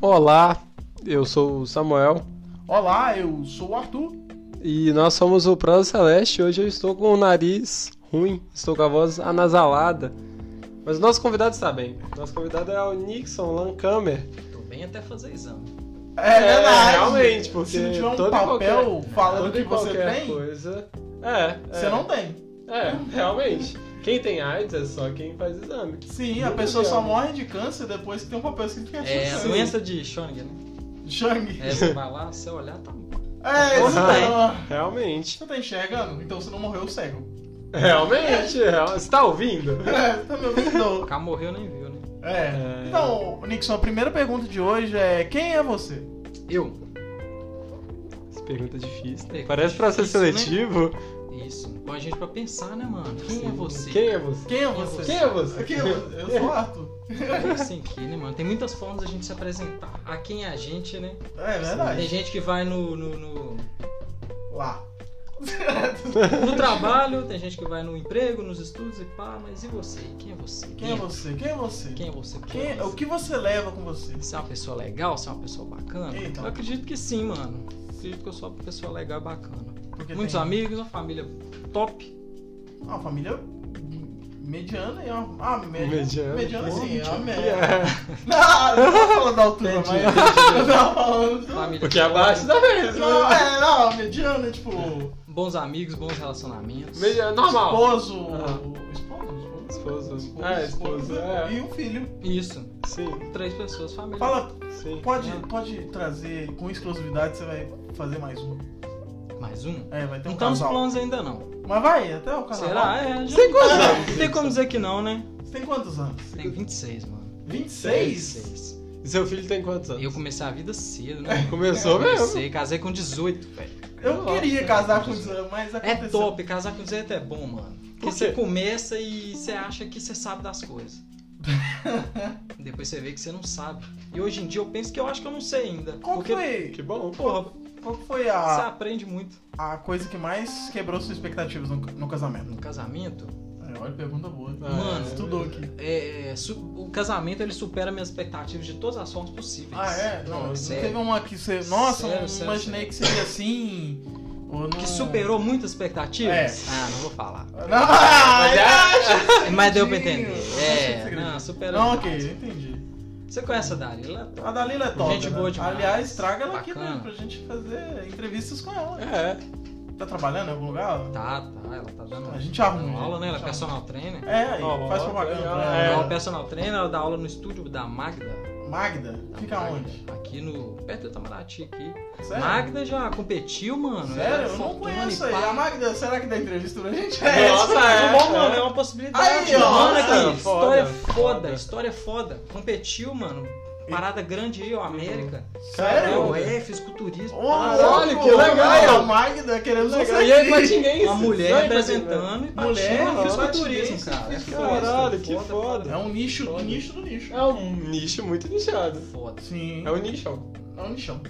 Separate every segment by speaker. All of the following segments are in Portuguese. Speaker 1: Olá, eu sou o Samuel
Speaker 2: Olá, eu sou o Arthur.
Speaker 1: e nós somos o Prosa Celeste. Hoje eu estou com o nariz ruim, estou com a voz anasalada. Mas o nosso convidado está bem. Nosso convidado é o Nixon Lancamer.
Speaker 3: Tô bem até fazer exame.
Speaker 2: É, verdade.
Speaker 1: realmente, porque
Speaker 2: se não tiver um
Speaker 1: todo e
Speaker 2: papel falando
Speaker 1: Toda
Speaker 2: que
Speaker 1: e
Speaker 2: você
Speaker 1: qualquer
Speaker 2: tem,
Speaker 1: coisa. É,
Speaker 2: você
Speaker 1: é,
Speaker 2: não tem.
Speaker 1: É, realmente. Quem tem AIDS é só quem faz exame.
Speaker 2: Sim, a
Speaker 1: Muito
Speaker 2: pessoa só
Speaker 1: legal.
Speaker 2: morre de câncer depois que tem um papel escrito que é,
Speaker 3: É, a
Speaker 2: câncer.
Speaker 3: doença de Schoeninger, né?
Speaker 2: Jang.
Speaker 3: É, você vai lá, você olhar, tá bom.
Speaker 2: É,
Speaker 3: Todo
Speaker 2: você tá,
Speaker 1: Realmente.
Speaker 2: você tá enxergando? Então você não morreu cego.
Speaker 1: Realmente. real- Você tá ouvindo?
Speaker 2: É, você tá me ouvindo?
Speaker 3: O cara morreu, nem viu, né?
Speaker 2: É.
Speaker 1: É.
Speaker 2: Então, Nixon, a primeira pergunta de hoje é: quem é você?
Speaker 3: Eu.
Speaker 1: Essa pergunta é difícil. né?
Speaker 3: Pergunta
Speaker 1: Parece processo
Speaker 3: difícil, né?
Speaker 1: seletivo.
Speaker 3: Isso. Põe a gente pra pensar, né, mano? Quem é você?
Speaker 1: Quem é você?
Speaker 2: Quem é você?
Speaker 1: Quem é você?
Speaker 2: Quem é você? Eu sou o Arthur.
Speaker 3: Sem que, né, mano? Tem muitas formas da gente se apresentar. A quem é a gente, né?
Speaker 2: É verdade.
Speaker 3: Tem gente que vai no, no, no,
Speaker 2: Lá.
Speaker 3: no trabalho, tem gente que vai no emprego, nos estudos e pá, mas e você? Quem é você?
Speaker 2: Quem é você? Quem é você?
Speaker 3: Quem é você? Quem
Speaker 2: Quem-
Speaker 3: é você?
Speaker 2: o que você leva com você?
Speaker 3: Você é uma pessoa legal? Você é uma pessoa bacana?
Speaker 2: Eita.
Speaker 3: Eu acredito que sim, mano. Acredito que eu sou uma pessoa legal e bacana.
Speaker 2: Porque
Speaker 3: Muitos
Speaker 2: tem-
Speaker 3: amigos, uma família top.
Speaker 2: É Uma família mediana e uma. Ah, média.
Speaker 1: Mediana.
Speaker 2: Mediana sim, é uma média.
Speaker 1: É,
Speaker 2: Não, eu não tô falando da altura,
Speaker 3: Entendi.
Speaker 2: mas. Eu tava falando.
Speaker 3: Família
Speaker 1: Porque é abaixo da
Speaker 2: Não,
Speaker 1: mesma.
Speaker 2: é, não, mediana, tipo.
Speaker 3: Bons amigos, bons relacionamentos.
Speaker 1: Media- Normal.
Speaker 2: Esposo.
Speaker 1: Ah.
Speaker 2: Esposo?
Speaker 1: Esposo.
Speaker 2: Esposo.
Speaker 1: Tá É, esposo. É.
Speaker 2: E um filho.
Speaker 3: Isso.
Speaker 1: Sim,
Speaker 3: Três pessoas, família.
Speaker 2: Fala,
Speaker 1: sim.
Speaker 2: pode,
Speaker 3: Ah.
Speaker 2: pode trazer com exclusividade, você vai fazer mais um.
Speaker 3: Mais um?
Speaker 2: É, vai ter um
Speaker 3: não tá nos
Speaker 2: casal.
Speaker 3: planos ainda não.
Speaker 2: Mas vai, até o casal.
Speaker 3: Será? É, já
Speaker 1: Tem quantos
Speaker 3: Não
Speaker 1: anos?
Speaker 3: tem como dizer que não, né?
Speaker 2: Você tem quantos anos?
Speaker 3: Tem 26, mano.
Speaker 2: 26?
Speaker 3: 26.
Speaker 1: E seu filho tem quantos anos?
Speaker 3: Eu comecei a vida cedo, né?
Speaker 1: Começou mesmo.
Speaker 3: Comecei, casei com 18, velho.
Speaker 2: Eu
Speaker 1: Nossa.
Speaker 2: queria casar com 18, mas
Speaker 3: É
Speaker 2: aconteceu.
Speaker 3: top, casar com 18 é bom, mano. Porque
Speaker 1: Por quê?
Speaker 3: você começa e você acha que você sabe das coisas. Depois você vê que você não sabe. E hoje em dia eu penso que eu acho que eu não sei ainda.
Speaker 2: Qual que
Speaker 3: porque,
Speaker 2: foi? Ah.
Speaker 1: Que bom.
Speaker 3: porra,
Speaker 2: Qual que foi
Speaker 3: você
Speaker 2: a,
Speaker 3: aprende muito.
Speaker 2: a coisa que mais quebrou suas expectativas no, no casamento?
Speaker 3: No casamento,
Speaker 2: É, olha, pergunta boa.
Speaker 1: Ah,
Speaker 3: Mano,
Speaker 1: é.
Speaker 2: Estudou aqui.
Speaker 3: é, su- o casamento ele supera minhas expectativas de todas as formas possíveis.
Speaker 2: Ah, é? Não,
Speaker 3: Não,
Speaker 2: não
Speaker 3: sério.
Speaker 2: teve uma que você. Nossa,
Speaker 3: Sério,
Speaker 2: não
Speaker 3: sério,
Speaker 2: imaginei
Speaker 3: sério.
Speaker 2: que seria assim. Ou não...
Speaker 3: Que superou muitas expectativas?
Speaker 2: É.
Speaker 3: Ah, não vou falar.
Speaker 2: Não, ah,
Speaker 1: é.
Speaker 3: Mas deu pra
Speaker 2: Entendi.
Speaker 3: entender.
Speaker 2: Não,
Speaker 3: É,
Speaker 2: entendi.
Speaker 3: não,
Speaker 2: não,
Speaker 3: superou.
Speaker 2: não,
Speaker 3: demais.
Speaker 2: ok, entendi.
Speaker 3: Você conhece a Dalila?
Speaker 2: A Dalila é top.
Speaker 3: Gente
Speaker 2: né?
Speaker 3: boa demais.
Speaker 2: Aliás, traga ela aqui
Speaker 3: Bacana.
Speaker 2: né, pra gente fazer entrevistas com ela.
Speaker 1: É.
Speaker 2: Tá trabalhando em algum lugar?
Speaker 3: Tá, tá, ela tá dando
Speaker 2: A gente arruma,
Speaker 3: dando aula,
Speaker 2: gente,
Speaker 3: né? Ela
Speaker 2: a
Speaker 3: é
Speaker 2: gente
Speaker 3: personal trainer.
Speaker 2: É, aí,
Speaker 1: Ó,
Speaker 2: faz propaganda.
Speaker 1: legal.
Speaker 2: pra
Speaker 1: É.
Speaker 3: Ela é
Speaker 2: ela.
Speaker 3: uma personal trainer, ela dá aula no estúdio da Magda.
Speaker 2: Magda,
Speaker 3: Da
Speaker 2: fica
Speaker 3: Magda,
Speaker 2: onde?
Speaker 3: Aqui no. perto do Itamaraty aqui.
Speaker 2: Sério?
Speaker 3: Magda já competiu, mano.
Speaker 2: Sério?
Speaker 3: Ela é
Speaker 2: Eu não
Speaker 3: fortuna
Speaker 2: conheço
Speaker 3: e
Speaker 2: aí.
Speaker 3: pá.
Speaker 2: A Magda, será que dá entrevista pra gente?
Speaker 1: Nossa,
Speaker 3: Mas
Speaker 1: é.
Speaker 3: o bom, mano, é uma possibilidade.
Speaker 2: Aí, ó,
Speaker 3: mano,
Speaker 1: nossa,
Speaker 3: aqui, história
Speaker 1: foda,
Speaker 3: foda,
Speaker 1: foda.
Speaker 3: história foda. Competiu, mano.
Speaker 2: E-
Speaker 3: Parada grande aí, ó, América.
Speaker 2: Sério?
Speaker 3: Não, é, fisiculturismo.
Speaker 2: Ô,
Speaker 3: parada.
Speaker 1: Caralho,
Speaker 2: louco,
Speaker 1: que legal.
Speaker 2: vai, A Magda, queremos você
Speaker 1: E ele
Speaker 2: aqui.
Speaker 1: patinense.
Speaker 3: uma mulher
Speaker 1: Sabe,
Speaker 3: representando e
Speaker 2: Mulher,
Speaker 3: patinando fisiculturismo,
Speaker 2: patinense,
Speaker 3: cara. É
Speaker 2: fisiculturismo.
Speaker 3: foda.
Speaker 1: Caralho, que foda.
Speaker 2: É um nicho,
Speaker 1: Foda.
Speaker 2: nicho do nicho.
Speaker 1: É um nicho muito nichado.
Speaker 3: Foda.
Speaker 2: Sim,
Speaker 1: É um nichão.
Speaker 2: é um nichão.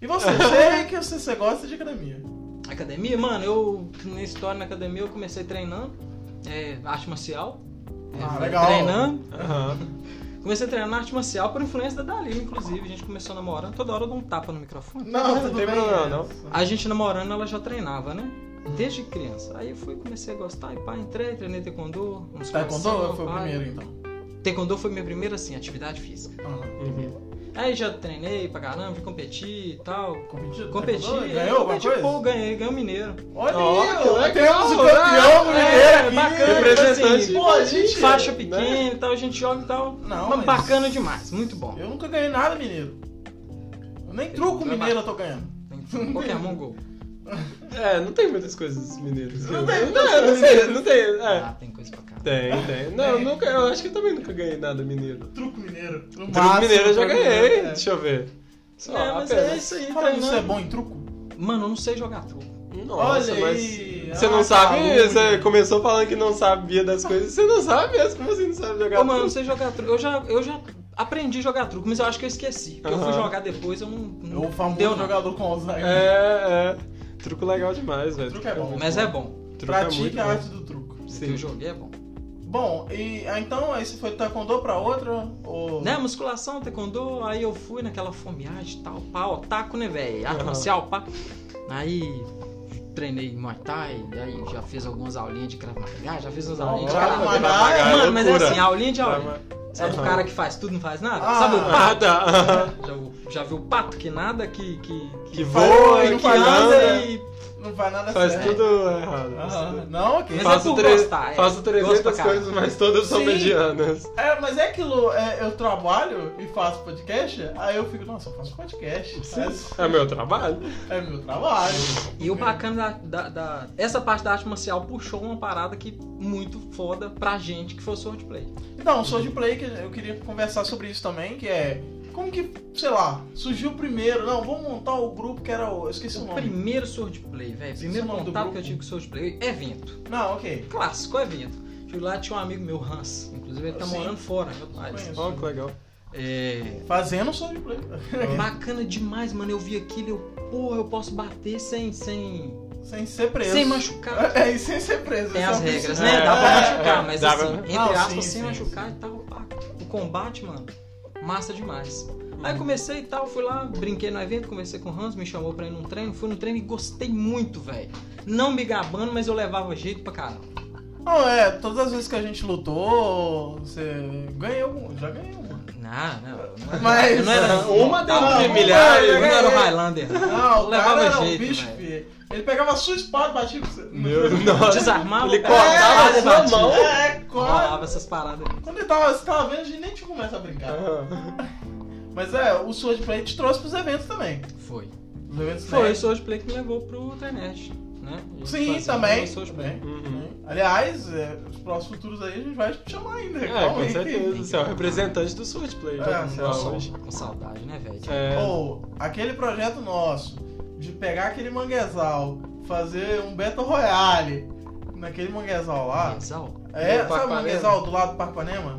Speaker 2: E você, você que você, você gosta de academia.
Speaker 3: Academia, mano, eu na história na academia eu comecei treinando é, arte marcial. É,
Speaker 2: Ah,
Speaker 3: fui
Speaker 2: legal.
Speaker 3: Treinando.
Speaker 1: Aham.
Speaker 3: Comecei a treinar arte marcial por influência da Dalila, inclusive. A gente começou namorando, toda hora eu dou um tapa no microfone.
Speaker 2: Não,
Speaker 1: Não
Speaker 2: tudo
Speaker 1: tem
Speaker 2: bem.
Speaker 1: problema,
Speaker 2: é.
Speaker 1: não.
Speaker 3: A gente namorando, ela já treinava, né? Desde criança. Aí eu fui, comecei a gostar e pá, entrei, treinei taekwondo. uns
Speaker 2: Taekwondo
Speaker 3: coração,
Speaker 2: Tá, foi o
Speaker 3: pá.
Speaker 2: primeiro, então. Ah,
Speaker 3: Taekwondo foi minha primeira, assim, atividade física.
Speaker 2: Aham.
Speaker 1: Uhum.
Speaker 3: Aí já treinei pra caramba, fui competir e tal.
Speaker 2: Competiu?
Speaker 3: Competi,
Speaker 2: Taekwondo?
Speaker 3: é,
Speaker 2: tá Ganhou alguma
Speaker 3: competi
Speaker 2: coisa?
Speaker 3: pouco, ganhei, ganhei o mineiro.
Speaker 2: Olha
Speaker 1: Ó,
Speaker 2: aí,
Speaker 1: que
Speaker 2: ó, é
Speaker 1: legal,
Speaker 2: temos o
Speaker 1: né?
Speaker 2: campeão
Speaker 1: É,
Speaker 2: mineiro aqui.
Speaker 3: bacana,
Speaker 1: Representante.
Speaker 3: assim,
Speaker 2: Pô, a gente... é,
Speaker 3: Faixa
Speaker 1: né?
Speaker 3: pequena e tal, a gente joga e tal.
Speaker 2: Não,
Speaker 3: Mas
Speaker 2: mas-
Speaker 3: bacana demais, muito bom.
Speaker 2: Eu nunca ganhei nada mineiro. Eu nem truco
Speaker 3: Vai
Speaker 2: mineiro eu tô ganhando.
Speaker 3: Pokémon Go.
Speaker 1: É, não tem muitas coisas mineiras. que
Speaker 2: Não
Speaker 1: eu-
Speaker 2: tem
Speaker 1: não,
Speaker 2: muitas
Speaker 1: não
Speaker 2: coisas
Speaker 1: sei, não tem. é.
Speaker 3: Ah, tem coisa pra cá.
Speaker 1: Tem, tem. Não, eu nunca, eu acho que eu também nunca ganhei nada mineiro.
Speaker 2: Truco mineiro.
Speaker 3: Um
Speaker 2: No
Speaker 1: Truco
Speaker 2: máximo,
Speaker 1: mineiro eu já
Speaker 2: truco
Speaker 1: ganhei,
Speaker 3: né?
Speaker 1: tá
Speaker 2: mineiro, é.
Speaker 1: deixa eu ver. Só
Speaker 3: É, mas
Speaker 1: apenas.
Speaker 3: é isso aí,
Speaker 2: Falando isso, é
Speaker 3: treinando.
Speaker 2: bom em truco?
Speaker 3: Mano, eu não sei jogar truco.
Speaker 1: Nossa,
Speaker 2: Olha
Speaker 1: mas
Speaker 2: aí,
Speaker 1: você
Speaker 2: ah,
Speaker 1: não sabe,
Speaker 2: calúnia.
Speaker 1: você começou falando que não sabia das coisas, você não sabe mesmo, como você não sabe jogar
Speaker 3: Ô, mano, eu não
Speaker 1: truco?
Speaker 3: sei jogar truco. Eu já, eu já aprendi a jogar truco, mas eu acho que eu esqueci. Porque eu fui
Speaker 1: Aham.
Speaker 3: jogar depois, eu não. não
Speaker 2: É O famoso
Speaker 3: deu, não.
Speaker 2: jogador com Alzheimer.
Speaker 1: né? É, é. Truco legal demais, velho.
Speaker 2: Truco é bom.
Speaker 3: Mas é bom.
Speaker 1: Truco é muito
Speaker 2: Pratique a
Speaker 1: bom.
Speaker 2: arte do truco.
Speaker 3: O que
Speaker 1: Sim.
Speaker 3: eu joguei é bom.
Speaker 2: Bom, e ah, então aí você foi taekwondo pra outra? Ou...
Speaker 3: Né, musculação, taekwondo, aí eu fui naquela fomeagem e tal, pá, otaku, né, velho? Arte
Speaker 1: Aham.
Speaker 3: marcial, pá. Aí treinei Muay Thai, aí já fiz algumas aulinhas de Krav Maga, já fiz umas aulinhas de
Speaker 2: Krav
Speaker 3: Krav
Speaker 2: Maga.
Speaker 3: Maga. Mano, mas é assim, aulinha de aulinha. Sabe o cara que faz tudo e não faz nada?
Speaker 2: Ah.
Speaker 3: Sabe o pato?
Speaker 1: Ah, tá.
Speaker 3: Já, o- já viu o pato que nada, que... Que,
Speaker 1: Que
Speaker 2: voa
Speaker 1: e
Speaker 3: que
Speaker 1: não faz
Speaker 3: anda
Speaker 2: né?
Speaker 1: nada.
Speaker 3: e...
Speaker 2: Não vai nada
Speaker 1: Faz
Speaker 2: certo.
Speaker 1: tudo errado.
Speaker 2: É. Aham. Não, ok.
Speaker 3: Mas é
Speaker 1: Faço,
Speaker 3: por
Speaker 1: tre-
Speaker 3: gostar, é.
Speaker 1: faço 300
Speaker 3: Gosto pra caralho.
Speaker 1: coisas, mas todas são
Speaker 2: Sim.
Speaker 1: medianas.
Speaker 2: É, mas é aquilo, é, eu trabalho e faço podcast, aí eu fico, nossa, eu faço podcast.
Speaker 1: É meu trabalho.
Speaker 2: É, é meu trabalho.
Speaker 3: E o bacana da, da- da- Essa parte da arte marcial puxou uma parada que muito foda pra gente, que foi o Sword Play.
Speaker 2: Então, sou de play que eu queria conversar sobre isso também, que é. Como que, sei lá, surgiu primeiro? Não, vamos montar o grupo que era o. Eu esqueci o
Speaker 3: O
Speaker 2: nome.
Speaker 3: primeiro Sword Play, velho.
Speaker 2: Esqueci
Speaker 3: Primeiro
Speaker 2: o nome do
Speaker 3: contato
Speaker 2: grupo.
Speaker 3: que eu tive com o Sword Play, evento.
Speaker 2: Não, ok.
Speaker 3: Clássico evento. Fui lá, tinha um amigo meu, Hans. Inclusive, ele tá
Speaker 2: Sim.
Speaker 3: morando fora, rapaz.
Speaker 2: Conheço.
Speaker 1: Ó, que legal.
Speaker 3: É.
Speaker 2: Fazendo sou de play.
Speaker 3: Bacana demais, mano. Eu vi aquilo, eu, porra, eu posso bater sem. sem.
Speaker 2: sem ser preso.
Speaker 3: sem machucar.
Speaker 2: É, e sem ser preso.
Speaker 3: Tem
Speaker 2: isso é
Speaker 3: as
Speaker 2: um
Speaker 3: regras,
Speaker 2: absurdo.
Speaker 3: né? Dá pra
Speaker 2: É,
Speaker 3: machucar,
Speaker 1: é,
Speaker 3: mas
Speaker 1: dá
Speaker 3: assim,
Speaker 1: pra-
Speaker 3: entre
Speaker 2: Não,
Speaker 3: aspas,
Speaker 2: sim,
Speaker 3: sem
Speaker 2: sim,
Speaker 3: machucar e tal. pá. O combate, mano, massa demais. Aí comecei e tal, fui lá, brinquei no evento, conversei com o Hans, me chamou pra ir num treino, fui num treino e gostei muito, velho. Não me gabando, mas eu levava jeito pra caramba.
Speaker 2: Não, é, todas as vezes que a gente lutou, você ganhou, um- já ganhou uma.
Speaker 3: Não, não.
Speaker 2: Mas-
Speaker 3: Eu não era
Speaker 1: Uma
Speaker 3: tá,
Speaker 1: dentre
Speaker 3: eu
Speaker 1: milhares.
Speaker 3: não era o Highlander.
Speaker 2: Não, o
Speaker 3: Levava
Speaker 2: cara era um
Speaker 3: jeito,
Speaker 2: bicho,
Speaker 3: velho.
Speaker 2: filho. Ele pegava a sua espada e batia com você.
Speaker 1: Meu Deus.
Speaker 3: Desarmava
Speaker 1: Ele
Speaker 3: o cara,
Speaker 1: cortava
Speaker 3: dava
Speaker 1: a sua
Speaker 3: batida.
Speaker 1: mão.
Speaker 2: É, corre.
Speaker 3: Rolava essas paradas.
Speaker 2: Quando ele tava, você tava vendo, a gente nem tinha começado a brincar.
Speaker 1: Aham.
Speaker 2: Mas é, o Sword Play te trouxe pros eventos também.
Speaker 3: Foi. É.
Speaker 2: Os eventos
Speaker 3: Foi
Speaker 2: né?
Speaker 3: isso hoje Play que me levou pro internet, né? Eu
Speaker 2: Sim,
Speaker 3: fazia
Speaker 2: também.
Speaker 3: o Soulja Play.
Speaker 2: também.
Speaker 1: Uhum.
Speaker 2: Aliás, é, os próximos futuros aí a gente vai te chamar ainda.
Speaker 1: É,
Speaker 2: calma
Speaker 1: com
Speaker 2: aí.
Speaker 1: certeza. Você é o representante do Sword Play.
Speaker 2: É,
Speaker 1: né?
Speaker 2: não,
Speaker 1: Só hoje.
Speaker 3: Com saudade, né, velho?
Speaker 1: É.
Speaker 2: Ou aquele projeto nosso de pegar aquele manguezal, fazer um Battle Royale naquele manguezal lá.
Speaker 3: Exal.
Speaker 1: Do
Speaker 2: É, sabe o
Speaker 1: Parpanema?
Speaker 2: manguezal do lado do Parpanema?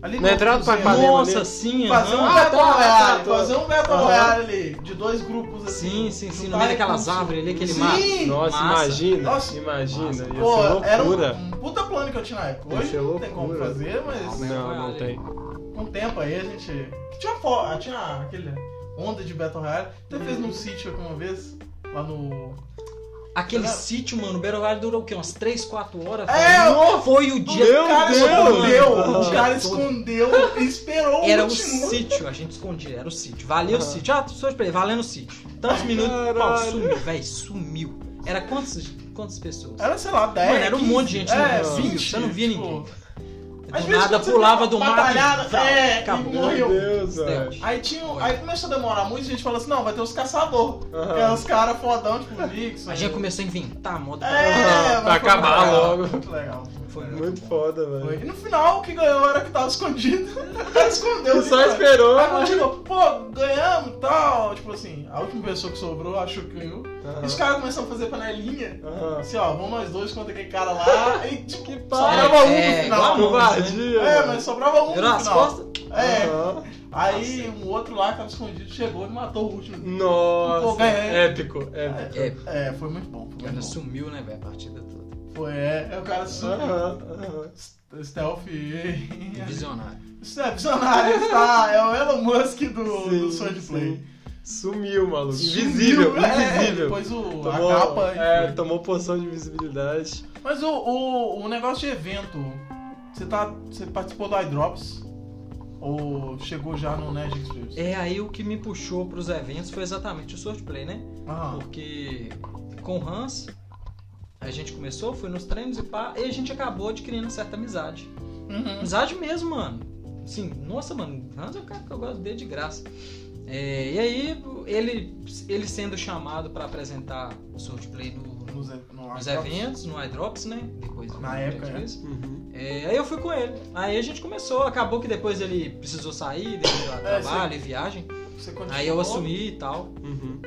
Speaker 2: Ali
Speaker 1: Na
Speaker 2: no
Speaker 1: entrada do
Speaker 2: cruzeiro.
Speaker 1: Parpanema.
Speaker 3: Nossa, sim,
Speaker 2: Fazer um
Speaker 3: aham.
Speaker 1: Ah,
Speaker 2: Battle
Speaker 1: tá,
Speaker 2: Royale,
Speaker 1: tá, tá.
Speaker 2: fazer um Battle
Speaker 1: Aham.
Speaker 2: Royale ali, de dois grupos assim.
Speaker 3: Sim, sim, sim. No
Speaker 2: juntar
Speaker 3: meio
Speaker 2: e
Speaker 3: daquelas
Speaker 2: construir.
Speaker 3: árvores ali, aquele
Speaker 2: Sim!
Speaker 3: mato.
Speaker 1: Nossa,
Speaker 3: Massa.
Speaker 1: imagina.
Speaker 2: Nossa.
Speaker 1: Imagina.
Speaker 3: Massa.
Speaker 1: Ia ser
Speaker 2: Pô, era
Speaker 1: é loucura.
Speaker 2: um, um puta plano que eu tinha na época.
Speaker 1: Ia
Speaker 2: Hoje
Speaker 1: ser
Speaker 2: não tem como
Speaker 1: loucura.
Speaker 2: fazer, mas
Speaker 3: Não.
Speaker 1: Não, não tem.
Speaker 2: com o tempo aí a gente. Tinha, uma fo... ah, tinha aquele onda de Battle Royale. Até fez num sítio aqui uma vez, lá no.
Speaker 3: Aquele
Speaker 2: Será?
Speaker 3: sítio, mano, o Battle Royale durou o quê? Umas 3, 4 horas?
Speaker 2: É,
Speaker 3: velho.
Speaker 2: o-
Speaker 3: foi o dia
Speaker 1: Meu
Speaker 2: o cara
Speaker 1: Deus!
Speaker 2: escondeu,
Speaker 1: Aham.
Speaker 2: o cara
Speaker 3: Todo.
Speaker 2: escondeu e esperou
Speaker 3: Era
Speaker 2: o
Speaker 3: o
Speaker 2: último.
Speaker 3: sítio, a gente escondia, era o sítio. Valia o
Speaker 1: Aham.
Speaker 3: sítio. Ah, só esperei, valendo o sítio. Tantos minutos, pau,
Speaker 1: Caralho.
Speaker 3: sumiu, velho, sumiu. Era quantas, quantas pessoas?
Speaker 2: Era, sei lá, 10.
Speaker 3: Mano, era um
Speaker 2: 15,
Speaker 3: monte de gente no
Speaker 2: é,
Speaker 3: sítio,
Speaker 2: 20,
Speaker 3: você não via
Speaker 2: tipo,
Speaker 3: ninguém.
Speaker 2: às
Speaker 3: Do
Speaker 2: vezes
Speaker 3: nada
Speaker 2: quando você
Speaker 3: pulava
Speaker 2: deu
Speaker 3: do
Speaker 2: uma
Speaker 3: mato.
Speaker 2: batalhada,
Speaker 3: vrau,
Speaker 2: é, e
Speaker 3: acabou.
Speaker 2: morreu.
Speaker 1: Meu Deus, velho.
Speaker 3: Stealth.
Speaker 2: Aí, tinha, um- aí começou a demorar muito e a gente falou assim: não, vai ter os caçadores.
Speaker 1: Aham.
Speaker 2: Que é os caras fodão, tipo o Nixon.
Speaker 3: A gente começou a inventar a moda. pra-
Speaker 2: É,
Speaker 1: Pra
Speaker 2: mas foi
Speaker 1: acabar
Speaker 2: muito legal,
Speaker 1: logo.
Speaker 2: Muito legal.
Speaker 3: Foi
Speaker 2: É.
Speaker 1: Muito foda,
Speaker 2: Foi.
Speaker 1: velho.
Speaker 2: E no final, o que ganhou era o que tava escondido. O cara escondeu.
Speaker 1: Ele
Speaker 2: assim,
Speaker 1: só
Speaker 2: cara.
Speaker 1: esperou.
Speaker 2: Aí quando chegou, pô, ganhamos e tal. Tipo assim, a última pessoa que sobrou achou que ganhou. E os
Speaker 1: Aham.
Speaker 2: caras começaram a fazer panelinha.
Speaker 1: Aham.
Speaker 2: Assim, ó, vamos nós dois contra aquele cara lá. E tipo,
Speaker 1: Que
Speaker 2: só
Speaker 1: pau.
Speaker 2: sobrava um
Speaker 3: É,
Speaker 2: no final.
Speaker 3: igual a mão.
Speaker 1: Covardia.
Speaker 2: É, mas sobrava um
Speaker 3: Virou
Speaker 2: no
Speaker 3: as
Speaker 2: final.
Speaker 3: costas.
Speaker 2: É.
Speaker 1: Aham.
Speaker 2: Aí um outro lá que tava escondido chegou e matou o último. Pô,
Speaker 1: Nossa.
Speaker 2: ganhei.
Speaker 1: Épico, épico.
Speaker 3: É,
Speaker 2: É, foi muito bom. Foi,
Speaker 3: cara,
Speaker 2: muito bom.
Speaker 3: sumiu, né, velho, a partida toda.
Speaker 2: foi é, é o cara super
Speaker 1: Aham, aham.
Speaker 2: stealth.
Speaker 3: Visionário.
Speaker 2: Isso é visionário, ele tá? É o Elon Musk do, do
Speaker 1: Sim,
Speaker 2: Sword
Speaker 1: sim.
Speaker 2: Play.
Speaker 1: Sumiu, maluco.
Speaker 2: Sumiu,
Speaker 1: Invisível,
Speaker 2: é,
Speaker 1: invisível.
Speaker 2: Depois o,
Speaker 1: Tomou,
Speaker 2: a capa.
Speaker 1: é,
Speaker 2: enfim.
Speaker 1: tomou poção de invisibilidade.
Speaker 2: Mas o, o, o negócio de evento, você, tá, você participou do iDrops? Ou chegou já no Magic Experience?
Speaker 3: É aí o que me puxou pros eventos foi exatamente o Sword Play, né?
Speaker 2: Ah,
Speaker 3: Porque com o Hans, a gente começou, foi nos treinos e pá, e a gente acabou adquirindo certa amizade.
Speaker 2: uhum.
Speaker 3: Amizade mesmo, mano. Sim, nossa, mano, Hans é o cara que eu gosto dele de graça. É, e aí, ele, ele sendo chamado pra apresentar o Sword Play no- no-
Speaker 2: Nos, e- no iDrops.
Speaker 3: nos eventos, no iDrops, né? Depois
Speaker 2: Na
Speaker 3: depois
Speaker 2: época, né?
Speaker 3: disso.
Speaker 1: Uhum.
Speaker 3: É, aí eu fui com ele. Aí a gente começou, acabou que depois ele precisou sair, devido a
Speaker 1: É,
Speaker 3: trabalho e viagem.
Speaker 2: Você continuou?
Speaker 3: Aí eu assumi e tal.
Speaker 1: Uhum.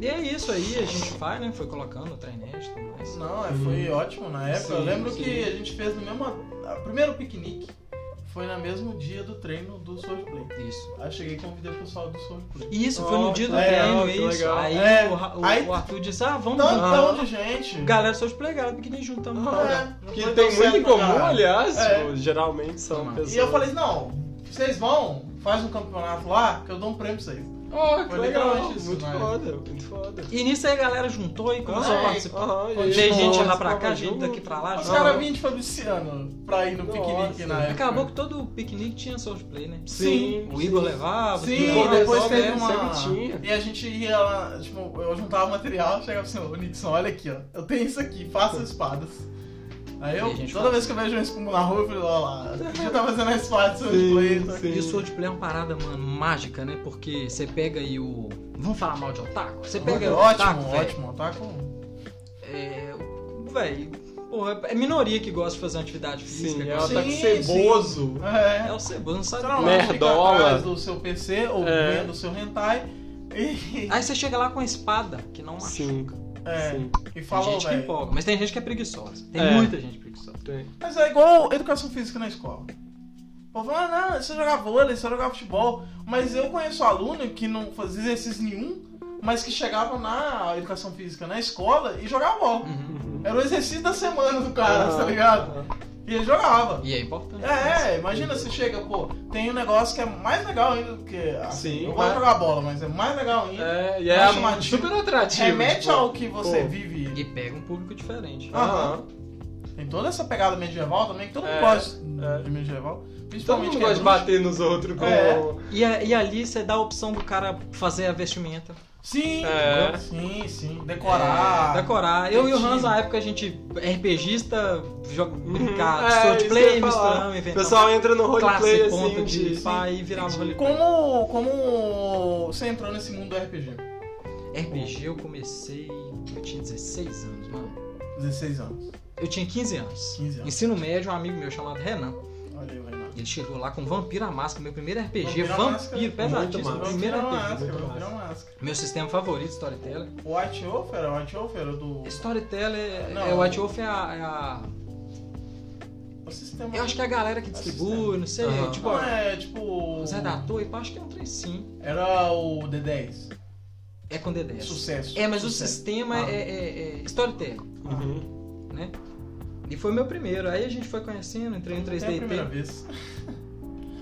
Speaker 3: E é isso aí, a gente vai, né? Foi colocando o trainete e tudo mais.
Speaker 1: Uhum.
Speaker 2: Não, é, foi ótimo na época.
Speaker 3: Sim,
Speaker 2: eu lembro
Speaker 3: sim.
Speaker 2: que a gente fez no mesmo. a- Primeiro piquenique foi no mesmo dia do treino do Swordplay.
Speaker 3: Isso.
Speaker 2: Aí eu cheguei e convidei o pessoal do Swordplay.
Speaker 3: Isso, foi no
Speaker 1: Oh,
Speaker 3: dia do
Speaker 1: é,
Speaker 3: treino,
Speaker 1: ó, que
Speaker 3: isso.
Speaker 1: legal. Então,
Speaker 3: Aí,
Speaker 2: É,
Speaker 3: o, Ra- o-
Speaker 2: aí-
Speaker 3: o Arthur disse, ah, vamos lá.
Speaker 2: Tantão de gente.
Speaker 3: Galera, sou espregados, porque nem juntamos. pra jogar.
Speaker 2: É,
Speaker 1: Que
Speaker 2: não
Speaker 1: tem
Speaker 2: deu
Speaker 1: muito
Speaker 2: certo
Speaker 1: em
Speaker 2: pra
Speaker 1: comum,
Speaker 2: caralho.
Speaker 1: aliás.
Speaker 2: É.
Speaker 1: tipo, geralmente são
Speaker 3: Não.
Speaker 1: pessoas.
Speaker 2: E eu falei, não, vocês vão, faz um campeonato lá, que eu dou um prêmio pra vocês.
Speaker 1: ó, que
Speaker 2: Foi
Speaker 1: legal.
Speaker 2: legal isso, né?
Speaker 1: muito
Speaker 2: velho.
Speaker 1: foda, muito foda.
Speaker 3: E nisso aí a galera juntou e começou
Speaker 2: Ah,
Speaker 3: a
Speaker 2: é.
Speaker 3: participar.
Speaker 1: Aham, e aí
Speaker 3: Veio
Speaker 1: eles
Speaker 3: gente
Speaker 1: vão-
Speaker 3: lá pra cá,
Speaker 1: eles
Speaker 3: gente
Speaker 1: vão
Speaker 3: daqui
Speaker 1: junto.
Speaker 3: pra lá.
Speaker 2: Os
Speaker 3: junto.
Speaker 2: caras vinham de Fabriciano pra ir no
Speaker 1: Nossa.
Speaker 2: piquenique na época.
Speaker 3: Acabou que todo piquenique tinha Soulplay, né?
Speaker 1: Sim,
Speaker 3: O Igor
Speaker 1: sim.
Speaker 3: levava.
Speaker 2: Sim,
Speaker 3: tudo mais.
Speaker 2: depois
Speaker 1: Resolve,
Speaker 2: teve
Speaker 1: né?
Speaker 2: uma.
Speaker 1: Sempre tinha.
Speaker 2: E a gente ia lá, tipo, eu juntava material, chegava assim, ô Nixon, olha aqui, ó. Eu tenho isso aqui, faça espadas. Aí eu,
Speaker 3: E a gente
Speaker 2: toda
Speaker 3: faz.
Speaker 2: vez que eu vejo um espuma na rua, eu falei, ó lá, já tá fazendo a espada de
Speaker 1: Sim,
Speaker 2: Swordplay.
Speaker 1: sim.
Speaker 3: E o Swordplay é uma parada, mano, mágica, né? Porque você pega aí o. Vamos falar mal de otaku? Você pega
Speaker 1: é
Speaker 3: o
Speaker 2: Ótimo,
Speaker 3: otaku, velho.
Speaker 2: ótimo, tá com.
Speaker 3: É. o- Velho, porra, é minoria que gosta de fazer uma atividade
Speaker 1: Sim,
Speaker 3: física.
Speaker 1: é
Speaker 3: cara.
Speaker 1: um
Speaker 2: Sim,
Speaker 1: ataque
Speaker 2: sim.
Speaker 1: ceboso.
Speaker 2: É.
Speaker 3: É o cebola, não sabe?
Speaker 2: Você não
Speaker 3: nada.
Speaker 1: Merda.
Speaker 2: fica
Speaker 1: Nerdola.
Speaker 2: atrás do seu PC ou
Speaker 1: É.
Speaker 2: vendo o seu hentai e,
Speaker 3: Aí você chega lá com a espada, que não machuca.
Speaker 1: Sim,
Speaker 2: é,
Speaker 1: sim.
Speaker 2: e
Speaker 3: Tem
Speaker 2: falou,
Speaker 3: gente que
Speaker 2: velho.
Speaker 3: empolga, mas tem gente que é preguiçosa. Tem
Speaker 1: É.
Speaker 3: muita gente preguiçosa.
Speaker 1: Tem.
Speaker 2: Mas é igual educação física na escola. O povo fala, ah, não, você jogar vôlei, você jogar futebol. Mas eu conheço aluno que não fazia exercício nenhum, mas que chegava na educação física na escola e jogava bola.
Speaker 1: Uhum.
Speaker 2: Era o exercício da semana do cara,
Speaker 1: Ah.
Speaker 2: tá ligado? E ele jogava.
Speaker 3: E é importante. né?
Speaker 2: É, é, imagina você chega, pô, tem um negócio que é mais legal ainda do que. Assim,
Speaker 1: Sim,
Speaker 2: eu
Speaker 1: mas-
Speaker 2: gosto de jogar bola, mas é mais legal ainda.
Speaker 1: É, e é
Speaker 2: Acho chamativo.
Speaker 1: super atrativo.
Speaker 2: Remete
Speaker 1: tipo,
Speaker 2: ao que você
Speaker 1: pô.
Speaker 2: vive.
Speaker 3: E pega um público diferente.
Speaker 1: Aham.
Speaker 2: Tem toda essa pegada medieval também, que todo mundo
Speaker 1: É,
Speaker 2: gosta
Speaker 1: é.
Speaker 2: de medieval.
Speaker 1: Todo
Speaker 2: Principalmente
Speaker 1: mundo
Speaker 2: quem é
Speaker 1: gosta de
Speaker 2: bruxo.
Speaker 1: bater nos outros com. Uhum.
Speaker 2: É.
Speaker 3: E, a- e ali você dá a opção do cara fazer a vestimenta.
Speaker 2: Sim,
Speaker 1: É.
Speaker 2: sim, sim. Decorar.
Speaker 3: É, decorar. Eu e o
Speaker 2: Entendi.
Speaker 3: Hans, na época, a gente é RPGista, joga,
Speaker 1: Uhum,
Speaker 3: brincar,
Speaker 1: é,
Speaker 3: sword
Speaker 1: isso que eu
Speaker 3: play,
Speaker 1: ia falar.
Speaker 3: misturamos,
Speaker 1: O
Speaker 3: inventamos.
Speaker 1: pessoal entra no roleplay
Speaker 3: classe,
Speaker 1: assim
Speaker 3: ponta de,
Speaker 1: de.
Speaker 3: pá e virava roleplay.
Speaker 2: Tipo, Como, como você entrou nesse mundo do RPG?
Speaker 3: RPG eu comecei, eu tinha 16 anos, mano.
Speaker 2: 16 anos.
Speaker 3: Eu tinha 15 anos.
Speaker 2: 15 anos.
Speaker 3: Ensino médio, um amigo meu chamado Renan.
Speaker 2: Olha aí, Renato.
Speaker 3: Ele chegou lá com Vampiro à Máscara, meu primeiro RPG.
Speaker 2: Vampiro à
Speaker 3: Vampiro,
Speaker 2: Máscara.
Speaker 1: Muito
Speaker 2: Então,
Speaker 3: pesadíssimo,
Speaker 1: massa.
Speaker 3: primeiro
Speaker 2: Vampirão
Speaker 3: RPG.
Speaker 2: Máscara,
Speaker 1: muito
Speaker 2: Vampirão Máscara.
Speaker 3: Meu sistema favorito, Storyteller.
Speaker 2: um O White Wolf era o White Wolf era do.
Speaker 3: Storyteller é,
Speaker 2: Não.
Speaker 3: é o White Wolf é a, é a-
Speaker 2: O sistema.
Speaker 3: Eu acho que é a galera que distribui, não sei.
Speaker 1: Aham.
Speaker 3: Tipo,
Speaker 2: Não, é tipo.
Speaker 3: os redatores, acho que é um trem sim.
Speaker 2: Era o D10.
Speaker 3: É com D10.
Speaker 2: Sucesso.
Speaker 3: É, mas o
Speaker 2: Sucesso.
Speaker 3: sistema
Speaker 1: Ah.
Speaker 3: é, é, é Storyteller,
Speaker 1: Uhum.
Speaker 3: né? E foi meu primeiro. Aí a gente foi conhecendo, entrei no
Speaker 2: É a primeira
Speaker 3: 3DT.
Speaker 2: vez.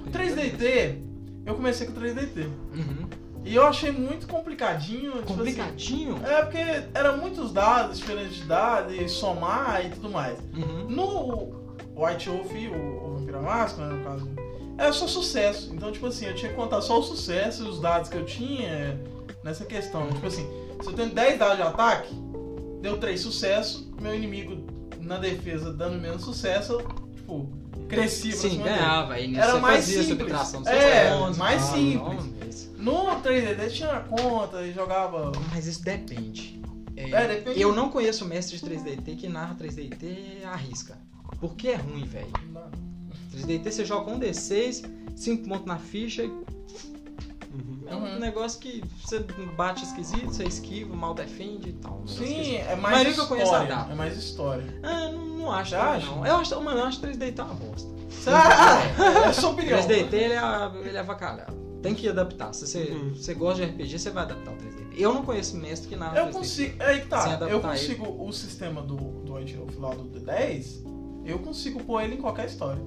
Speaker 2: O 3DT, eu comecei com o 3DT.
Speaker 3: Uhum.
Speaker 2: E eu achei muito complicadinho. tipo assim,
Speaker 3: Complicadinho.
Speaker 2: É porque eram muitos dados, diferentes de dados, e somar e tudo mais.
Speaker 3: Uhum.
Speaker 2: No White Wolf, o, o Vampira Máscara, né, no caso, era só sucesso. Então, tipo assim, eu tinha que contar só o sucesso e os dados que eu tinha nessa questão. Tipo assim, se eu tenho 10 dados de ataque, deu 3 sucessos, meu inimigo na defesa dando menos sucesso, eu, tipo, cresci pra
Speaker 3: Sim,
Speaker 2: cima dele.
Speaker 3: ganhava. Aí nisso
Speaker 2: Era
Speaker 3: você
Speaker 2: mais
Speaker 3: fazia
Speaker 2: simples.
Speaker 3: subtração do
Speaker 2: É,
Speaker 3: seu onze,
Speaker 2: mais
Speaker 3: tal,
Speaker 2: simples.
Speaker 3: nove.
Speaker 2: No 3DD tinha a conta e jogava.
Speaker 3: Mas isso depende. É,
Speaker 2: É, depende.
Speaker 3: Eu não conheço mestre de 3DT que narra 3DT arrisca. Porque é ruim, velho. 3DT você joga um D6, 5 pontos na ficha.
Speaker 1: Uhum.
Speaker 3: É um
Speaker 2: Uhum.
Speaker 3: negócio que você bate esquisito, você esquiva, mal defende e tal. um negócio
Speaker 2: Sim,
Speaker 3: esquisito.
Speaker 2: é
Speaker 3: A
Speaker 2: mais
Speaker 3: maioria que eu conheço
Speaker 2: história.
Speaker 3: adapta.
Speaker 2: É mais história.
Speaker 3: Ah, não, não acho.
Speaker 2: Você
Speaker 3: também,
Speaker 2: acha?
Speaker 3: Não. Eu acho, mano, eu acho 3DT uma bosta.
Speaker 2: Ah, é a sua opinião.
Speaker 3: 3DT ele é, ele é avacalhado. Tem que adaptar. Se você,
Speaker 1: Uhum.
Speaker 3: você gosta de RPG, você vai adaptar o 3DT. Eu não conheço mestre que narra
Speaker 2: Eu
Speaker 3: 3DT.
Speaker 2: consigo. Aí que
Speaker 3: Sem
Speaker 2: tá.
Speaker 3: adaptar
Speaker 2: Eu consigo o sistema do, do Antilope lá do D10. Eu consigo pôr ele em qualquer história.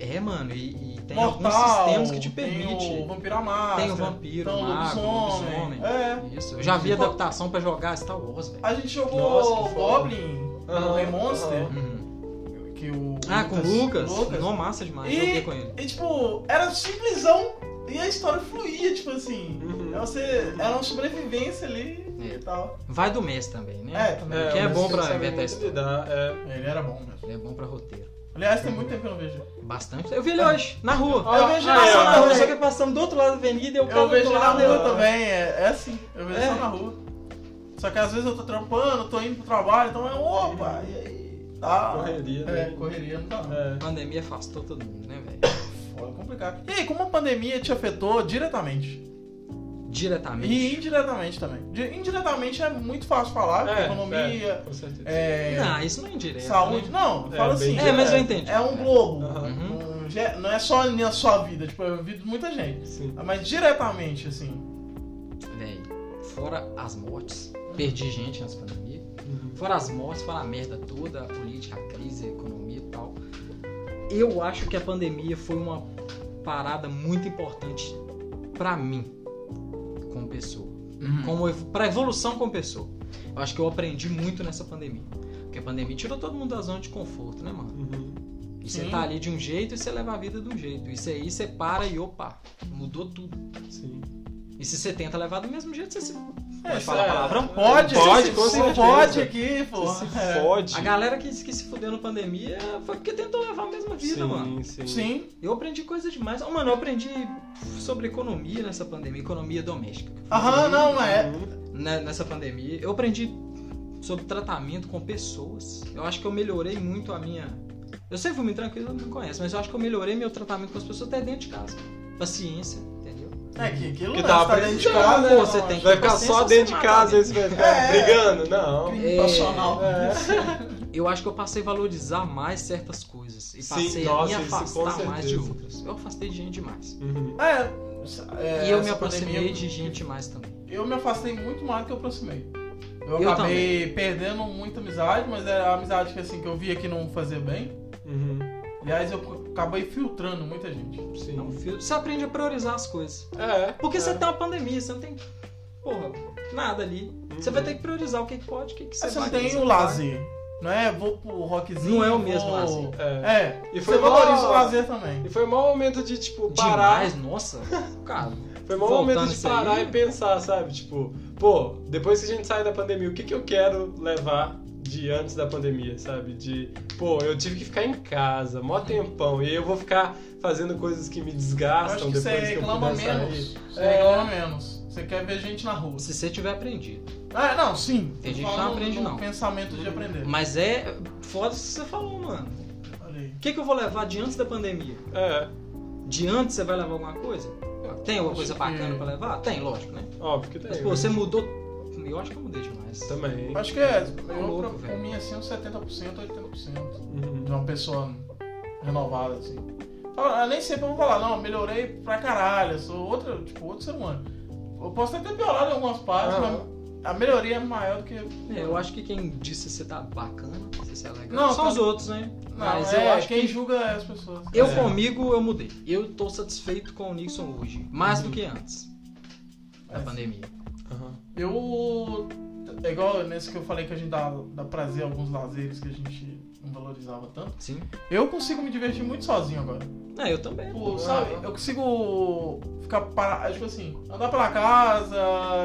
Speaker 3: É, mano, e, e tem alguns
Speaker 2: Mortal,
Speaker 3: sistemas que te
Speaker 2: Tem o
Speaker 3: permite.
Speaker 2: Vampiro Amado.
Speaker 3: Tem o vampiro, o mago, o lobisomem.
Speaker 2: É.
Speaker 3: Isso. Eu já vi
Speaker 2: Tipo-
Speaker 3: adaptação pra jogar Star Wars, velho.
Speaker 2: A gente jogou
Speaker 1: Nossa, que foda.
Speaker 2: Goblin
Speaker 1: Aham,
Speaker 2: no The Monster.
Speaker 3: Uhum.
Speaker 2: Que o
Speaker 3: Ah, com o Lucas?
Speaker 2: Lucas.
Speaker 3: Não, massa demais.
Speaker 2: E-
Speaker 3: Joguei com ele.
Speaker 2: E tipo, era simplesão e a história fluía, tipo assim.
Speaker 1: Uhum.
Speaker 2: Você, era uma sobrevivência ali
Speaker 3: É.
Speaker 2: e tal.
Speaker 3: Vai do mês também,
Speaker 2: É,
Speaker 3: né?
Speaker 2: também.
Speaker 3: que é
Speaker 1: mas
Speaker 3: bom
Speaker 1: você
Speaker 3: pra
Speaker 1: sabe
Speaker 3: inventar
Speaker 1: muito
Speaker 3: história.
Speaker 1: lidar, é.
Speaker 2: Ele era bom mesmo.
Speaker 3: Ele é bom pra roteiro.
Speaker 2: Aliás, tem muito tempo que eu não vejo.
Speaker 3: Bastante. Eu vi ele hoje, na rua.
Speaker 1: Ah,
Speaker 2: eu vejo
Speaker 1: ah,
Speaker 2: ele
Speaker 1: eu
Speaker 2: só na
Speaker 1: também.
Speaker 2: rua, só
Speaker 3: que passamos do outro lado da avenida e o
Speaker 2: Eu vejo um na
Speaker 1: lado,
Speaker 2: rua
Speaker 1: né?
Speaker 2: também, é, é assim. Eu vejo
Speaker 3: É.
Speaker 2: só na rua. Só que às vezes eu tô trampando, tô indo pro trabalho, então é opa, e aí? Tá.
Speaker 1: Uhum. Correria,
Speaker 2: É,
Speaker 1: né?
Speaker 2: correria não dá não.
Speaker 1: É.
Speaker 3: A pandemia afastou todo mundo, né, velho?
Speaker 2: Foda, é complicado. E aí, como a pandemia te afetou diretamente?
Speaker 3: Diretamente.
Speaker 2: E indiretamente também. Di- Indiretamente é muito fácil falar, porque
Speaker 1: É,
Speaker 2: economia,
Speaker 1: Com certeza.
Speaker 2: é,
Speaker 3: Não, isso não é indireto.
Speaker 2: saúde.
Speaker 3: né?
Speaker 2: Não,
Speaker 1: É,
Speaker 2: fala
Speaker 1: bem
Speaker 2: assim.
Speaker 3: É, mas eu
Speaker 2: é-
Speaker 3: entendi.
Speaker 2: É um globo.
Speaker 1: Aham.
Speaker 3: Uhum.
Speaker 2: Um ge- não é só a minha sua vida, tipo, eu vi de muita gente.
Speaker 1: Sim.
Speaker 2: Mas diretamente, assim.
Speaker 3: Véi, fora as mortes, perdi gente antes da pandemia.
Speaker 1: uhum,
Speaker 3: Fora as mortes, fora a merda toda, a política, a crise, a economia e tal. Eu acho que a pandemia foi uma parada muito importante pra mim, como pessoa.
Speaker 2: Hum.
Speaker 1: Uhum.
Speaker 3: Como ev- pra evolução como pessoa. Eu acho que eu aprendi muito nessa pandemia. Porque a pandemia tirou todo mundo da zona de conforto, né, mano?
Speaker 1: Uhum.
Speaker 3: E você
Speaker 2: Sim.
Speaker 3: tá ali de um jeito e você leva a vida de um jeito. Isso aí você para e opa, mudou tudo.
Speaker 1: Sim.
Speaker 3: E se você tenta levar do mesmo jeito, você se.
Speaker 2: É,
Speaker 3: Pode falar
Speaker 2: é,
Speaker 3: palavrão?
Speaker 2: Pode,
Speaker 1: Pode,
Speaker 2: se-
Speaker 1: com
Speaker 2: se
Speaker 1: certeza.
Speaker 2: pode aqui, pô.
Speaker 1: Você se
Speaker 2: É.
Speaker 1: fode.
Speaker 3: A galera que, que se fudeu na pandemia foi porque tentou levar a mesma vida,
Speaker 1: sim,
Speaker 3: mano.
Speaker 1: Sim.
Speaker 2: Sim.
Speaker 3: Eu aprendi coisa demais. Oh, mano, eu aprendi sobre economia nessa pandemia, economia doméstica.
Speaker 2: Aham, não, mas é.
Speaker 1: Uhum.
Speaker 3: né, nessa pandemia. Eu aprendi sobre tratamento com pessoas. Eu acho que eu melhorei muito a minha. Eu sempre fui muito tranquilo, não me conhece, mas eu acho que eu melhorei meu tratamento com as pessoas até dentro de casa. Paciência, entendeu?
Speaker 2: É que aquilo
Speaker 1: Que
Speaker 2: não,
Speaker 1: tava
Speaker 2: você tá dentro de
Speaker 1: precisando,
Speaker 2: casa,
Speaker 3: né?
Speaker 2: não,
Speaker 3: Você tem
Speaker 1: Vai ficar só dentro de casa esse velho.
Speaker 2: É.
Speaker 1: Brigando? Não.
Speaker 2: crime passional.
Speaker 1: É.
Speaker 3: Eu acho que eu passei a valorizar mais certas coisas. E
Speaker 1: Sim,
Speaker 3: passei a
Speaker 1: nossa,
Speaker 3: me
Speaker 1: isso,
Speaker 3: afastar
Speaker 1: com
Speaker 3: mais de
Speaker 1: certeza.
Speaker 3: outras. Eu afastei de gente demais.
Speaker 1: Uhum.
Speaker 2: É, é,
Speaker 3: e eu me
Speaker 2: essa
Speaker 3: aproximei
Speaker 2: pandemia-
Speaker 3: de gente mais também.
Speaker 2: Eu me afastei muito mais do que eu aproximei. Eu,
Speaker 3: Eu
Speaker 2: acabei perdendo muita amizade, mas era a amizade que, assim, que eu via que não fazia bem.
Speaker 1: Uhum.
Speaker 2: Aliás, eu acabei filtrando muita gente.
Speaker 1: Sim.
Speaker 3: Não, filho, É um você aprende a priorizar as coisas.
Speaker 1: É.
Speaker 3: Porque
Speaker 1: é.
Speaker 3: você tá tem uma pandemia, você não tem. Porra, nada ali. Você
Speaker 1: Uhum.
Speaker 3: vai ter que priorizar o que que pode, o que, que você
Speaker 2: Você,
Speaker 3: vai
Speaker 2: não tem
Speaker 3: fazer.
Speaker 2: o lazer. Não é vou pro rockzinho.
Speaker 3: Não é o mesmo
Speaker 2: vou-
Speaker 3: lazer.
Speaker 1: É.
Speaker 2: É.
Speaker 1: E
Speaker 2: E
Speaker 1: foi
Speaker 2: você valoriza
Speaker 1: mó-
Speaker 2: o lazer também.
Speaker 1: E foi o maior momento de, tipo, parar.
Speaker 3: Demais, nossa. Cara,
Speaker 1: Foi o maior
Speaker 3: Voltando
Speaker 1: momento de
Speaker 3: isso aí.
Speaker 1: parar e pensar, sabe? Tipo, pô, depois que a gente sair da pandemia, o que, que eu quero levar de antes da pandemia, sabe? De, pô, eu tive que ficar em casa,
Speaker 3: Uhum.
Speaker 1: mó tempão, e aí eu vou ficar fazendo coisas que me
Speaker 2: Eu acho
Speaker 1: desgastam
Speaker 2: que
Speaker 1: Ah, depois
Speaker 2: você
Speaker 1: que eu
Speaker 2: reclama
Speaker 1: puder sair.
Speaker 2: menos. Você
Speaker 1: É.
Speaker 2: reclama menos. Você quer ver gente na rua.
Speaker 3: se você tiver aprendido.
Speaker 2: Ah, não, sim.
Speaker 3: Tem
Speaker 2: Tô
Speaker 3: gente que não
Speaker 2: falando
Speaker 3: aprende,
Speaker 2: do
Speaker 3: não.
Speaker 2: pensamento de aprender.
Speaker 3: Mas é foda isso que você falou, mano.
Speaker 2: Olha aí.
Speaker 3: O que, que eu vou levar de antes da pandemia?
Speaker 1: É,
Speaker 3: De antes você vai levar alguma coisa? Ah, Tem alguma
Speaker 2: Acho
Speaker 3: coisa
Speaker 2: que-
Speaker 3: bacana pra levar? Tem, lógico, né?
Speaker 1: óbvio que tem.
Speaker 3: Mas, pô, você mudou. Eu acho que eu mudei demais.
Speaker 1: Também.
Speaker 2: Acho que é.
Speaker 3: Tá
Speaker 2: eu,
Speaker 3: louco,
Speaker 2: pra, pra
Speaker 3: velho.
Speaker 2: mim, assim, uns 70%, 80%.
Speaker 1: Uhum.
Speaker 2: de uma pessoa renovada, assim. Ah, Eu nem sempre vou falar, não, melhorei pra caralho, eu sou outro, tipo, outro ser humano. Eu posso até ter piorado em algumas partes,
Speaker 1: Aham.
Speaker 2: mas a melhoria é maior do que.
Speaker 3: Ah. É, eu acho que quem disse que você tá bacana, se você é legal,
Speaker 2: Não,
Speaker 3: são
Speaker 2: tá-
Speaker 3: os outros, né?
Speaker 2: Não,
Speaker 3: Mas
Speaker 2: é,
Speaker 3: eu acho
Speaker 2: quem
Speaker 3: que.
Speaker 2: julga é as pessoas.
Speaker 3: Eu
Speaker 1: É.
Speaker 3: comigo, eu mudei. Eu tô satisfeito com o Nixon hoje. Mais do que antes da
Speaker 2: É.
Speaker 3: pandemia.
Speaker 1: Aham.
Speaker 2: Eu. É igual nesse que eu falei que a gente dá, dá prazer a alguns lazeres que a gente não valorizava tanto.
Speaker 3: Sim.
Speaker 2: Eu consigo me divertir muito sozinho agora.
Speaker 3: É, eu também.
Speaker 2: Tipo, sabe, eu consigo ficar parado, tipo assim, andar pela casa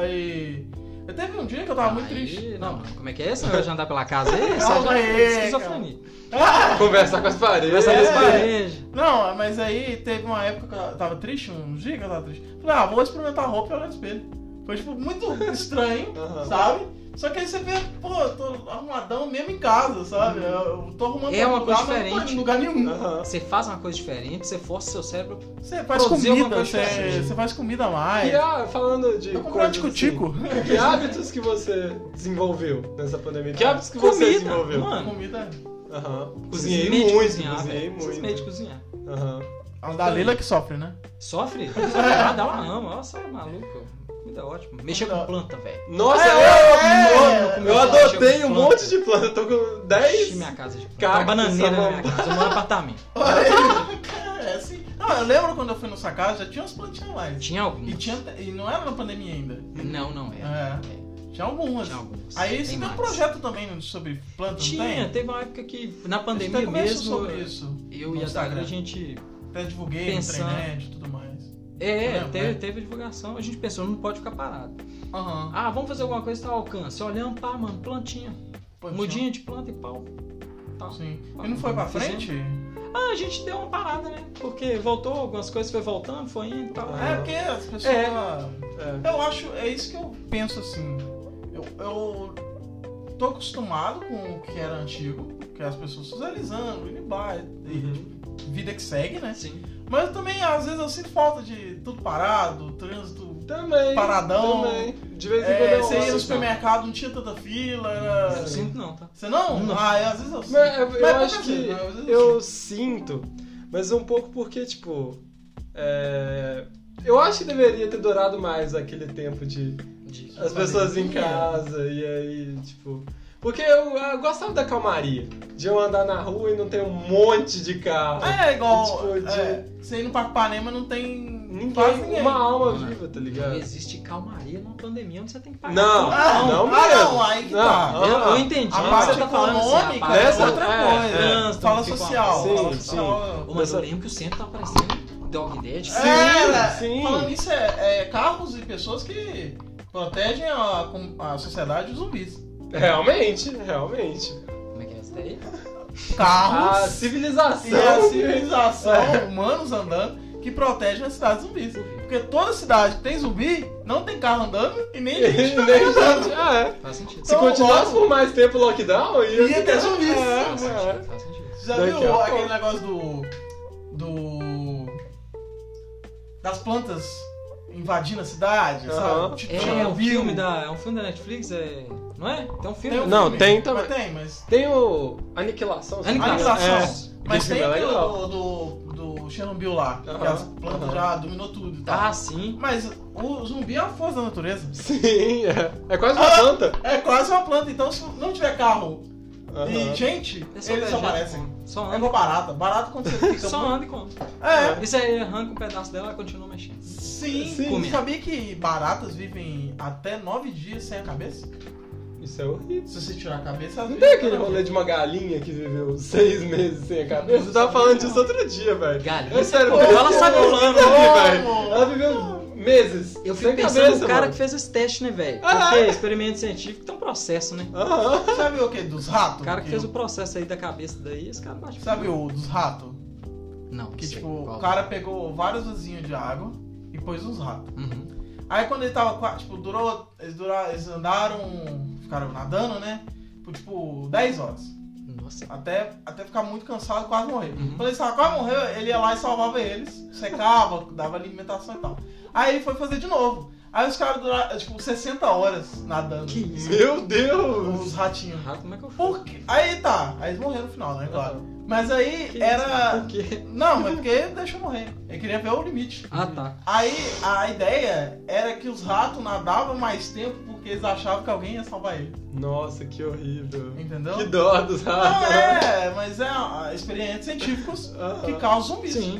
Speaker 2: e. Eu teve um dia que eu tava muito
Speaker 3: Aí,
Speaker 2: triste.
Speaker 3: Não, como é que é esse negócio de andar pela casa? É, isso
Speaker 2: Calma
Speaker 3: já é
Speaker 2: aí,
Speaker 3: esquizofrenia.
Speaker 1: Conversar com as paredes.
Speaker 3: Essa
Speaker 2: É.
Speaker 3: é. parede.
Speaker 2: Não, mas aí teve uma época que eu tava triste, um dia que eu tava triste. Falei, ah, vou experimentar roupa e olhar no espelho. Foi, tipo, muito estranho,
Speaker 1: Aham.
Speaker 2: sabe? Só que aí você vê, pô, eu tô arrumadão mesmo em casa, sabe? Eu, eu tô arrumando um
Speaker 3: É uma
Speaker 2: lugar,
Speaker 3: coisa
Speaker 2: mas não tô
Speaker 3: diferente.
Speaker 2: em lugar nenhum.
Speaker 1: Uhum. Aham.
Speaker 3: Você faz uma coisa diferente, você força seu cérebro.
Speaker 2: Você faz
Speaker 3: Produzir alguma
Speaker 2: comida,
Speaker 3: coisa
Speaker 2: você,
Speaker 3: diferente.
Speaker 2: você faz comida a mais.
Speaker 1: E ah, falando de.
Speaker 2: Eu comprei um
Speaker 1: coisas assim,
Speaker 2: tico-tico.
Speaker 1: Que hábitos que você desenvolveu nessa pandemia? Que hábitos que você
Speaker 3: Comida,
Speaker 1: desenvolveu?
Speaker 3: mano.
Speaker 2: Comida. é
Speaker 1: Aham.
Speaker 3: Esses
Speaker 1: Cozinhei
Speaker 3: meios de
Speaker 1: muito,
Speaker 3: cozinhar,
Speaker 1: cozinhei
Speaker 3: velho. Esses meios de
Speaker 1: muito.
Speaker 3: cozinhar.
Speaker 1: Aham.
Speaker 3: É
Speaker 2: A Dalila que sofre, né?
Speaker 3: um Sofre? Ah, dá uma rama. Nossa, é maluco. Comida ótima. Mexer com planta, velho.
Speaker 1: Nossa,
Speaker 2: É,
Speaker 1: eu,
Speaker 2: é,
Speaker 1: eu,
Speaker 3: é.
Speaker 1: eu adotei um
Speaker 3: Planta.
Speaker 1: monte de planta. Eu tô com
Speaker 3: Enchi
Speaker 1: 10.
Speaker 3: minha casa de planta.
Speaker 1: Cacto,
Speaker 3: Uma bananeira na minha
Speaker 1: samambaia.
Speaker 3: casa. Eu moro no apartamento.
Speaker 2: É, assim. Não, eu lembro quando eu fui no sua casa, já tinha umas plantinhas lá.
Speaker 3: Tinha
Speaker 2: E,
Speaker 3: algumas.
Speaker 2: tinha, e não era na pandemia ainda.
Speaker 3: Não, não era. É.
Speaker 2: Tinha algumas.
Speaker 3: Tinha algumas.
Speaker 2: Aí
Speaker 3: Tem
Speaker 2: você tem um
Speaker 3: mais.
Speaker 2: projeto também sobre plantas, não tem?
Speaker 3: Tinha, teve uma época que na
Speaker 2: A gente até
Speaker 3: pandemia
Speaker 2: conversou
Speaker 3: mesmo,
Speaker 2: sobre isso.
Speaker 3: eu
Speaker 2: no
Speaker 3: e a Dalila,
Speaker 2: Instagram.
Speaker 3: a gente
Speaker 2: Até divulguei
Speaker 3: Pensando.
Speaker 2: na internet e tudo mais.
Speaker 3: É,
Speaker 2: Não,
Speaker 3: teve,
Speaker 2: é.
Speaker 3: teve divulgação. A gente pensou, não pode ficar parado.
Speaker 2: Aham.
Speaker 3: Ah, vamos fazer alguma coisa que tá ao alcance. Olhando, pá, mano, plantinha.
Speaker 2: Plantinha.
Speaker 3: Mudinha de planta e pau. Tal.
Speaker 2: um- Sim. E não foi pra
Speaker 3: tá. Fizemos.
Speaker 2: frente?
Speaker 3: Ah, a gente deu uma parada, né? Porque voltou, algumas coisas foi voltando, foi indo e tal.
Speaker 1: Ah.
Speaker 2: É porque as pessoas.
Speaker 1: É.
Speaker 2: Eu acho, é isso que eu penso assim. Eu, eu tô acostumado com o que era antigo, que é as pessoas socializando, indo em bar,
Speaker 1: Uhum.
Speaker 2: e vida que segue, né?
Speaker 3: Sim.
Speaker 2: Mas eu também, às vezes, eu sinto falta de tudo parado, trânsito
Speaker 1: Também.
Speaker 2: Paradão.
Speaker 1: Também. De vez em quando
Speaker 2: É,
Speaker 1: eu
Speaker 2: você ia
Speaker 1: olho.
Speaker 2: no
Speaker 3: não.
Speaker 2: supermercado, não tinha tanta fila.
Speaker 3: Eu
Speaker 2: Era...
Speaker 3: não sinto não, tá?
Speaker 2: Você não?
Speaker 3: Não.
Speaker 2: Ah, é, às vezes eu sinto.
Speaker 1: Mas eu,
Speaker 2: Mas
Speaker 1: eu
Speaker 2: poucas
Speaker 1: acho que
Speaker 2: vezes, mas às vezes
Speaker 1: eu sinto. Mas um pouco porque, tipo. é, Eu acho que deveria ter durado mais aquele tempo de
Speaker 3: De-
Speaker 1: as
Speaker 2: Tipo,
Speaker 1: pessoas em casa e aí, tipo. Porque eu, eu gostava da calmaria. De eu andar na rua e não ter um monte de carro.
Speaker 2: É igual.
Speaker 1: Tipo, de-
Speaker 2: é, você ir no Parque Panema não tem quase
Speaker 1: Ninguém,
Speaker 2: ninguém.
Speaker 1: uma alma
Speaker 3: Não,
Speaker 1: viva, tá
Speaker 3: Não
Speaker 1: ligado?
Speaker 3: existe calmaria numa pandemia onde você tem que pagar.
Speaker 1: Não,
Speaker 2: Ah,
Speaker 1: não,
Speaker 2: É. não,
Speaker 1: mesmo.
Speaker 2: aí que
Speaker 1: Não,
Speaker 2: tá.
Speaker 1: não,
Speaker 3: Eu, eu entendi.
Speaker 2: A
Speaker 3: o que
Speaker 2: parte
Speaker 3: você tá falando assim, a
Speaker 2: econômica
Speaker 3: parte
Speaker 1: Nessa-
Speaker 2: é outra
Speaker 1: é,
Speaker 2: coisa.
Speaker 1: é.
Speaker 3: Trânsito,
Speaker 2: Fala
Speaker 3: fica uma-
Speaker 2: social.
Speaker 1: Sim,
Speaker 2: fala
Speaker 1: sim.
Speaker 2: social.
Speaker 3: Ô, Mas
Speaker 1: Nessa-
Speaker 3: eu lembro que o centro tá parecendo Dog Dead.
Speaker 1: Sim,
Speaker 2: é, né?
Speaker 1: sim.
Speaker 2: Falando nisso, é, é carros e pessoas que protegem a, com- a sociedade dos zumbis.
Speaker 1: Realmente, realmente.
Speaker 3: Como é que é essa daí?
Speaker 1: A
Speaker 2: Ah, Carros e a
Speaker 1: Ah, civilização. É.
Speaker 2: civilização, humanos andando, que protegem a cidade dos zumbis. Porque toda cidade que tem zumbi, não tem carro andando e nem gente também
Speaker 1: Nem
Speaker 2: andando.
Speaker 1: gente- ah, é.
Speaker 3: Faz sentido.
Speaker 1: Se
Speaker 2: Então,
Speaker 1: continuasse
Speaker 2: vamos.
Speaker 1: por mais tempo o lockdown, ia,
Speaker 2: Ia ter um zumbis.
Speaker 3: Faz
Speaker 1: É,
Speaker 3: sentido, faz sentido.
Speaker 2: Já
Speaker 1: Daqui
Speaker 2: viu
Speaker 1: a
Speaker 2: aquele
Speaker 1: pouco.
Speaker 2: negócio do. do. das plantas invadindo a cidade,
Speaker 1: Aham.
Speaker 2: sabe? Tipo,
Speaker 3: É, é um
Speaker 2: Chernobyl.
Speaker 3: filme da. É um filme da Netflix, é. Não é? Tem um filme.
Speaker 2: Tem um
Speaker 1: Não,
Speaker 2: filme,
Speaker 1: tem
Speaker 2: mas
Speaker 1: também.
Speaker 2: Tem, mas.
Speaker 1: Tem o Aniquilação. se não me engano.
Speaker 2: Aniquilação. Mas
Speaker 1: Esse
Speaker 2: tem
Speaker 1: filme é
Speaker 2: do,
Speaker 1: legal.
Speaker 2: do, do Chernobyl lá, que
Speaker 1: Aham.
Speaker 2: as plantas
Speaker 1: Aham.
Speaker 2: já dominou tudo e tal.
Speaker 3: Ah, sim.
Speaker 2: Mas o zumbi é uma força da natureza.
Speaker 1: É. Sim, é. É quase uma planta.
Speaker 2: É quase uma planta, então se não tiver carro e
Speaker 1: Aham.
Speaker 2: gente,
Speaker 3: É
Speaker 2: eles
Speaker 3: só viajar,
Speaker 2: aparecem.
Speaker 3: pô. Só
Speaker 2: É
Speaker 3: anda.
Speaker 2: igual barata. Barata quando você fica.
Speaker 3: Só anda e come.
Speaker 2: É,
Speaker 3: Isso aí arranca um pedaço dela e continua mexendo.
Speaker 2: Sim,
Speaker 1: Sim.
Speaker 2: Você sabia que baratas vivem até nove dias sem a cabeça?
Speaker 1: Isso é horrível.
Speaker 2: Se você tirar a cabeça, elas
Speaker 1: Não
Speaker 2: vivem
Speaker 1: tem aquele
Speaker 2: até nove
Speaker 1: rolê de uma galinha que viveu seis meses sem a cabeça? Eu tava falando disso outro dia, velho.
Speaker 3: Galinha?
Speaker 1: É sério,
Speaker 3: Pô,
Speaker 1: velho.
Speaker 3: ela sai pulando,
Speaker 1: Eu
Speaker 2: né?
Speaker 1: vi, velho.
Speaker 2: Como?
Speaker 1: Ela viveu meses.
Speaker 3: Eu fico
Speaker 1: sem
Speaker 3: pensando
Speaker 1: cabeça,
Speaker 3: no cara
Speaker 1: mano.
Speaker 3: que fez esse teste, né, velho?
Speaker 1: Ah.
Speaker 3: Porque experimento científico tem um processo, né?
Speaker 1: Aham.
Speaker 2: dias. Sabe o que? Dos ratos?
Speaker 3: O cara que fez o processo aí da cabeça daí, esse cara bate.
Speaker 2: Sabe o dos ratos?
Speaker 3: Não,
Speaker 2: Que
Speaker 3: sei
Speaker 2: tipo,
Speaker 3: qual.
Speaker 2: o cara pegou vários vasinhos de água e pôs uns ratos.
Speaker 3: Uhum.
Speaker 2: Aí quando ele tava, qua- tipo, durou. Eles, duraram, eles andaram. Ficaram nadando, né? Por tipo 10 horas.
Speaker 3: Nossa.
Speaker 2: Até, até ficar muito cansado e quase morrer.
Speaker 3: Uhum.
Speaker 2: Quando eles estavam quase morrer, ele ia lá e salvava eles, secava, dava alimentação e tal. Aí ele foi fazer de novo. Aí os caras duraram, tipo, 60 horas nadando.
Speaker 3: Que isso?
Speaker 1: Meu Deus.
Speaker 2: Os ratinhos.
Speaker 3: Rato, como é que eu fui?
Speaker 2: Por quê? Aí tá, aí eles morreram no final, né? Claro. Mas aí
Speaker 3: Uhum. Que
Speaker 2: era.
Speaker 3: Por quê?
Speaker 2: Não, mas porque ele deixou morrer. Ele queria ver o limite.
Speaker 3: Ah, tá.
Speaker 2: Aí a ideia era que os ratos nadavam mais tempo porque eles achavam que alguém ia salvar ele.
Speaker 1: Nossa, que horrível.
Speaker 2: Entendeu?
Speaker 1: Que dó dos
Speaker 2: Não,
Speaker 1: ratos.
Speaker 2: é, mas é ah, experimentos científicos
Speaker 1: Aham.
Speaker 2: que causam zumbis.
Speaker 3: Sim.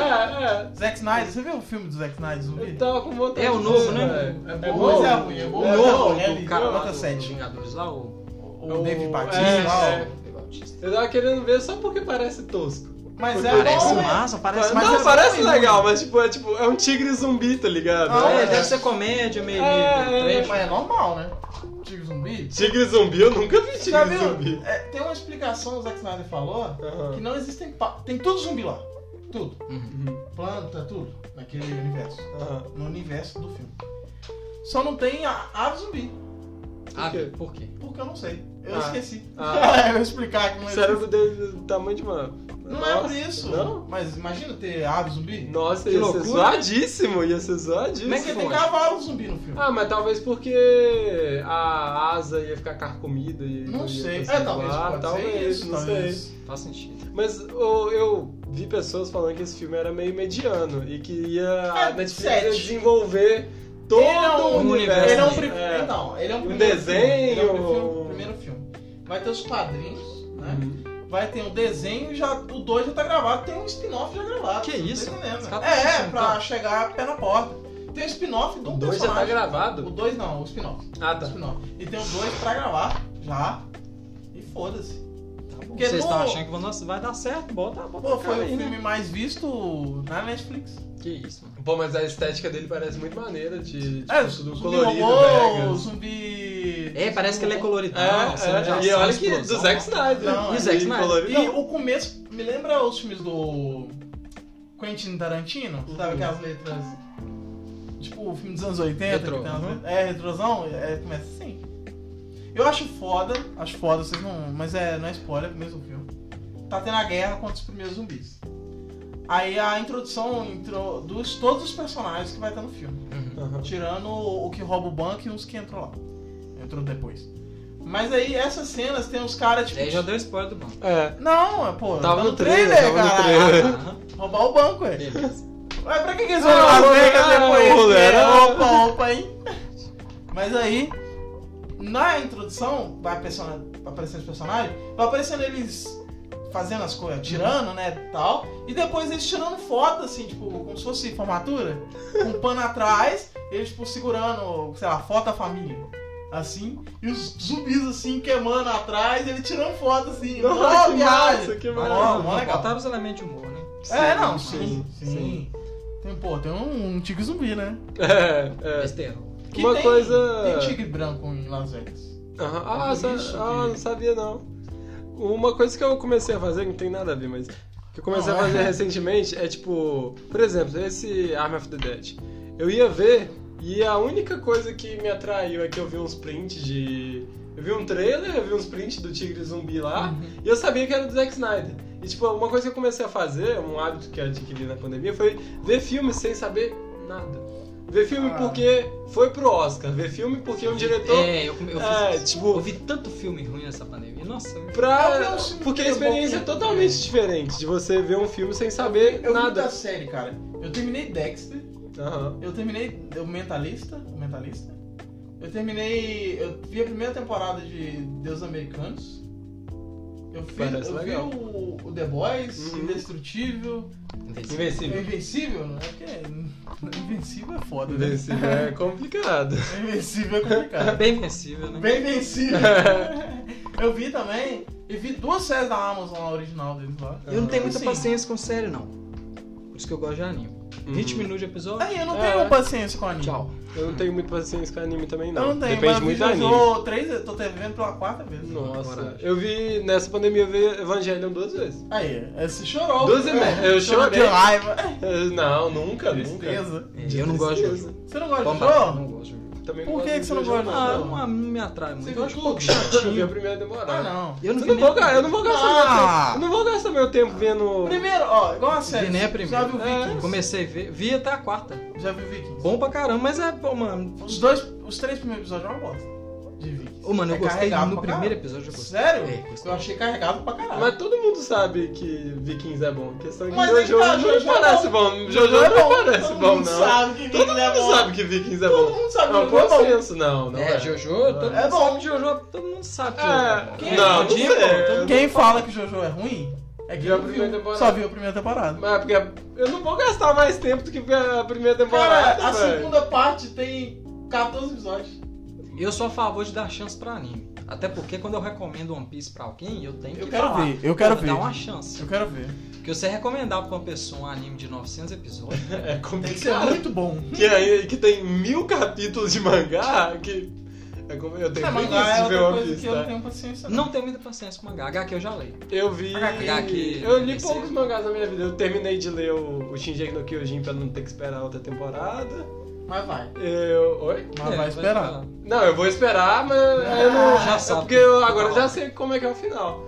Speaker 1: É, é.
Speaker 2: Zack Snyder, você viu o filme do Zack Snyder zumbi?
Speaker 1: Eu tava com vontade
Speaker 3: É o
Speaker 1: de ver,
Speaker 3: novo, né?
Speaker 1: velho. É
Speaker 2: bom,
Speaker 1: bom?
Speaker 2: mas é ruim, é bom.
Speaker 1: É
Speaker 2: Não,
Speaker 1: bom.
Speaker 2: é
Speaker 3: o cara lá
Speaker 2: nota
Speaker 3: do
Speaker 2: sete.
Speaker 3: Vingadores lá, o...
Speaker 2: O,
Speaker 1: É o-
Speaker 2: David Batista
Speaker 1: é,
Speaker 2: lá,
Speaker 1: é.
Speaker 3: o Bautista.
Speaker 1: Eu tava querendo ver só porque parece tosco.
Speaker 2: Mas é
Speaker 3: Parece
Speaker 2: bom, é.
Speaker 3: massa, parece né?
Speaker 1: Mas
Speaker 2: Mas é
Speaker 1: não,
Speaker 2: só
Speaker 3: massa.
Speaker 1: parece
Speaker 2: ruim,
Speaker 1: legal, mas tipo, é tipo, é um tigre zumbi, tá ligado?
Speaker 2: Ah,
Speaker 3: É,
Speaker 1: É.
Speaker 3: deve ser comédia, meio...
Speaker 1: É,
Speaker 3: meio
Speaker 1: é,
Speaker 3: trash.
Speaker 2: Mas é normal, né? Tigre zumbi.
Speaker 1: Tigre zumbi, eu nunca vi
Speaker 2: Você já
Speaker 1: tigre
Speaker 2: viu?
Speaker 1: zumbi.
Speaker 2: É, tem uma explicação, o Zack Snyder falou, que
Speaker 1: Aham.
Speaker 2: não existem... pa- Tem tudo zumbi lá. Tudo.
Speaker 3: Uhum.
Speaker 2: Planta, tudo. Naquele universo.
Speaker 1: Aham.
Speaker 2: No universo do filme. Só não tem a ave zumbi.
Speaker 3: Ah,
Speaker 1: quê?
Speaker 3: por quê?
Speaker 2: Porque eu não sei. Eu
Speaker 1: Ah.
Speaker 2: esqueci. É,
Speaker 1: Ah.
Speaker 2: eu ia explicar que não
Speaker 1: O
Speaker 2: existe.
Speaker 1: cérebro dele é do tamanho de uma.
Speaker 2: Não é
Speaker 1: Nossa,
Speaker 2: por isso.
Speaker 1: Não?
Speaker 2: Mas imagina ter ave zumbi.
Speaker 1: Nossa,
Speaker 3: Que
Speaker 1: ia
Speaker 3: loucura,
Speaker 1: ser
Speaker 3: né?
Speaker 1: zoadíssimo, ia ser zoadíssimo.
Speaker 3: Como é
Speaker 2: Porque
Speaker 3: que
Speaker 2: tem
Speaker 3: foi?
Speaker 2: cavalo zumbi no filme.
Speaker 1: Ah, mas talvez porque a asa ia ficar carcomida e.
Speaker 2: Não sei.
Speaker 1: Ia
Speaker 2: É, talvez.
Speaker 1: Ah,
Speaker 2: pode
Speaker 1: talvez,
Speaker 2: ser isso,
Speaker 1: não
Speaker 2: talvez.
Speaker 1: sei.
Speaker 3: Faz sentido.
Speaker 1: Mas ô, eu vi pessoas falando que esse filme era meio mediano e que ia a
Speaker 2: É,
Speaker 1: Netflix
Speaker 2: sete.
Speaker 1: ia desenvolver todo
Speaker 2: ele é um,
Speaker 1: o universo.
Speaker 2: Ele é um,
Speaker 3: né?
Speaker 2: pri- Então, ele é um, primeiro
Speaker 1: desenho.
Speaker 2: Filme. Ele é um primeiro, primeiro filme. Vai ter os quadrinhos, né?
Speaker 1: Uhum.
Speaker 2: Vai ter o desenho e já, o 2 já tá gravado. Tem um spin-off já gravado.
Speaker 3: Que
Speaker 2: você não tá
Speaker 3: isso?
Speaker 2: entendendo,
Speaker 3: Os
Speaker 2: né?
Speaker 3: caras
Speaker 2: É,
Speaker 3: tão
Speaker 2: pra chegar pé na porta. Tem um spin-off de
Speaker 1: O
Speaker 2: um
Speaker 1: 2 já tá
Speaker 2: personagem. O
Speaker 1: gravado?
Speaker 2: 2 não, o spin-off.
Speaker 1: Ah,
Speaker 2: o
Speaker 1: tá.
Speaker 2: spin-off. E tem o 2 pra gravar já. E foda-se. Porque
Speaker 3: Tá Vocês
Speaker 2: no-
Speaker 3: estão achando que nossa, vai dar certo, bota, bota
Speaker 2: Pô,
Speaker 3: o cara
Speaker 2: foi o
Speaker 3: aí, né?
Speaker 2: filme mais visto na Netflix.
Speaker 3: Que isso, mano.
Speaker 1: Pô, mas a estética dele parece muito maneira de tipo, tudo
Speaker 2: zumbi
Speaker 1: colorido, né,
Speaker 2: robô,
Speaker 1: Vegas.
Speaker 2: zumbi.
Speaker 3: É, parece que ele é coloridão, cena de
Speaker 1: É, é,
Speaker 3: ação,
Speaker 1: e olha que do
Speaker 3: explosão.
Speaker 1: Zack Snyder.
Speaker 2: Não,
Speaker 1: né?
Speaker 3: e Zack
Speaker 1: De
Speaker 3: Snyder.
Speaker 1: colorido.
Speaker 2: E o começo me lembra os filmes do Quentin Tarantino, sabe
Speaker 1: Uhum.
Speaker 2: aquelas letras. Tipo o filme dos anos 80,
Speaker 3: Retro,
Speaker 2: que tem umas
Speaker 3: uhum.
Speaker 2: letras- É, retrosão, é, começa assim. Eu acho foda, acho foda, vocês não. Mas é, não é spoiler, é o mesmo filme. Tá tendo a guerra contra os primeiros zumbis. Aí a introdução introduz todos os personagens que vai estar no filme.
Speaker 3: Uhum.
Speaker 1: Aham.
Speaker 2: Tirando o que rouba o banco e uns que entrou lá. Entrou depois. Mas aí, essas cenas tem uns caras, tipo.
Speaker 3: Aí já deu spoiler do banco.
Speaker 1: É.
Speaker 2: Não, é, pô,
Speaker 1: Tava
Speaker 2: tá
Speaker 1: no trailer, tava no
Speaker 2: caralho.
Speaker 1: trailer.
Speaker 3: Aham,
Speaker 2: Roubar o banco, ué.
Speaker 3: beleza.
Speaker 2: Mas pra que, que eles
Speaker 1: Ah,
Speaker 2: vão em Las
Speaker 1: rolê,
Speaker 2: Vegas
Speaker 1: ah,
Speaker 2: depois?
Speaker 1: rolê,
Speaker 2: É,
Speaker 1: ah.
Speaker 2: Opa, opa, hein? Mas aí, na introdução, vai, persona- vai aparecendo os personagens, vai aparecendo eles fazendo as coisas, tirando, né, tal, e depois eles tirando foto, assim, tipo, como se fosse formatura, com um pano atrás, eles, tipo, segurando, sei lá, foto da família. Assim, e os zumbis assim queimando atrás, e ele tirando foto assim.
Speaker 1: Nossa,
Speaker 2: Nossa,
Speaker 1: que massa, que
Speaker 2: Mó,
Speaker 1: massa.
Speaker 2: mó legal.
Speaker 3: Botaram os elementos de humor, né?
Speaker 2: É, não,
Speaker 1: sim,
Speaker 2: sim, sim.
Speaker 1: sim.
Speaker 2: Tem, pô, tem um, um tigre zumbi, né?
Speaker 1: É, é.
Speaker 3: Besteiro.
Speaker 2: Que
Speaker 1: Uma
Speaker 2: tem,
Speaker 1: coisa-
Speaker 2: Tem tigre branco em Las Vegas.
Speaker 1: Aham. Ah, sa-
Speaker 2: Isso,
Speaker 1: ah,
Speaker 2: É um de-
Speaker 1: não sabia não. Uma coisa que eu comecei a fazer, que não tem nada a ver, mas que eu comecei
Speaker 2: Não,
Speaker 1: a fazer
Speaker 2: é.
Speaker 1: recentemente é tipo, por exemplo, esse Arm of the Dead. Eu ia ver e a única coisa que me atraiu é que eu vi uns prints de. Eu vi um trailer, eu vi uns prints do Tigre Zumbi lá,
Speaker 2: Uhum.
Speaker 1: e eu sabia que era do Zack Snyder. E tipo, uma coisa que eu comecei a fazer, um hábito que eu adquiri na pandemia, foi ver filme sem saber nada. Ver filme
Speaker 2: Ah.
Speaker 1: porque foi pro Oscar, ver filme porque um diretor.
Speaker 3: É, eu, eu, fiz
Speaker 1: É,
Speaker 3: isso.
Speaker 1: tipo-
Speaker 3: eu vi tanto filme ruim nessa pandemia. Nossa, eu-
Speaker 1: Pra...
Speaker 2: Eu vi um filme
Speaker 1: Porque a
Speaker 2: que é
Speaker 1: experiência
Speaker 3: né?
Speaker 2: bom.
Speaker 1: é totalmente diferente de você ver um filme sem saber
Speaker 2: Eu assim. vi
Speaker 1: nada.
Speaker 2: da série, cara. Eu terminei Dexter,
Speaker 1: Aham.
Speaker 2: eu terminei o Mentalista, o Mentalista. Eu terminei. Eu vi a primeira temporada de Deus Americanos. Eu, fiz,
Speaker 1: Parece
Speaker 2: eu vi
Speaker 1: legal.
Speaker 2: o, o The Boys,
Speaker 1: Uhum.
Speaker 2: Indestrutível,
Speaker 3: Invencível.
Speaker 2: é
Speaker 1: Invencível.
Speaker 2: Invencível, né? Porque é- Invencível é foda, né?
Speaker 1: Invencível é complicado.
Speaker 2: Invencível é complicado.
Speaker 3: Bem vencível, né?
Speaker 1: Uhum.
Speaker 2: Bem vencível. eu vi também, e vi duas séries da Amazon lá, original deles lá.
Speaker 3: Eu não tenho muita
Speaker 2: Assim,
Speaker 3: paciência com série, não. Por isso que eu gosto de anime. 20 minutos de episódio,
Speaker 2: Aí, eu não
Speaker 1: É.
Speaker 2: tenho paciência com anime.
Speaker 3: tchau.
Speaker 1: Eu não tenho muita paciência com anime também, não.
Speaker 2: Eu não tenho,
Speaker 1: Depende
Speaker 2: mas
Speaker 1: muito do
Speaker 2: eu
Speaker 1: anime.
Speaker 2: tô três, eu tô vendo pela quarta vez.
Speaker 1: Nossa,
Speaker 3: Coragem.
Speaker 1: eu vi nessa pandemia eu vi Evangelion duas vezes.
Speaker 2: Aí, você chorou.
Speaker 1: Doze
Speaker 2: É,
Speaker 1: meses, eu
Speaker 2: chorou
Speaker 1: chorei.
Speaker 2: de raiva. É,
Speaker 1: Eh, Não, nunca, É. nunca.
Speaker 2: Tristeza.
Speaker 3: É, Eu não gosto de
Speaker 1: Tristeza.
Speaker 3: Jojo.
Speaker 2: Você não gosta
Speaker 3: Bom,
Speaker 2: de chorou?
Speaker 3: não gosto de Jojo.
Speaker 1: Também
Speaker 2: Por que
Speaker 1: gosto
Speaker 2: que você
Speaker 1: de
Speaker 2: não
Speaker 1: Jojo,
Speaker 2: gosta,
Speaker 3: Ah,
Speaker 2: não?
Speaker 3: não, não me atrai muito.
Speaker 2: Você
Speaker 3: Eu acho
Speaker 2: viu
Speaker 3: um pouco
Speaker 2: Jojo?
Speaker 3: chato.
Speaker 1: Eu vi a primeira temporada.
Speaker 2: Ah, não.
Speaker 3: Eu não
Speaker 1: Eu
Speaker 3: vi
Speaker 1: não vou,
Speaker 3: nem-
Speaker 1: ga- eu não vou gastar
Speaker 2: Ah!
Speaker 1: meu tempo. Eu não vou gastar meu tempo vendo.
Speaker 2: Primeiro, ó, igual a É. série.
Speaker 3: Viné
Speaker 1: é
Speaker 2: você
Speaker 3: primeiro.
Speaker 2: Já viu Vikings?
Speaker 3: Comecei a ver, vi até a quarta.
Speaker 2: Já viu Vikings?
Speaker 3: Bom pra caramba, mas é, pô, mano.
Speaker 2: Os dois, os três primeiros episódios eu não gosto. De Vikings.
Speaker 3: Ô, mano, eu
Speaker 2: É
Speaker 3: gostei
Speaker 2: carregado pra
Speaker 3: no primeiro
Speaker 2: caralho.
Speaker 3: episódio, eu gostei.
Speaker 2: Sério?
Speaker 3: É, gostei.
Speaker 2: eu achei carregado pra caralho.
Speaker 1: Ah, Mas todo mundo sabe que Vikings é bom. A questão é que
Speaker 2: Mas aí
Speaker 1: Jojo
Speaker 2: tá,
Speaker 1: não
Speaker 2: Jojo é
Speaker 1: parece bom. Jojo não parece
Speaker 2: todo
Speaker 1: bom,
Speaker 2: mundo
Speaker 1: não.
Speaker 2: Sabe que
Speaker 1: Todo mundo
Speaker 2: é bom.
Speaker 1: sabe que Vikings é
Speaker 2: Todo
Speaker 1: bom.
Speaker 2: mundo sabe
Speaker 1: É um
Speaker 2: que é bom.
Speaker 1: consenso, não, não é.
Speaker 3: É, Jojo, todo mundo
Speaker 2: É bom.
Speaker 3: sabe que Jojo, todo mundo sabe que
Speaker 1: É.
Speaker 3: Jojo
Speaker 1: Quem-
Speaker 3: é bom.
Speaker 1: Não, não
Speaker 3: Jim,
Speaker 1: sei.
Speaker 3: pô, todo mundo-
Speaker 2: Quem fala que Jojo é ruim é que
Speaker 1: Viu a
Speaker 2: não
Speaker 1: primeira
Speaker 2: viu.
Speaker 1: temporada.
Speaker 2: só viu a primeira temporada.
Speaker 1: Mas é porque eu não vou gastar mais tempo do que a primeira temporada,
Speaker 2: Cara, tá assim. a
Speaker 1: velho.
Speaker 2: segunda parte tem 14 episódios.
Speaker 3: Eu sou a favor de dar chance pra anime. Até porque quando eu recomendo One Piece pra alguém, eu tenho
Speaker 2: Eu
Speaker 3: que
Speaker 2: quero
Speaker 3: falar.
Speaker 2: ver, eu quero
Speaker 3: Pô,
Speaker 2: ver.
Speaker 3: Dá uma chance.
Speaker 2: Eu quero ver.
Speaker 3: Porque você recomendar pra uma pessoa um anime de 900 episódios,
Speaker 1: É
Speaker 2: Tem que ser
Speaker 1: complicado.
Speaker 2: muito bom.
Speaker 1: Que, aí- que tem mil capítulos de mangá que... É como eu tenho
Speaker 2: É,
Speaker 1: preguiça
Speaker 2: mangá é
Speaker 1: de ver
Speaker 2: outra
Speaker 1: One
Speaker 2: coisa
Speaker 1: Piece,
Speaker 2: que eu não
Speaker 1: tá?
Speaker 2: tenho paciência.
Speaker 3: não tenho muita paciência com mangá. HQ eu já leio.
Speaker 1: Eu vi...
Speaker 3: Mangá que-
Speaker 1: Eu li
Speaker 3: esse-
Speaker 1: poucos mangás na minha vida. Eu terminei de ler o, o Shinji no Kyojin pra não ter que esperar outra temporada.
Speaker 2: Mas vai.
Speaker 1: Eu... Oi?
Speaker 2: Mas
Speaker 3: É,
Speaker 2: vai esperar.
Speaker 1: Não, eu vou esperar, mas eu não.
Speaker 3: já
Speaker 1: é
Speaker 3: sabe.
Speaker 1: porque eu agora já sei como é que é o final.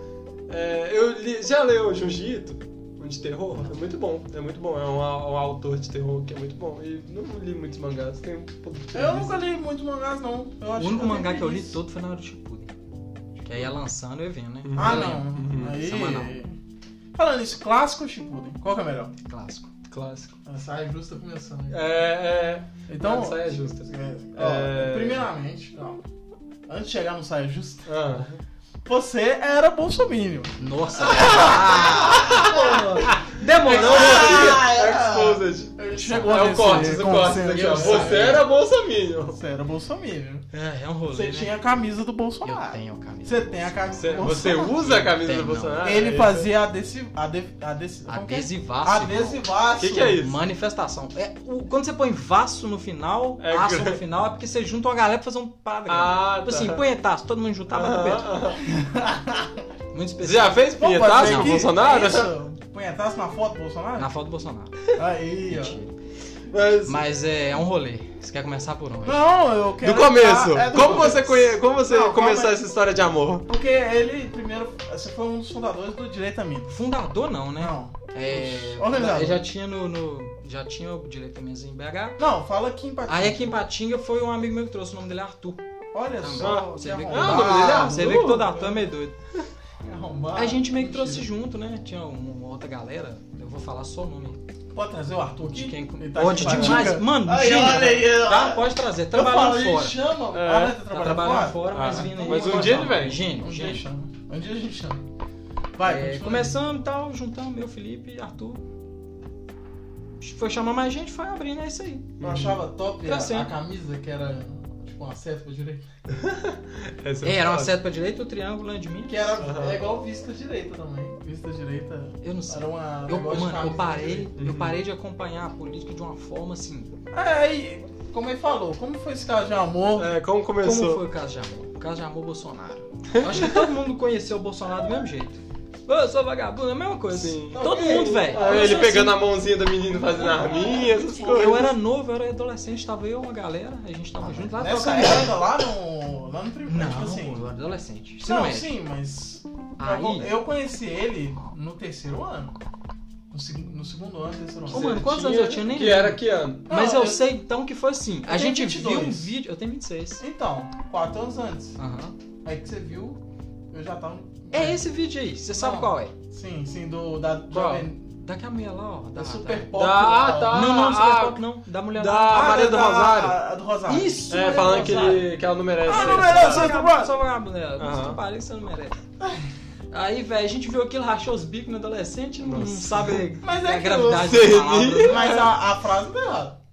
Speaker 1: É, eu li- já leu Jiu-Jitsu, um de terror? É muito bom, é muito bom. É um, au- um autor de terror que é muito bom. E não li muitos mangás, tem um pouco de
Speaker 2: Eu
Speaker 1: preguiça.
Speaker 2: nunca li muitos mangás, não. Eu
Speaker 3: O
Speaker 2: acho
Speaker 3: único
Speaker 2: eu
Speaker 3: mangá que eu li
Speaker 2: tenho
Speaker 3: todo foi Naruto Shippuden. Que aí ia lançando e vendo, né?
Speaker 1: Uhum.
Speaker 2: Ah,
Speaker 3: Eu
Speaker 2: não.
Speaker 3: lembro.
Speaker 1: Uhum.
Speaker 2: Aí...
Speaker 3: Semanal.
Speaker 2: Falando isso, clássico ou Shippuden? Qual que é melhor?
Speaker 3: Clássico.
Speaker 1: Clássico.
Speaker 2: A saia justa começando. aí.
Speaker 1: É, é.
Speaker 2: Então,
Speaker 1: Ah, saia justa.
Speaker 2: é,
Speaker 1: É.
Speaker 2: ó, primeiramente, ó, antes de chegar no saia justa,
Speaker 1: Ah.
Speaker 2: você era bolsominion.
Speaker 3: Nossa. Ah, pô. Demorou.
Speaker 1: Não,
Speaker 2: Ah,
Speaker 1: não, Exposed.
Speaker 2: Chegou
Speaker 1: É
Speaker 2: a
Speaker 1: o corte, o corte aqui, ó. Você era Bolsonaro.
Speaker 2: Você era bolsominion.
Speaker 3: É, é um rolê,
Speaker 2: Você
Speaker 3: né?
Speaker 2: tinha a camisa do
Speaker 3: Eu
Speaker 2: Bolsonaro.
Speaker 3: tenho a camisa.
Speaker 2: Você tem a camisa
Speaker 1: Você,
Speaker 2: do
Speaker 1: você
Speaker 2: Bolsonaro.
Speaker 1: usa a camisa do Ah,
Speaker 3: Tem,
Speaker 1: é.
Speaker 3: não.
Speaker 1: Bolsonaro?
Speaker 2: Ele
Speaker 1: Esse-
Speaker 2: fazia adesivo. Adesivo. Adesivo. como que é?
Speaker 3: Adesivaço.
Speaker 1: O
Speaker 2: Adesivaço.
Speaker 1: que, que é isso?
Speaker 3: Manifestação. É, o- quando você põe vaço no final,
Speaker 1: É
Speaker 3: aço
Speaker 1: grande.
Speaker 3: no final, é porque você junta uma galera pra fazer um parada. grande.
Speaker 1: Ah,
Speaker 3: tipo
Speaker 1: tá.
Speaker 3: assim, punhetaço, todo mundo juntar,
Speaker 1: Aham,
Speaker 3: bateu ah,
Speaker 1: aham.
Speaker 2: Ah.
Speaker 3: Muito
Speaker 1: Você
Speaker 3: específico.
Speaker 1: já fez
Speaker 2: Vamos fazer
Speaker 1: punhetaço com o
Speaker 2: aqui?
Speaker 1: Bolsonaro?
Speaker 2: Isso. Punhetaço na foto do Bolsonaro?
Speaker 3: Na foto do Bolsonaro.
Speaker 2: Aí, ó.
Speaker 3: Mentira.
Speaker 1: Mas,
Speaker 3: Mas é, é um rolê. Você quer começar por onde?
Speaker 2: Não, eu quero.
Speaker 1: do começo,
Speaker 2: Ah, é do
Speaker 1: como,
Speaker 2: começo.
Speaker 1: Você conhe... como você
Speaker 2: Não,
Speaker 1: começou
Speaker 2: calma aí.
Speaker 1: essa história de amor?
Speaker 2: Porque ele, primeiro, você foi um dos fundadores do Direito à Mina.
Speaker 3: Fundador não, né?
Speaker 2: Não.
Speaker 3: É,
Speaker 2: Organizado.
Speaker 3: eu já tinha no, no- já tinha o direito à mesa em BH.
Speaker 2: Não, fala aqui em Patinga.
Speaker 3: Aí aqui em Patinga foi um amigo meu que trouxe o nome dele, Arthur.
Speaker 2: Olha
Speaker 3: Também.
Speaker 2: só,
Speaker 3: Você
Speaker 2: que
Speaker 3: vê que,
Speaker 1: Não, mas ele é
Speaker 3: Ah, você vê que toda a
Speaker 2: arrombado.
Speaker 3: turma é doida.
Speaker 2: Que arrombado.
Speaker 3: A gente meio que trouxe
Speaker 2: Mentira.
Speaker 3: junto, né? Tinha uma outra galera, eu vou falar só o nome
Speaker 2: Pode trazer o Arthur
Speaker 3: de
Speaker 2: aqui?
Speaker 3: quem...
Speaker 2: Ele tá
Speaker 3: Pode
Speaker 2: aqui,
Speaker 3: demais,
Speaker 2: Patinga.
Speaker 3: mano,
Speaker 2: Aí,
Speaker 3: gênio,
Speaker 2: olha aí, olha.
Speaker 3: Tá, pode trazer, trabalhando
Speaker 2: eu falo,
Speaker 3: fora.
Speaker 2: Ele chama,
Speaker 1: É.
Speaker 2: ah, né, tá
Speaker 3: Tá
Speaker 2: trabalhando
Speaker 3: trabalhando
Speaker 2: fora?
Speaker 3: fora, mas
Speaker 1: Ah,
Speaker 3: vindo aí.
Speaker 1: mas um
Speaker 3: pode
Speaker 1: dia
Speaker 3: não.
Speaker 1: ele vem.
Speaker 3: Gênio,
Speaker 2: Um dia a gente
Speaker 3: gênio.
Speaker 2: chama. Um dia a gente chama. Vai,
Speaker 3: É,
Speaker 2: continua.
Speaker 3: começamos e tal, juntamos eu, Felipe, Arthur. Foi chamar mais gente, foi abrindo, é isso aí.
Speaker 2: Eu achava top
Speaker 3: Tá
Speaker 2: a, a
Speaker 3: certo.
Speaker 2: camisa que era tipo uma seta pra direita.
Speaker 1: Essa eu
Speaker 3: É, era uma
Speaker 1: posso.
Speaker 3: seta pra direita, o triângulo né, de mim.
Speaker 2: Que era
Speaker 1: Aham.
Speaker 2: é igual vista direita também. Vista direita
Speaker 3: Eu não sei.
Speaker 2: era uma.
Speaker 3: Eu,
Speaker 2: negócio de né?
Speaker 3: mano,
Speaker 2: camisa
Speaker 3: eu parei,
Speaker 1: direita.
Speaker 3: eu
Speaker 1: Uhum.
Speaker 3: parei de acompanhar a política de uma forma assim.
Speaker 2: É, Aí, como ele falou, como foi esse caso de amor?
Speaker 1: É, como
Speaker 3: Como
Speaker 1: começou?
Speaker 3: foi o caso de amor? O caso de amor Bolsonaro. Eu acho que todo mundo conheceu o Bolsonaro do mesmo jeito. Ô, Eu sou vagabundo, é a mesma coisa.
Speaker 1: Sim.
Speaker 3: Todo
Speaker 2: Ok.
Speaker 3: mundo, velho.
Speaker 1: Ah, ele
Speaker 3: Começou
Speaker 1: pegando a mãozinha do menino fazendo arminha, essas coisas.
Speaker 3: Eu era novo, eu era adolescente, tava eu e uma galera, a gente
Speaker 2: Ah,
Speaker 3: tava junto lá
Speaker 2: Nessa
Speaker 3: trocando ideia.
Speaker 2: época lá no. Lá no primeiro.
Speaker 3: Não,
Speaker 2: Tipo assim.
Speaker 3: eu era adolescente. Ensino
Speaker 2: Não,
Speaker 3: médio.
Speaker 2: sim, mas.
Speaker 3: Aí.
Speaker 2: Eu conheci ele no terceiro ano. No, seg- no segundo ano, terceiro ano.
Speaker 3: Ô, mano, quantos anos eu tinha? Nem um.
Speaker 1: Que
Speaker 3: lembro.
Speaker 1: era que ano?
Speaker 3: Mas
Speaker 2: Não,
Speaker 3: eu,
Speaker 2: eu-
Speaker 3: sei então que foi assim. A
Speaker 2: Eu tenho
Speaker 3: gente viu um
Speaker 2: 22.
Speaker 3: vídeo. Eu tenho 26.
Speaker 2: Então, quatro anos antes.
Speaker 3: Aham.
Speaker 2: Aí que você viu, eu já tava.
Speaker 3: É esse vídeo aí, você sabe
Speaker 2: Não.
Speaker 3: qual é?
Speaker 2: Sim, sim, do. Da
Speaker 1: Qual?
Speaker 2: jovem.
Speaker 3: Daqui a mulher lá, ó. Da, Ah,
Speaker 2: Da É Super Pop.
Speaker 1: Da-
Speaker 2: lá.
Speaker 1: tá.
Speaker 3: Não, não, Super
Speaker 1: Ah,
Speaker 3: Pop não. Da mulher
Speaker 1: da-
Speaker 2: Ah,
Speaker 3: lá.
Speaker 1: A Maria do
Speaker 2: da-
Speaker 1: Rosário.
Speaker 2: A, a do Rosário.
Speaker 3: Isso!
Speaker 1: É,
Speaker 3: mulher
Speaker 1: falando que,
Speaker 3: Rosário.
Speaker 1: ele, que ela não merece.
Speaker 2: Ah, não
Speaker 1: esse.
Speaker 2: merece.
Speaker 3: Só
Speaker 2: Só
Speaker 3: vagabundo,
Speaker 2: vagabundo.
Speaker 3: só vagabundo, né?
Speaker 1: Aham.
Speaker 3: Só parei que você não merece. Aí, velho, a gente viu aquilo, rachou os bicos no adolescente, não, não
Speaker 1: Nossa.
Speaker 3: sabe
Speaker 2: Mas é
Speaker 3: a
Speaker 2: que
Speaker 3: gravidade
Speaker 1: você-
Speaker 3: da palavra.
Speaker 2: Mas a, a frase tá errada.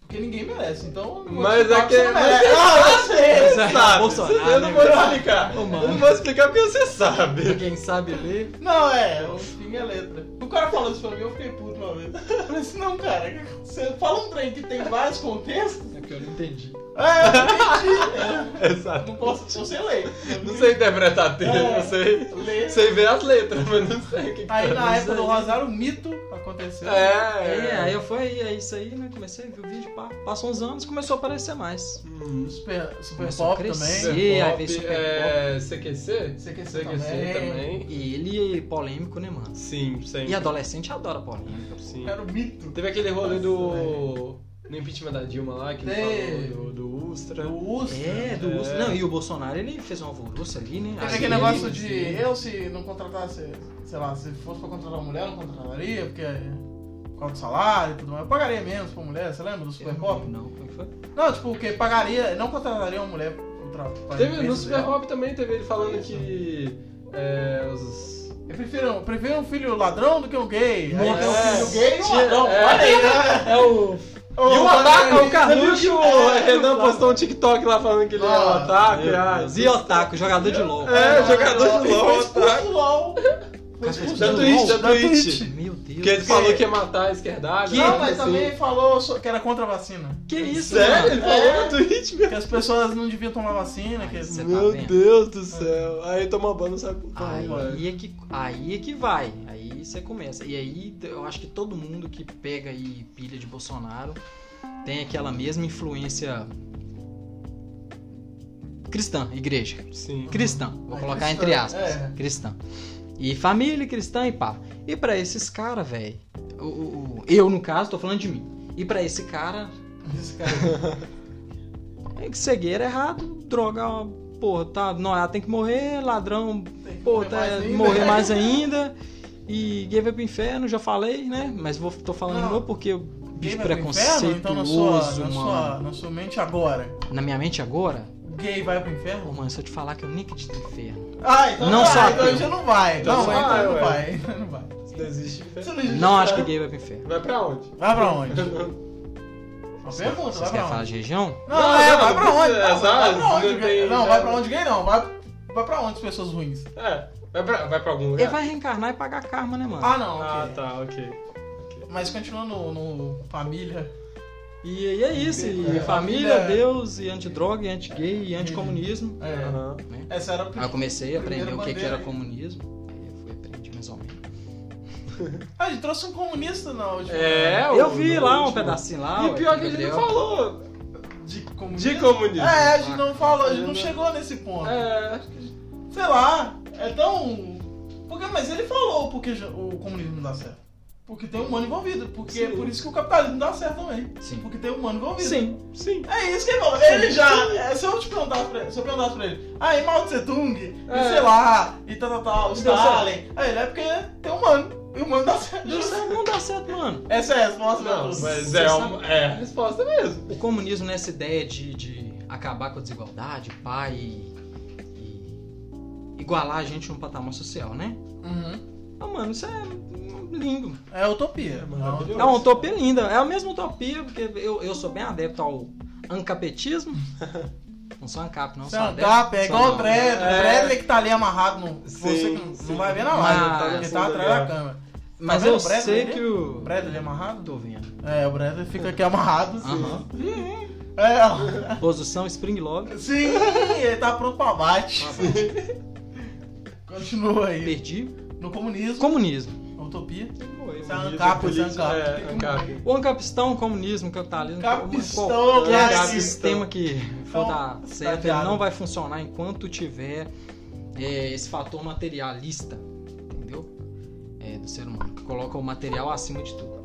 Speaker 2: Porque ninguém merece, então. eu não vou
Speaker 1: Mas
Speaker 2: explicar
Speaker 1: é
Speaker 2: porque
Speaker 1: que-
Speaker 2: você não
Speaker 1: mas
Speaker 2: merece.
Speaker 1: é-
Speaker 2: Ah, eu sei!
Speaker 3: Mas é
Speaker 1: Sabe,
Speaker 3: Bolsonaro,
Speaker 1: eu não
Speaker 3: né,
Speaker 1: vou
Speaker 3: velho?
Speaker 1: explicar.
Speaker 3: Ô, mano.
Speaker 1: Eu não vou explicar porque você sabe.
Speaker 3: Quem sabe ler.
Speaker 2: Não, é, o fim é letra. O cara falou isso pra mim, eu fiquei puto uma vez. Eu falei assim, não, cara, você fala um trem que tem vários contextos?
Speaker 3: É que eu não entendi.
Speaker 2: É, eu
Speaker 1: Exato.
Speaker 2: não posso, eu sei ler. Eu
Speaker 1: Não sei interpretar texto,
Speaker 2: É.
Speaker 1: eu sei.
Speaker 2: Ler.
Speaker 1: Sei ver as letras, mas não sei o que que
Speaker 2: Aí
Speaker 1: tá.
Speaker 2: na época do Rosário, o mito aconteceu.
Speaker 1: É.
Speaker 3: É, aí eu fui aí, é isso aí, né? Comecei a ver o vídeo, pá. Passou uns anos, começou a aparecer mais.
Speaker 1: Hum.
Speaker 2: Super, super
Speaker 3: Começou a
Speaker 2: pop
Speaker 3: crescer.
Speaker 2: também.
Speaker 3: E aí
Speaker 1: Pop,
Speaker 3: veio Super
Speaker 1: é, CQC?
Speaker 2: CQC
Speaker 1: CQC também.
Speaker 3: E ele, polêmico, né, mano?
Speaker 1: Sim, sempre.
Speaker 3: E adolescente adora polêmica.
Speaker 1: Sim.
Speaker 2: Era o mito.
Speaker 1: Teve aquele rolê
Speaker 2: Nossa,
Speaker 1: do. No impeachment da Dilma lá, que ele
Speaker 2: Teve.
Speaker 1: falou do, do Ustra.
Speaker 2: O Ustra.
Speaker 3: É, do
Speaker 1: É.
Speaker 3: Ustra. Não, e o Bolsonaro, ele fez um alvoroço ali, né?
Speaker 2: Teve
Speaker 3: Ali,
Speaker 2: aquele negócio
Speaker 3: ali,
Speaker 2: de eu se não contratasse, sei lá, se fosse pra contratar uma mulher, eu não contrataria, porque é por causa do salário e tudo mais. Eu pagaria menos pra mulher, você lembra do
Speaker 3: Eu
Speaker 2: Super
Speaker 3: não
Speaker 2: Pop?
Speaker 3: lembro, Não, como foi?
Speaker 2: Não, tipo, porque pagaria, não contrataria uma mulher pro trabalho.
Speaker 1: Teve no Super Hop também, teve ele falando que. É, os.
Speaker 2: Eu prefiro, eu prefiro um filho ladrão do que um gay. Aí
Speaker 3: Nossa.
Speaker 2: tem um filho gay e um
Speaker 1: Tinha-
Speaker 2: ladrão.
Speaker 1: é.
Speaker 2: Olha aí, né?
Speaker 3: É o.
Speaker 2: Ô,
Speaker 1: e um o
Speaker 2: mano,
Speaker 1: Otaku,
Speaker 2: aí-
Speaker 1: o Carluxo, o
Speaker 2: É,
Speaker 1: Renan postou um TikTok lá falando que ele é
Speaker 2: Ah,
Speaker 1: Otaku.
Speaker 3: Meu
Speaker 1: ah,
Speaker 3: Deus. E Otaku, jogador de LOL.
Speaker 1: É, jogador de
Speaker 2: Ele
Speaker 1: LOL, tá?
Speaker 2: Foi expulso do LOL. Foi
Speaker 3: Cara,
Speaker 2: expulso
Speaker 1: Da
Speaker 2: do
Speaker 1: Twitch, da
Speaker 2: LOL,
Speaker 1: Twitch.
Speaker 3: Meu Deus.
Speaker 1: Porque ele
Speaker 3: do céu.
Speaker 1: falou que ia matar a esquerdalha.
Speaker 3: Que-
Speaker 2: Não,
Speaker 1: né,
Speaker 2: mas
Speaker 1: assim.
Speaker 2: também falou so- que era contra a vacina.
Speaker 3: Que isso,
Speaker 1: Sério? Ele
Speaker 3: mano?
Speaker 1: falou
Speaker 2: É.
Speaker 1: no Twitch, meu.
Speaker 2: Que as pessoas não deviam tomar vacina. Que...
Speaker 3: Você tá
Speaker 1: Meu
Speaker 3: vendo?
Speaker 1: Deus do céu. Aí tomou banho, não sabe por quê, mano.
Speaker 3: Aí é, que, aí é que vai, aí você começa. E aí eu acho que todo mundo que pega aí pilha de Bolsonaro tem aquela mesma influência cristã, igreja.
Speaker 1: Sim.
Speaker 3: cristã, vou
Speaker 2: É
Speaker 3: colocar
Speaker 2: cristã,
Speaker 3: entre aspas,
Speaker 2: é.
Speaker 3: cristã. E família cristã e pá. E pra esses caras, velho, o- o- o- eu no caso, tô falando de mim. E pra esse cara,
Speaker 2: Esse cara.
Speaker 3: é que cegueira é errado, droga, é uma porra, tá, noiado tem que morrer, ladrão,
Speaker 2: Tem que
Speaker 3: pô,
Speaker 2: morrer
Speaker 3: tá,
Speaker 2: mais né? ainda.
Speaker 3: morrer mais ainda. E gay vai pro inferno, já falei, né? Mas vou, tô falando de
Speaker 2: Não.
Speaker 3: novo porque o
Speaker 2: Gay
Speaker 3: bicho
Speaker 2: vai pro inferno?
Speaker 3: preconceituoso,
Speaker 2: Então, na sua, na,
Speaker 3: mano.
Speaker 2: sua, na sua mente agora,
Speaker 3: Na minha mente agora,
Speaker 2: o gay vai pro
Speaker 3: pô,
Speaker 2: inferno?
Speaker 3: mano, se eu te falar que eu nem acredito no inferno.
Speaker 2: Ah, então
Speaker 3: Não
Speaker 2: vai,
Speaker 3: sabe.
Speaker 2: Então já não vai.
Speaker 1: Então
Speaker 2: não,
Speaker 1: vai,
Speaker 2: então não
Speaker 1: ué.
Speaker 2: vai. Então não vai.
Speaker 1: Isso não existe.
Speaker 2: Você
Speaker 3: Não acho que gay vai pro inferno.
Speaker 1: Vai pra onde?
Speaker 2: Vai pra onde? Uma pergunta,
Speaker 3: Vocês
Speaker 2: vai
Speaker 3: querem
Speaker 2: pra
Speaker 3: falar de
Speaker 2: onde?
Speaker 3: região?
Speaker 2: Não,
Speaker 1: Não,
Speaker 2: é,
Speaker 1: não,
Speaker 2: vai pra onde?
Speaker 1: é
Speaker 2: Não,
Speaker 1: só-
Speaker 2: vai pra onde?
Speaker 1: não
Speaker 2: gay?
Speaker 1: tem-
Speaker 2: Não, vai pra onde gay não. Vai, vai pra onde as pessoas ruins?
Speaker 1: É, vai pra, vai pra algum lugar?
Speaker 3: Ele vai reencarnar e pagar karma, né, mano?
Speaker 2: Ah, não, ok.
Speaker 1: Ah, tá, ok.
Speaker 2: Mas continuando no, no família.
Speaker 3: E, e é isso, e
Speaker 2: É,
Speaker 3: família,
Speaker 2: família-
Speaker 3: Deus, e antidroga, e anti-gay, e anticomunismo.
Speaker 2: É,
Speaker 1: Aham.
Speaker 2: Essa era a
Speaker 3: Aí eu
Speaker 2: primeira.
Speaker 3: comecei a aprender o que, que
Speaker 2: bandeira.
Speaker 3: era comunismo. Aí eu fui aprendi mais ou menos.
Speaker 2: Ah, ele trouxe um comunista na última.
Speaker 1: É,
Speaker 3: Eu vi
Speaker 1: no
Speaker 3: lá um
Speaker 1: último.
Speaker 3: pedacinho lá.
Speaker 1: E
Speaker 3: ué,
Speaker 1: pior
Speaker 3: do
Speaker 1: que a gente não
Speaker 3: Gabriel.
Speaker 1: falou.
Speaker 2: De comunista.
Speaker 1: De comunismo.
Speaker 2: É, a gente não falou, a gente não chegou nesse ponto.
Speaker 1: É.
Speaker 2: Sei lá, é tão. Porque, mas ele falou porque já- o comunismo não dá certo. Porque tem humano envolvido. Porque
Speaker 1: Sim.
Speaker 2: é por isso que o capitalismo dá certo também.
Speaker 3: Sim.
Speaker 2: Porque tem humano envolvido.
Speaker 3: Sim.
Speaker 1: Sim.
Speaker 2: É isso que ele falou. Ele já. é, se eu te perguntasse pra ele, se eu perguntasse pra ele, ah, e Mao Tse Tung,
Speaker 1: É.
Speaker 2: e sei lá, e tal, tal, tal,
Speaker 3: Deu
Speaker 2: Stalin. Aí ele é porque tem humano. E o humano dá certo.
Speaker 3: Não, dá- não dá certo, mano.
Speaker 2: Essa é a resposta pra
Speaker 1: Não,
Speaker 2: tudo.
Speaker 1: mas
Speaker 3: Você
Speaker 1: é,
Speaker 3: sabe-
Speaker 1: uma- é a resposta mesmo.
Speaker 3: O comunismo nessa ideia de, de acabar com a desigualdade, pai e, e igualar a gente num patamar social, né?
Speaker 2: Uhum.
Speaker 3: Ah, mano, isso é lindo.
Speaker 2: É utopia.
Speaker 1: maravilhoso.
Speaker 2: Então,
Speaker 3: É uma utopia linda. É a mesma utopia, porque eu, eu sou bem adepto ao ancapetismo. Não sou ancap, não.
Speaker 2: Você
Speaker 3: Sou
Speaker 2: é um
Speaker 3: adepto.
Speaker 2: capa, é
Speaker 3: Sou
Speaker 2: igual o
Speaker 3: não.
Speaker 2: Bradley.
Speaker 1: É.
Speaker 2: O Bradley que tá ali amarrado no.
Speaker 1: Sim,
Speaker 2: você que não,
Speaker 1: sim. é.
Speaker 2: não vai ver na live,
Speaker 3: Ah,
Speaker 2: tá ele
Speaker 1: sim,
Speaker 2: tá atrás da
Speaker 1: legal.
Speaker 2: câmera.
Speaker 3: Mas
Speaker 2: Tá vendo
Speaker 3: eu
Speaker 2: o Bradley
Speaker 3: sei
Speaker 2: ali?
Speaker 3: que o.
Speaker 2: O Bradley é amarrado?
Speaker 3: Tô vendo.
Speaker 2: É, o Bradley fica aqui amarrado. sim.
Speaker 3: Aham.
Speaker 2: É, ó.
Speaker 3: Posição Spring Love.
Speaker 2: Sim, ele tá pronto pra abate. Continua aí.
Speaker 3: Perdi.
Speaker 2: No comunismo,
Speaker 3: Comunismo.
Speaker 2: utopia.
Speaker 1: Isso
Speaker 2: é ANCAP, isso é ANCAP.
Speaker 1: É, ANCAP.
Speaker 3: O ancapistão, comunismo, capitalismo.
Speaker 2: Capistão,
Speaker 3: qualquer
Speaker 1: classista.
Speaker 3: sistema um que for
Speaker 2: Então,
Speaker 3: dar certo, ele
Speaker 2: estagiário.
Speaker 3: não vai funcionar enquanto tiver é, esse fator materialista, entendeu? É, do ser humano, que coloca o material acima de tudo.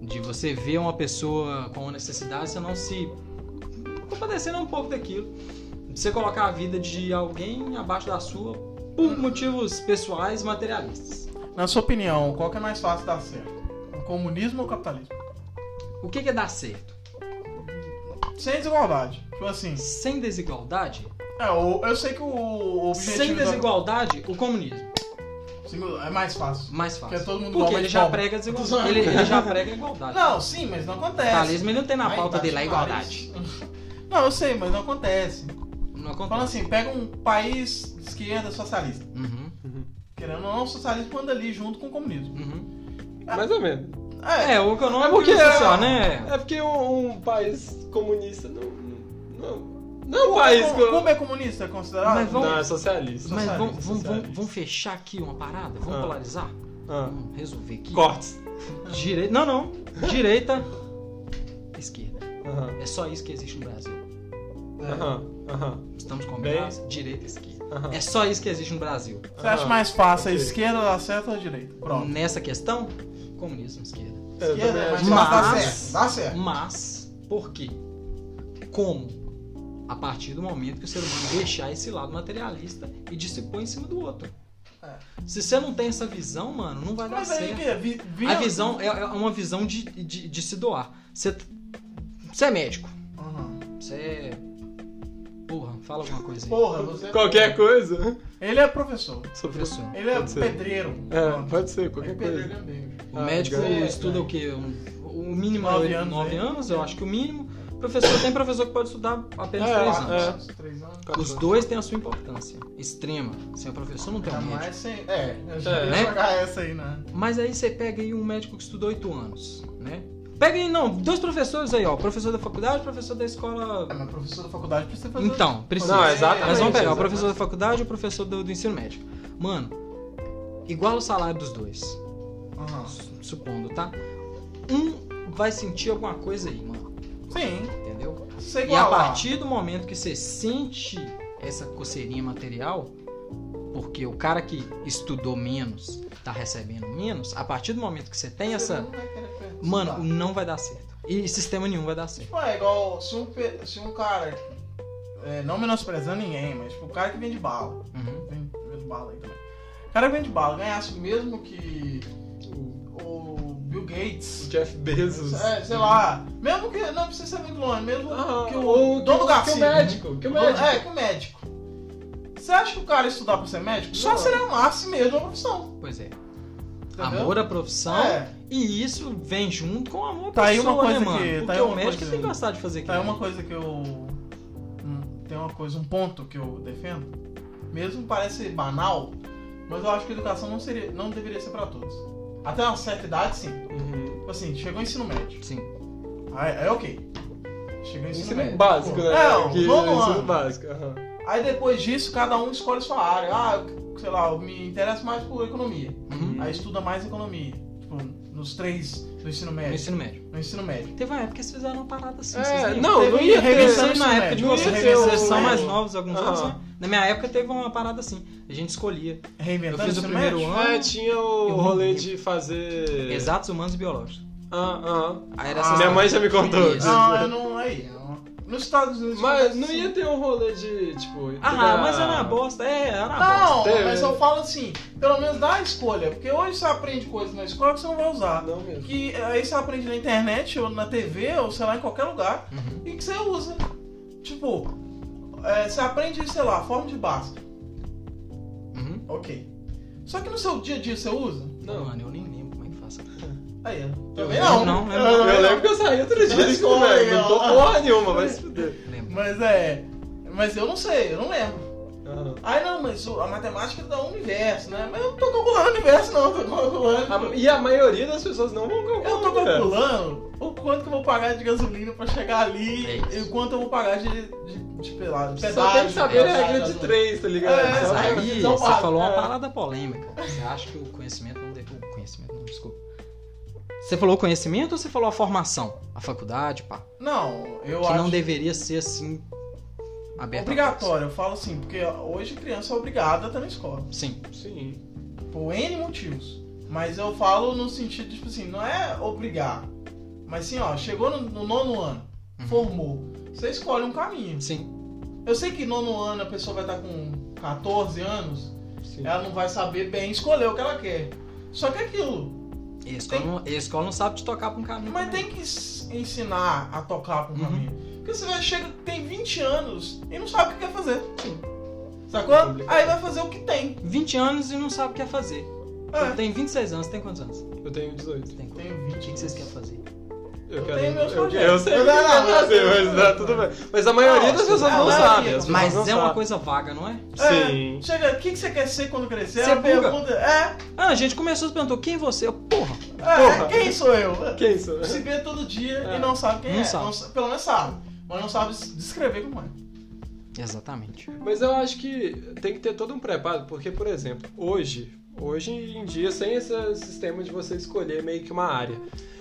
Speaker 3: De você ver uma pessoa com uma necessidade, você não se compadecendo um pouco daquilo. Você colocar a vida de alguém abaixo da sua por motivos pessoais materialistas.
Speaker 2: Na sua opinião, qual que é mais fácil dar certo? O comunismo ou o capitalismo?
Speaker 3: O que que é dar certo?
Speaker 2: Sem desigualdade. Tipo assim.
Speaker 3: Sem desigualdade?
Speaker 2: É, o- eu sei que o- o objetivo.
Speaker 3: Sem
Speaker 2: da-
Speaker 3: desigualdade, o comunismo.
Speaker 2: Sim, É mais fácil.
Speaker 3: Mais fácil.
Speaker 2: Porque é todo mundo
Speaker 3: Porque
Speaker 2: igual,
Speaker 3: ele
Speaker 2: mas
Speaker 3: já
Speaker 2: pobre.
Speaker 3: prega a desigualdade.
Speaker 2: Zoando.
Speaker 3: Ele, ele já prega a igualdade.
Speaker 2: Não, é sim, mas não
Speaker 3: o
Speaker 2: acontece.
Speaker 3: capitalismo ele não tem na
Speaker 2: Aí,
Speaker 3: pauta
Speaker 2: tá
Speaker 3: dele é a
Speaker 2: demais.
Speaker 3: igualdade.
Speaker 2: Não, eu sei, mas não acontece.
Speaker 3: Não
Speaker 2: Fala
Speaker 3: acontece.
Speaker 2: assim, pega um país de esquerda socialista.
Speaker 3: Uhum,
Speaker 2: Querendo ou não, o socialismo anda ali junto com o comunismo.
Speaker 3: uhum.
Speaker 1: Mais ou menos.
Speaker 3: É, o
Speaker 1: É
Speaker 3: econômico
Speaker 1: porque
Speaker 3: e o social,
Speaker 1: é-
Speaker 3: né?
Speaker 1: É porque um, um país comunista não. Não, não é um
Speaker 2: Cuba, é
Speaker 1: país.
Speaker 2: com-
Speaker 1: co-
Speaker 2: Cuba é comunista, é considerado?
Speaker 3: Mas vamos-
Speaker 1: Não, é socialista.
Speaker 3: Mas
Speaker 2: socialista,
Speaker 3: vamos, vamos,
Speaker 1: socialista.
Speaker 3: vamos, vamos fechar aqui uma parada? Vamos
Speaker 1: Ah.
Speaker 3: polarizar?
Speaker 1: Ah,
Speaker 3: Vamos resolver aqui.
Speaker 1: Cortes.
Speaker 3: Direita. Não, não. Direita. Esquerda.
Speaker 1: Aham,
Speaker 3: É só isso que existe no Brasil.
Speaker 1: aham, aham,
Speaker 3: Estamos combinados? Direita e esquerda.
Speaker 1: aham.
Speaker 2: Ah.
Speaker 3: É só isso que existe no Brasil.
Speaker 2: Você acha
Speaker 1: Aham.
Speaker 2: mais fácil a
Speaker 1: Ah, Ok. Hum,
Speaker 2: esquerda dar certo ou a direita? Pronto.
Speaker 3: Nessa questão, comunismo, esquerda.
Speaker 1: Eu
Speaker 2: Esquerda
Speaker 1: também
Speaker 2: é mais
Speaker 1: acho.
Speaker 3: Mas-
Speaker 2: fácil dar certo. Dá certo.
Speaker 3: Mas, por quê? Como? A partir do momento que o ser humano deixar esse lado materialista e dissipou em cima do outro.
Speaker 2: É.
Speaker 3: Se você não tem essa visão, mano, não vai dar
Speaker 2: Mas aí,
Speaker 3: certo.
Speaker 2: via, vi- via-
Speaker 3: A visão é, é uma visão de, de, de se doar. Você, você é médico.
Speaker 2: Aham.
Speaker 3: Você é. Porra, fala alguma coisa aí.
Speaker 2: Porra,
Speaker 1: é
Speaker 2: você...
Speaker 1: Qualquer coisa.
Speaker 2: Ele é professor.
Speaker 1: Sou
Speaker 3: Professor.
Speaker 2: Ele é
Speaker 1: Pode ser.
Speaker 2: pedreiro.
Speaker 1: É, pode ser,
Speaker 2: Ele é
Speaker 1: qualquer
Speaker 2: pedreiro
Speaker 1: coisa.
Speaker 2: gambeiro.
Speaker 3: O
Speaker 1: Ah,
Speaker 3: médico
Speaker 2: legal.
Speaker 3: estuda o quê? Um- o mínimo
Speaker 2: Nove
Speaker 3: é oito-
Speaker 2: anos,
Speaker 3: nove
Speaker 2: né?
Speaker 3: anos, eu acho que o mínimo. Professor tem professor que pode estudar apenas
Speaker 1: É,
Speaker 3: três
Speaker 1: é.
Speaker 3: anos.
Speaker 2: anos. Três anos.
Speaker 3: Os dois têm a sua importância extrema. Sem o professor não tem um médico.
Speaker 2: Jamais sem. É, eu já
Speaker 1: É,
Speaker 2: ia
Speaker 3: né?
Speaker 2: jogar essa aí, né?
Speaker 3: Mas aí você pega aí um médico que estudou oito anos, né? Pega aí, não, dois professores aí, ó. Professor da faculdade, professor da escola.
Speaker 2: É, mas professor da faculdade precisa fazer.
Speaker 3: Então, precisa.
Speaker 1: Não, exatamente.
Speaker 3: Mas vamos pegar o
Speaker 1: exatamente.
Speaker 3: professor da faculdade e o professor do, do ensino médio. Mano, igual o salário dos dois,
Speaker 2: Aham.
Speaker 3: su- supondo, tá? Um vai sentir alguma coisa aí, mano.
Speaker 2: Sim,
Speaker 3: Entendeu?
Speaker 2: isso é
Speaker 3: E a
Speaker 2: igual.
Speaker 3: partir do momento que você sente essa coceirinha material, porque o cara que estudou menos tá recebendo menos, a partir do momento que você tem essa. Mano, não vai dar certo. E sistema nenhum vai dar certo.
Speaker 2: Tipo, Tá. é igual se um, pe- se um cara. é, não menosprezando ninguém, mas tipo, o cara que vende bala.
Speaker 3: Uhum.
Speaker 2: Vende, vende bala aí também. O cara que vende bala ganhasse o mesmo que
Speaker 1: O
Speaker 2: o Bill Gates.
Speaker 1: Jeff Bezos.
Speaker 2: É, sei lá. Mesmo que. Não precisa ser muito longe, mesmo
Speaker 1: Ah,
Speaker 2: que o dono do
Speaker 1: Que o
Speaker 2: Garcia.
Speaker 1: médico, que o
Speaker 2: Dono-
Speaker 1: médico.
Speaker 2: É, que o médico. Você acha que o cara estudar pra ser médico? Só
Speaker 1: Não.
Speaker 2: se ele amasse mesmo a profissão.
Speaker 3: Pois é.
Speaker 2: Entendeu?
Speaker 3: Amor à profissão.
Speaker 2: É.
Speaker 3: E isso vem junto com o amor à
Speaker 2: Tá aí
Speaker 3: pessoa,
Speaker 2: uma coisa
Speaker 3: né, mano?
Speaker 2: que- tá
Speaker 3: Porque
Speaker 2: aí
Speaker 3: o
Speaker 2: uma
Speaker 3: médico
Speaker 2: coisa-
Speaker 3: tem que gostar de fazer aquilo.
Speaker 2: É uma coisa que eu. hum, Tem uma coisa, um ponto que eu defendo. Mesmo parece banal, mas eu acho que a educação não, seria, não deveria ser pra todos. Até uma certa idade, sim.
Speaker 1: Uhum.
Speaker 2: Tipo assim, chegou o ensino médio.
Speaker 3: Sim.
Speaker 2: Aí, aí ok. Chegou o ensino,
Speaker 1: Ensino
Speaker 2: médio.
Speaker 1: básico, né?
Speaker 2: É,
Speaker 1: Que-
Speaker 2: vamos lá.
Speaker 1: ensino básico. aham.
Speaker 2: Aí depois disso, cada um escolhe sua área. Ah, eu- sei lá, eu me interesso mais por economia.
Speaker 3: Uhum.
Speaker 2: Aí estuda mais economia. Tipo, nos três do ensino
Speaker 3: No
Speaker 2: médio.
Speaker 3: ensino médio.
Speaker 2: No ensino médio.
Speaker 3: Teve uma época que eles fizeram uma parada assim.
Speaker 1: É,
Speaker 3: vocês lembram?
Speaker 1: não,
Speaker 2: Teve um
Speaker 1: não ia ter.
Speaker 2: revisão
Speaker 3: Pensei na época de
Speaker 1: não ia
Speaker 3: vocês,
Speaker 1: ter o-
Speaker 3: vocês são mais novos alguns
Speaker 1: Aham.
Speaker 3: anos, né? Na minha época teve uma parada assim. A gente escolhia. Eu
Speaker 2: Reinventando
Speaker 3: fiz o
Speaker 2: esse
Speaker 3: primeiro
Speaker 2: método?
Speaker 3: ano.
Speaker 1: Ah, tinha o
Speaker 3: Eu
Speaker 1: rolê
Speaker 3: lembro.
Speaker 1: de fazer.
Speaker 3: Exatos humanos e biológicos.
Speaker 1: Ah,
Speaker 3: Aí era
Speaker 2: Ah,
Speaker 1: ah.
Speaker 3: essas
Speaker 1: Minha mãe já me contou.
Speaker 3: Isso.
Speaker 2: Não, eu não. Aí, ó. Nos Estados Unidos.
Speaker 1: Mas
Speaker 2: acontece
Speaker 1: não
Speaker 2: assim.
Speaker 1: ia ter um rolê de, tipo.
Speaker 3: Ah, mas era uma bosta. É, era uma bosta.
Speaker 2: Não,
Speaker 1: Teve.
Speaker 2: mas eu falo assim, pelo menos dá a escolha, porque hoje você aprende coisas na escola que você não vai usar.
Speaker 1: Não mesmo.
Speaker 2: Que aí você aprende na internet, ou na TV, ou sei lá, em qualquer lugar,
Speaker 3: Uhum.
Speaker 2: e que você usa. Tipo, é, você aprende, sei lá, forma de básica.
Speaker 3: Uhum.
Speaker 2: Ok. Só que no seu dia a dia você usa?
Speaker 1: Não.
Speaker 3: Mano, eu nem lembro como é que faço.
Speaker 2: Aí, eu
Speaker 1: Eu
Speaker 2: também
Speaker 3: lembro,
Speaker 2: não. Eu
Speaker 3: não, lembro.
Speaker 2: também
Speaker 1: Eu
Speaker 2: Ah, não.
Speaker 1: lembro que eu saí outro dia da
Speaker 2: Mas como
Speaker 1: escola,
Speaker 2: é,
Speaker 1: velho. Não tô
Speaker 2: ó?
Speaker 1: porra nenhuma, vai se fuder.
Speaker 3: Lembro.
Speaker 2: Mas é. Mas eu não sei, eu não lembro.
Speaker 1: Aham.
Speaker 2: Aí não, mas o- a matemática dá um universo, né? Mas eu não tô calculando o universo, não, eu tô calculando.
Speaker 1: A- E a maioria das pessoas não vão
Speaker 2: Eu tô
Speaker 1: calcular. velho.
Speaker 2: calculando o quanto que eu vou pagar de gasolina pra chegar ali
Speaker 3: É
Speaker 2: e
Speaker 3: isso.
Speaker 2: o quanto eu vou pagar de, de, de pelado.
Speaker 1: Só tem que saber né, a regra de três, tá ligado?
Speaker 2: É,
Speaker 1: Só-
Speaker 2: sabe?
Speaker 3: Aí
Speaker 2: São
Speaker 3: você
Speaker 2: Paulo,
Speaker 3: falou uma
Speaker 2: é.
Speaker 3: parada polêmica. Você acha que o conhecimento não deve. O conhecimento não, desculpa. Você falou conhecimento ou você falou a formação? A faculdade, pá.
Speaker 2: Não, eu
Speaker 3: que
Speaker 2: acho
Speaker 3: não deveria ser assim. Aberto a todos.
Speaker 2: obrigatório. Eu falo assim, porque hoje criança é obrigada a estar na escola.
Speaker 3: Sim.
Speaker 1: Sim.
Speaker 2: Por N motivos. Mas eu falo no sentido, tipo assim, não é obrigar. Mas sim, ó, chegou no, no nono ano,
Speaker 3: Uhum.
Speaker 2: formou. Você escolhe um caminho.
Speaker 3: Sim.
Speaker 2: Eu sei que nono ano a pessoa vai estar com 14 anos,
Speaker 1: Sim.
Speaker 2: ela não vai saber bem escolher o que ela quer. Só que é aquilo,
Speaker 3: E a escola, não, e a escola não sabe te tocar pra um caminho.
Speaker 2: Mas
Speaker 3: também.
Speaker 2: tem que s- ensinar a tocar com o
Speaker 3: Uhum.
Speaker 2: caminho. Porque você vai chega, tem 20 anos e não sabe o que quer fazer. Sacou?
Speaker 1: É complicado.
Speaker 2: Aí vai fazer o que tem.
Speaker 3: 20 anos e não sabe o que é fazer.
Speaker 2: É.
Speaker 3: Eu tenho 26 anos, tem quantos anos?
Speaker 1: Eu tenho 18.
Speaker 3: Tem quantos?
Speaker 2: Tenho
Speaker 3: O
Speaker 2: 20.
Speaker 3: que que vocês querem fazer?
Speaker 1: Eu,
Speaker 2: Eu
Speaker 1: quero.
Speaker 2: tenho meus
Speaker 1: eu,
Speaker 2: projetos.
Speaker 1: eu sei
Speaker 2: Eu
Speaker 1: o que eu
Speaker 2: não,
Speaker 1: quero
Speaker 2: não,
Speaker 1: fazer,
Speaker 2: não,
Speaker 1: mas
Speaker 2: não,
Speaker 1: tá
Speaker 2: não.
Speaker 1: tudo bem. Mas a maioria das
Speaker 2: Nossa,
Speaker 1: pessoas
Speaker 2: a
Speaker 1: não
Speaker 2: maioria,
Speaker 1: sabe. as pessoas
Speaker 3: Mas
Speaker 1: não
Speaker 3: é uma
Speaker 1: sabem.
Speaker 3: coisa vaga, não é?
Speaker 2: É,
Speaker 1: Sim.
Speaker 2: Chega, o que que você quer ser quando crescer?
Speaker 3: Você
Speaker 2: a
Speaker 3: buga.
Speaker 2: pergunta é,
Speaker 3: Ah, a gente começou e perguntou quem é você? Eu, porra,
Speaker 2: é,
Speaker 1: Porra.
Speaker 2: quem sou eu?
Speaker 1: Que isso?
Speaker 2: Se vê todo dia
Speaker 1: É.
Speaker 2: e não sabe quem
Speaker 3: Não
Speaker 2: é.
Speaker 3: sabe.
Speaker 2: sa- pelo menos sabe. Mas não sabe s- descrever como é.
Speaker 3: Exatamente.
Speaker 1: Mas eu acho que tem que ter todo um preparo, porque, por exemplo, hoje, hoje em dia, sem esse sistema de você escolher meio que uma área,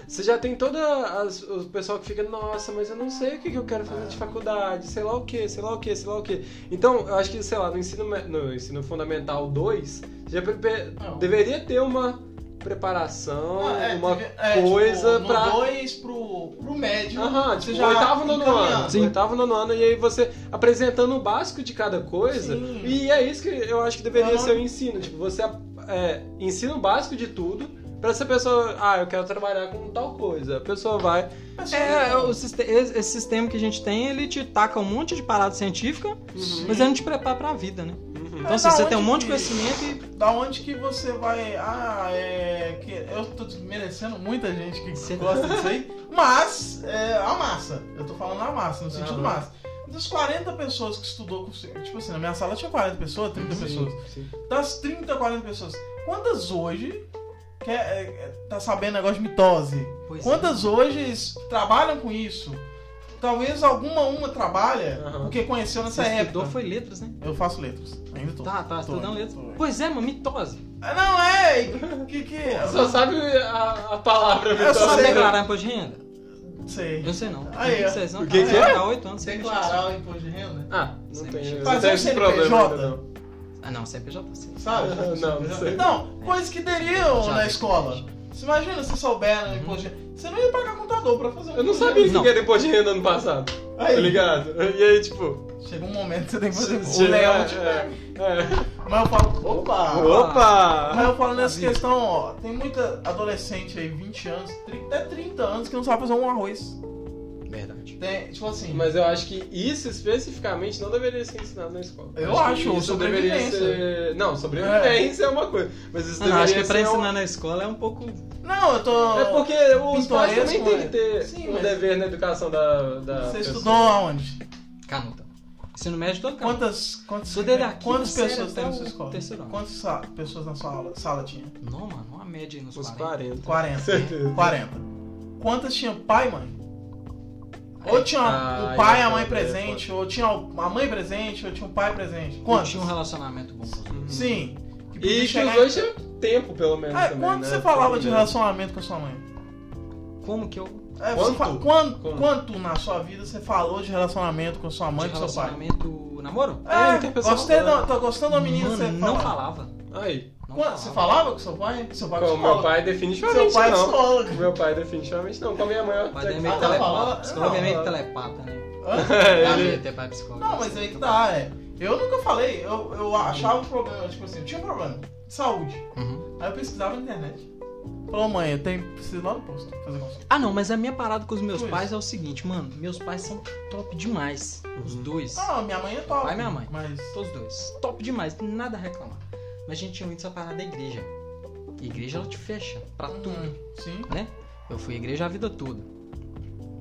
Speaker 1: você já tem todo o pessoal que fica, nossa, mas eu não sei o que, que eu quero
Speaker 2: Ah.
Speaker 1: fazer de faculdade, sei lá o que, sei lá o que, sei lá o que. Então, eu acho que, sei lá, no ensino, me- no ensino fundamental 2, já prepe-
Speaker 2: Não.
Speaker 1: deveria ter uma preparação,
Speaker 2: Ah, é,
Speaker 1: uma
Speaker 2: teve- é, tipo,
Speaker 1: coisa
Speaker 2: no
Speaker 1: pra.
Speaker 2: dois pro, pro médio.
Speaker 1: Aham, tipo,
Speaker 2: você já
Speaker 1: oitavo nono
Speaker 2: encaminhando.
Speaker 1: ano.
Speaker 3: Sim.
Speaker 1: Oitavo nono ano, e aí você apresentando o básico de cada coisa.
Speaker 2: Sim.
Speaker 1: E é isso que eu acho que deveria
Speaker 2: Aham.
Speaker 1: ser o ensino. Tipo, você é, ensina o básico de tudo pra essa pessoa. Ah, eu quero trabalhar com tal coisa. A pessoa vai.
Speaker 3: É, o siste- esse esse sistema que a gente tem, ele te taca um monte de parada científica,
Speaker 2: Sim.
Speaker 3: mas ele não te prepara pra vida, né?
Speaker 1: Uhum.
Speaker 3: Então,
Speaker 2: Mas
Speaker 3: assim,
Speaker 2: da
Speaker 3: você tem um
Speaker 2: onde
Speaker 3: monte de
Speaker 2: que-
Speaker 3: conhecimento
Speaker 2: Da onde que você vai. Ah, é. Que eu tô desmerecendo muita gente que
Speaker 3: Você-
Speaker 2: gosta disso aí. Mas é, a massa. Eu tô falando a massa, no sentido
Speaker 1: Aham.
Speaker 2: massa. Das 40 pessoas que estudou com. Tipo assim, na minha sala tinha 40 pessoas, 30 pessoas.
Speaker 1: Sim.
Speaker 2: Das 30, 40 pessoas, quantas hoje quer, é, é, tá sabendo negócio de mitose?
Speaker 3: e. Pois é.
Speaker 2: Quantas hoje trabalham com isso? Talvez alguma uma trabalha,
Speaker 1: Aham.
Speaker 2: porque conheceu nessa
Speaker 3: Você estudou
Speaker 2: época.
Speaker 3: foi letras, né?
Speaker 2: Eu faço letras, ainda tô.
Speaker 3: Tá, tá,
Speaker 2: Tô,
Speaker 3: estudando
Speaker 2: tô.
Speaker 3: letras. Pois é, mano, mitose.
Speaker 2: Ah, Não, é! Que que é?
Speaker 1: Só sabe a, a palavra então,
Speaker 2: Eu só
Speaker 1: mitose.
Speaker 3: Você
Speaker 2: sei.
Speaker 3: declarar imposto de renda?
Speaker 2: Sei.
Speaker 3: Eu sei não.
Speaker 2: Aí, ó.
Speaker 3: 26 não.
Speaker 1: O que que é?
Speaker 3: Tá 8 anos. sem mexer.
Speaker 2: o imposto de renda?
Speaker 1: Ah, não
Speaker 3: Sem
Speaker 1: tem.
Speaker 3: mexer.
Speaker 1: não
Speaker 2: Fazer
Speaker 1: tem
Speaker 2: um
Speaker 1: esse
Speaker 2: CNPJ.
Speaker 1: problema ainda, não.
Speaker 3: Ah, não, CNPJ sim.
Speaker 2: Sabe?
Speaker 1: Não, não sei.
Speaker 2: Então, coisas que teriam
Speaker 3: Já
Speaker 2: na
Speaker 3: vi.
Speaker 2: escola. Você imagina se souber no imposto de renda. Você não ia pagar contador pra fazer um
Speaker 1: Eu não
Speaker 2: imposto de
Speaker 1: sabia o
Speaker 3: Não.
Speaker 1: que era imposto de renda ano passado.
Speaker 2: renda.
Speaker 1: Tá
Speaker 2: Aí,
Speaker 1: ligado? E aí, tipo.
Speaker 2: Chega um momento que você tem que
Speaker 1: Chega,
Speaker 2: fazer o tipo, Ah. leão de
Speaker 1: é, é.
Speaker 2: Mas eu falo, opa! Mas
Speaker 1: Opa!
Speaker 2: eu falo nessa
Speaker 3: Vida.
Speaker 2: questão, ó. Tem muita adolescente aí, 20 anos, 30, até 30 anos, que não sabe fazer um arroz.
Speaker 3: Verdade.
Speaker 2: Tem, tipo assim.
Speaker 1: Mas eu acho que isso especificamente não deveria ser ensinado na escola.
Speaker 2: Eu
Speaker 1: que
Speaker 2: acho,
Speaker 1: isso deveria
Speaker 2: sobrevivência.
Speaker 1: ser. Não, sobrevivência é, uma coisa. Mas isso
Speaker 3: Ah, não,
Speaker 1: deveria
Speaker 3: acho que pra
Speaker 1: ser um-
Speaker 3: ensinar na escola é um pouco.
Speaker 2: Não, eu tô.
Speaker 1: É porque os pais
Speaker 2: Pintoresco,
Speaker 1: também têm
Speaker 2: é.
Speaker 1: que ter
Speaker 2: Sim,
Speaker 1: um
Speaker 2: mas-
Speaker 1: dever na educação da. da
Speaker 2: Você
Speaker 1: pessoa.
Speaker 2: estudou aonde?
Speaker 3: Canuta. Ensino médio todo canuta.
Speaker 2: Quantas, quantas, é,
Speaker 3: Estudei da quinta
Speaker 2: quantas
Speaker 3: série
Speaker 2: pessoas
Speaker 3: até
Speaker 2: tem na
Speaker 3: o
Speaker 2: sua escola?
Speaker 3: terceiro ano.
Speaker 2: Quantas sa- pessoas na sua aula- sala tinha?
Speaker 3: Não, mano, uma média aí nos
Speaker 1: Os
Speaker 3: 40.
Speaker 1: 40.
Speaker 2: 40.
Speaker 1: Certeza.
Speaker 2: 40. Quantas tinha pai e mãe?
Speaker 3: É.
Speaker 2: Ou tinha
Speaker 1: Ah,
Speaker 2: o pai e a
Speaker 1: é foda,
Speaker 2: mãe
Speaker 1: é
Speaker 2: presente, ou tinha a mãe presente, ou tinha o pai presente.
Speaker 3: Não
Speaker 2: Quantos?
Speaker 3: tinha um relacionamento bom com os outros.
Speaker 2: Sim. Que podia
Speaker 1: E Uhum. que
Speaker 2: chegar
Speaker 1: os
Speaker 2: em-
Speaker 1: dois tinham tempo, pelo menos.
Speaker 2: Ah,
Speaker 1: também,
Speaker 2: quando
Speaker 1: né?
Speaker 2: você falava de
Speaker 1: Porque-
Speaker 2: relacionamento com a sua mãe?
Speaker 3: Como que eu.
Speaker 2: É,
Speaker 1: Quanto?
Speaker 2: você fa- quan-
Speaker 1: Quanto?
Speaker 2: quanto na sua vida você falou de relacionamento com a sua mãe e
Speaker 3: de
Speaker 2: com seu pai?
Speaker 3: relacionamento namoro?
Speaker 1: É,
Speaker 2: É,
Speaker 1: interpessoal.
Speaker 2: gostei da, tô gostando da menina
Speaker 3: Mano,
Speaker 2: você
Speaker 3: não
Speaker 2: fala.
Speaker 3: falava.
Speaker 1: Aí.
Speaker 3: Não
Speaker 2: Quando- Você falava com seu pai? Seu pai é
Speaker 1: Com o meu
Speaker 2: psicólogo.
Speaker 1: pai,
Speaker 2: Seu
Speaker 1: definitivamente
Speaker 2: pai é
Speaker 1: não.
Speaker 2: psicólogo.
Speaker 1: Com meu pai, definitivamente não. Com a minha mãe, eu
Speaker 3: Mas daí é
Speaker 1: até
Speaker 3: meio
Speaker 2: Ah,
Speaker 1: que falo.
Speaker 3: telepata.
Speaker 2: falava- É.
Speaker 3: Psicólogo é meio
Speaker 1: não.
Speaker 3: telepata, né?
Speaker 2: Hã?
Speaker 3: Dá
Speaker 1: Ele-
Speaker 3: meio ter pai psicólogo.
Speaker 2: Não, mas aí que dá, é. Eu nunca falei, eu, eu achava o problema, tipo assim, eu tinha um problema de saúde.
Speaker 3: Uhum.
Speaker 2: Aí eu pesquisava na internet. Falou, mãe, eu tenho, preciso ir lá no posto fazer consulta.
Speaker 3: Ah, não, mas a minha parada com os meus
Speaker 2: Pois.
Speaker 3: pais é o seguinte, mano. Meus pais são top demais. Os
Speaker 1: Uhum.
Speaker 3: dois.
Speaker 2: Ah, minha mãe é top.
Speaker 3: Vai minha mãe.
Speaker 2: Mas.
Speaker 3: Os dois. Top demais, tem nada a reclamar. Mas a gente tinha muito essa parada da igreja. E igreja ela te fecha pra tudo,
Speaker 2: Hum, Sim.
Speaker 3: né? Eu fui à igreja a vida toda.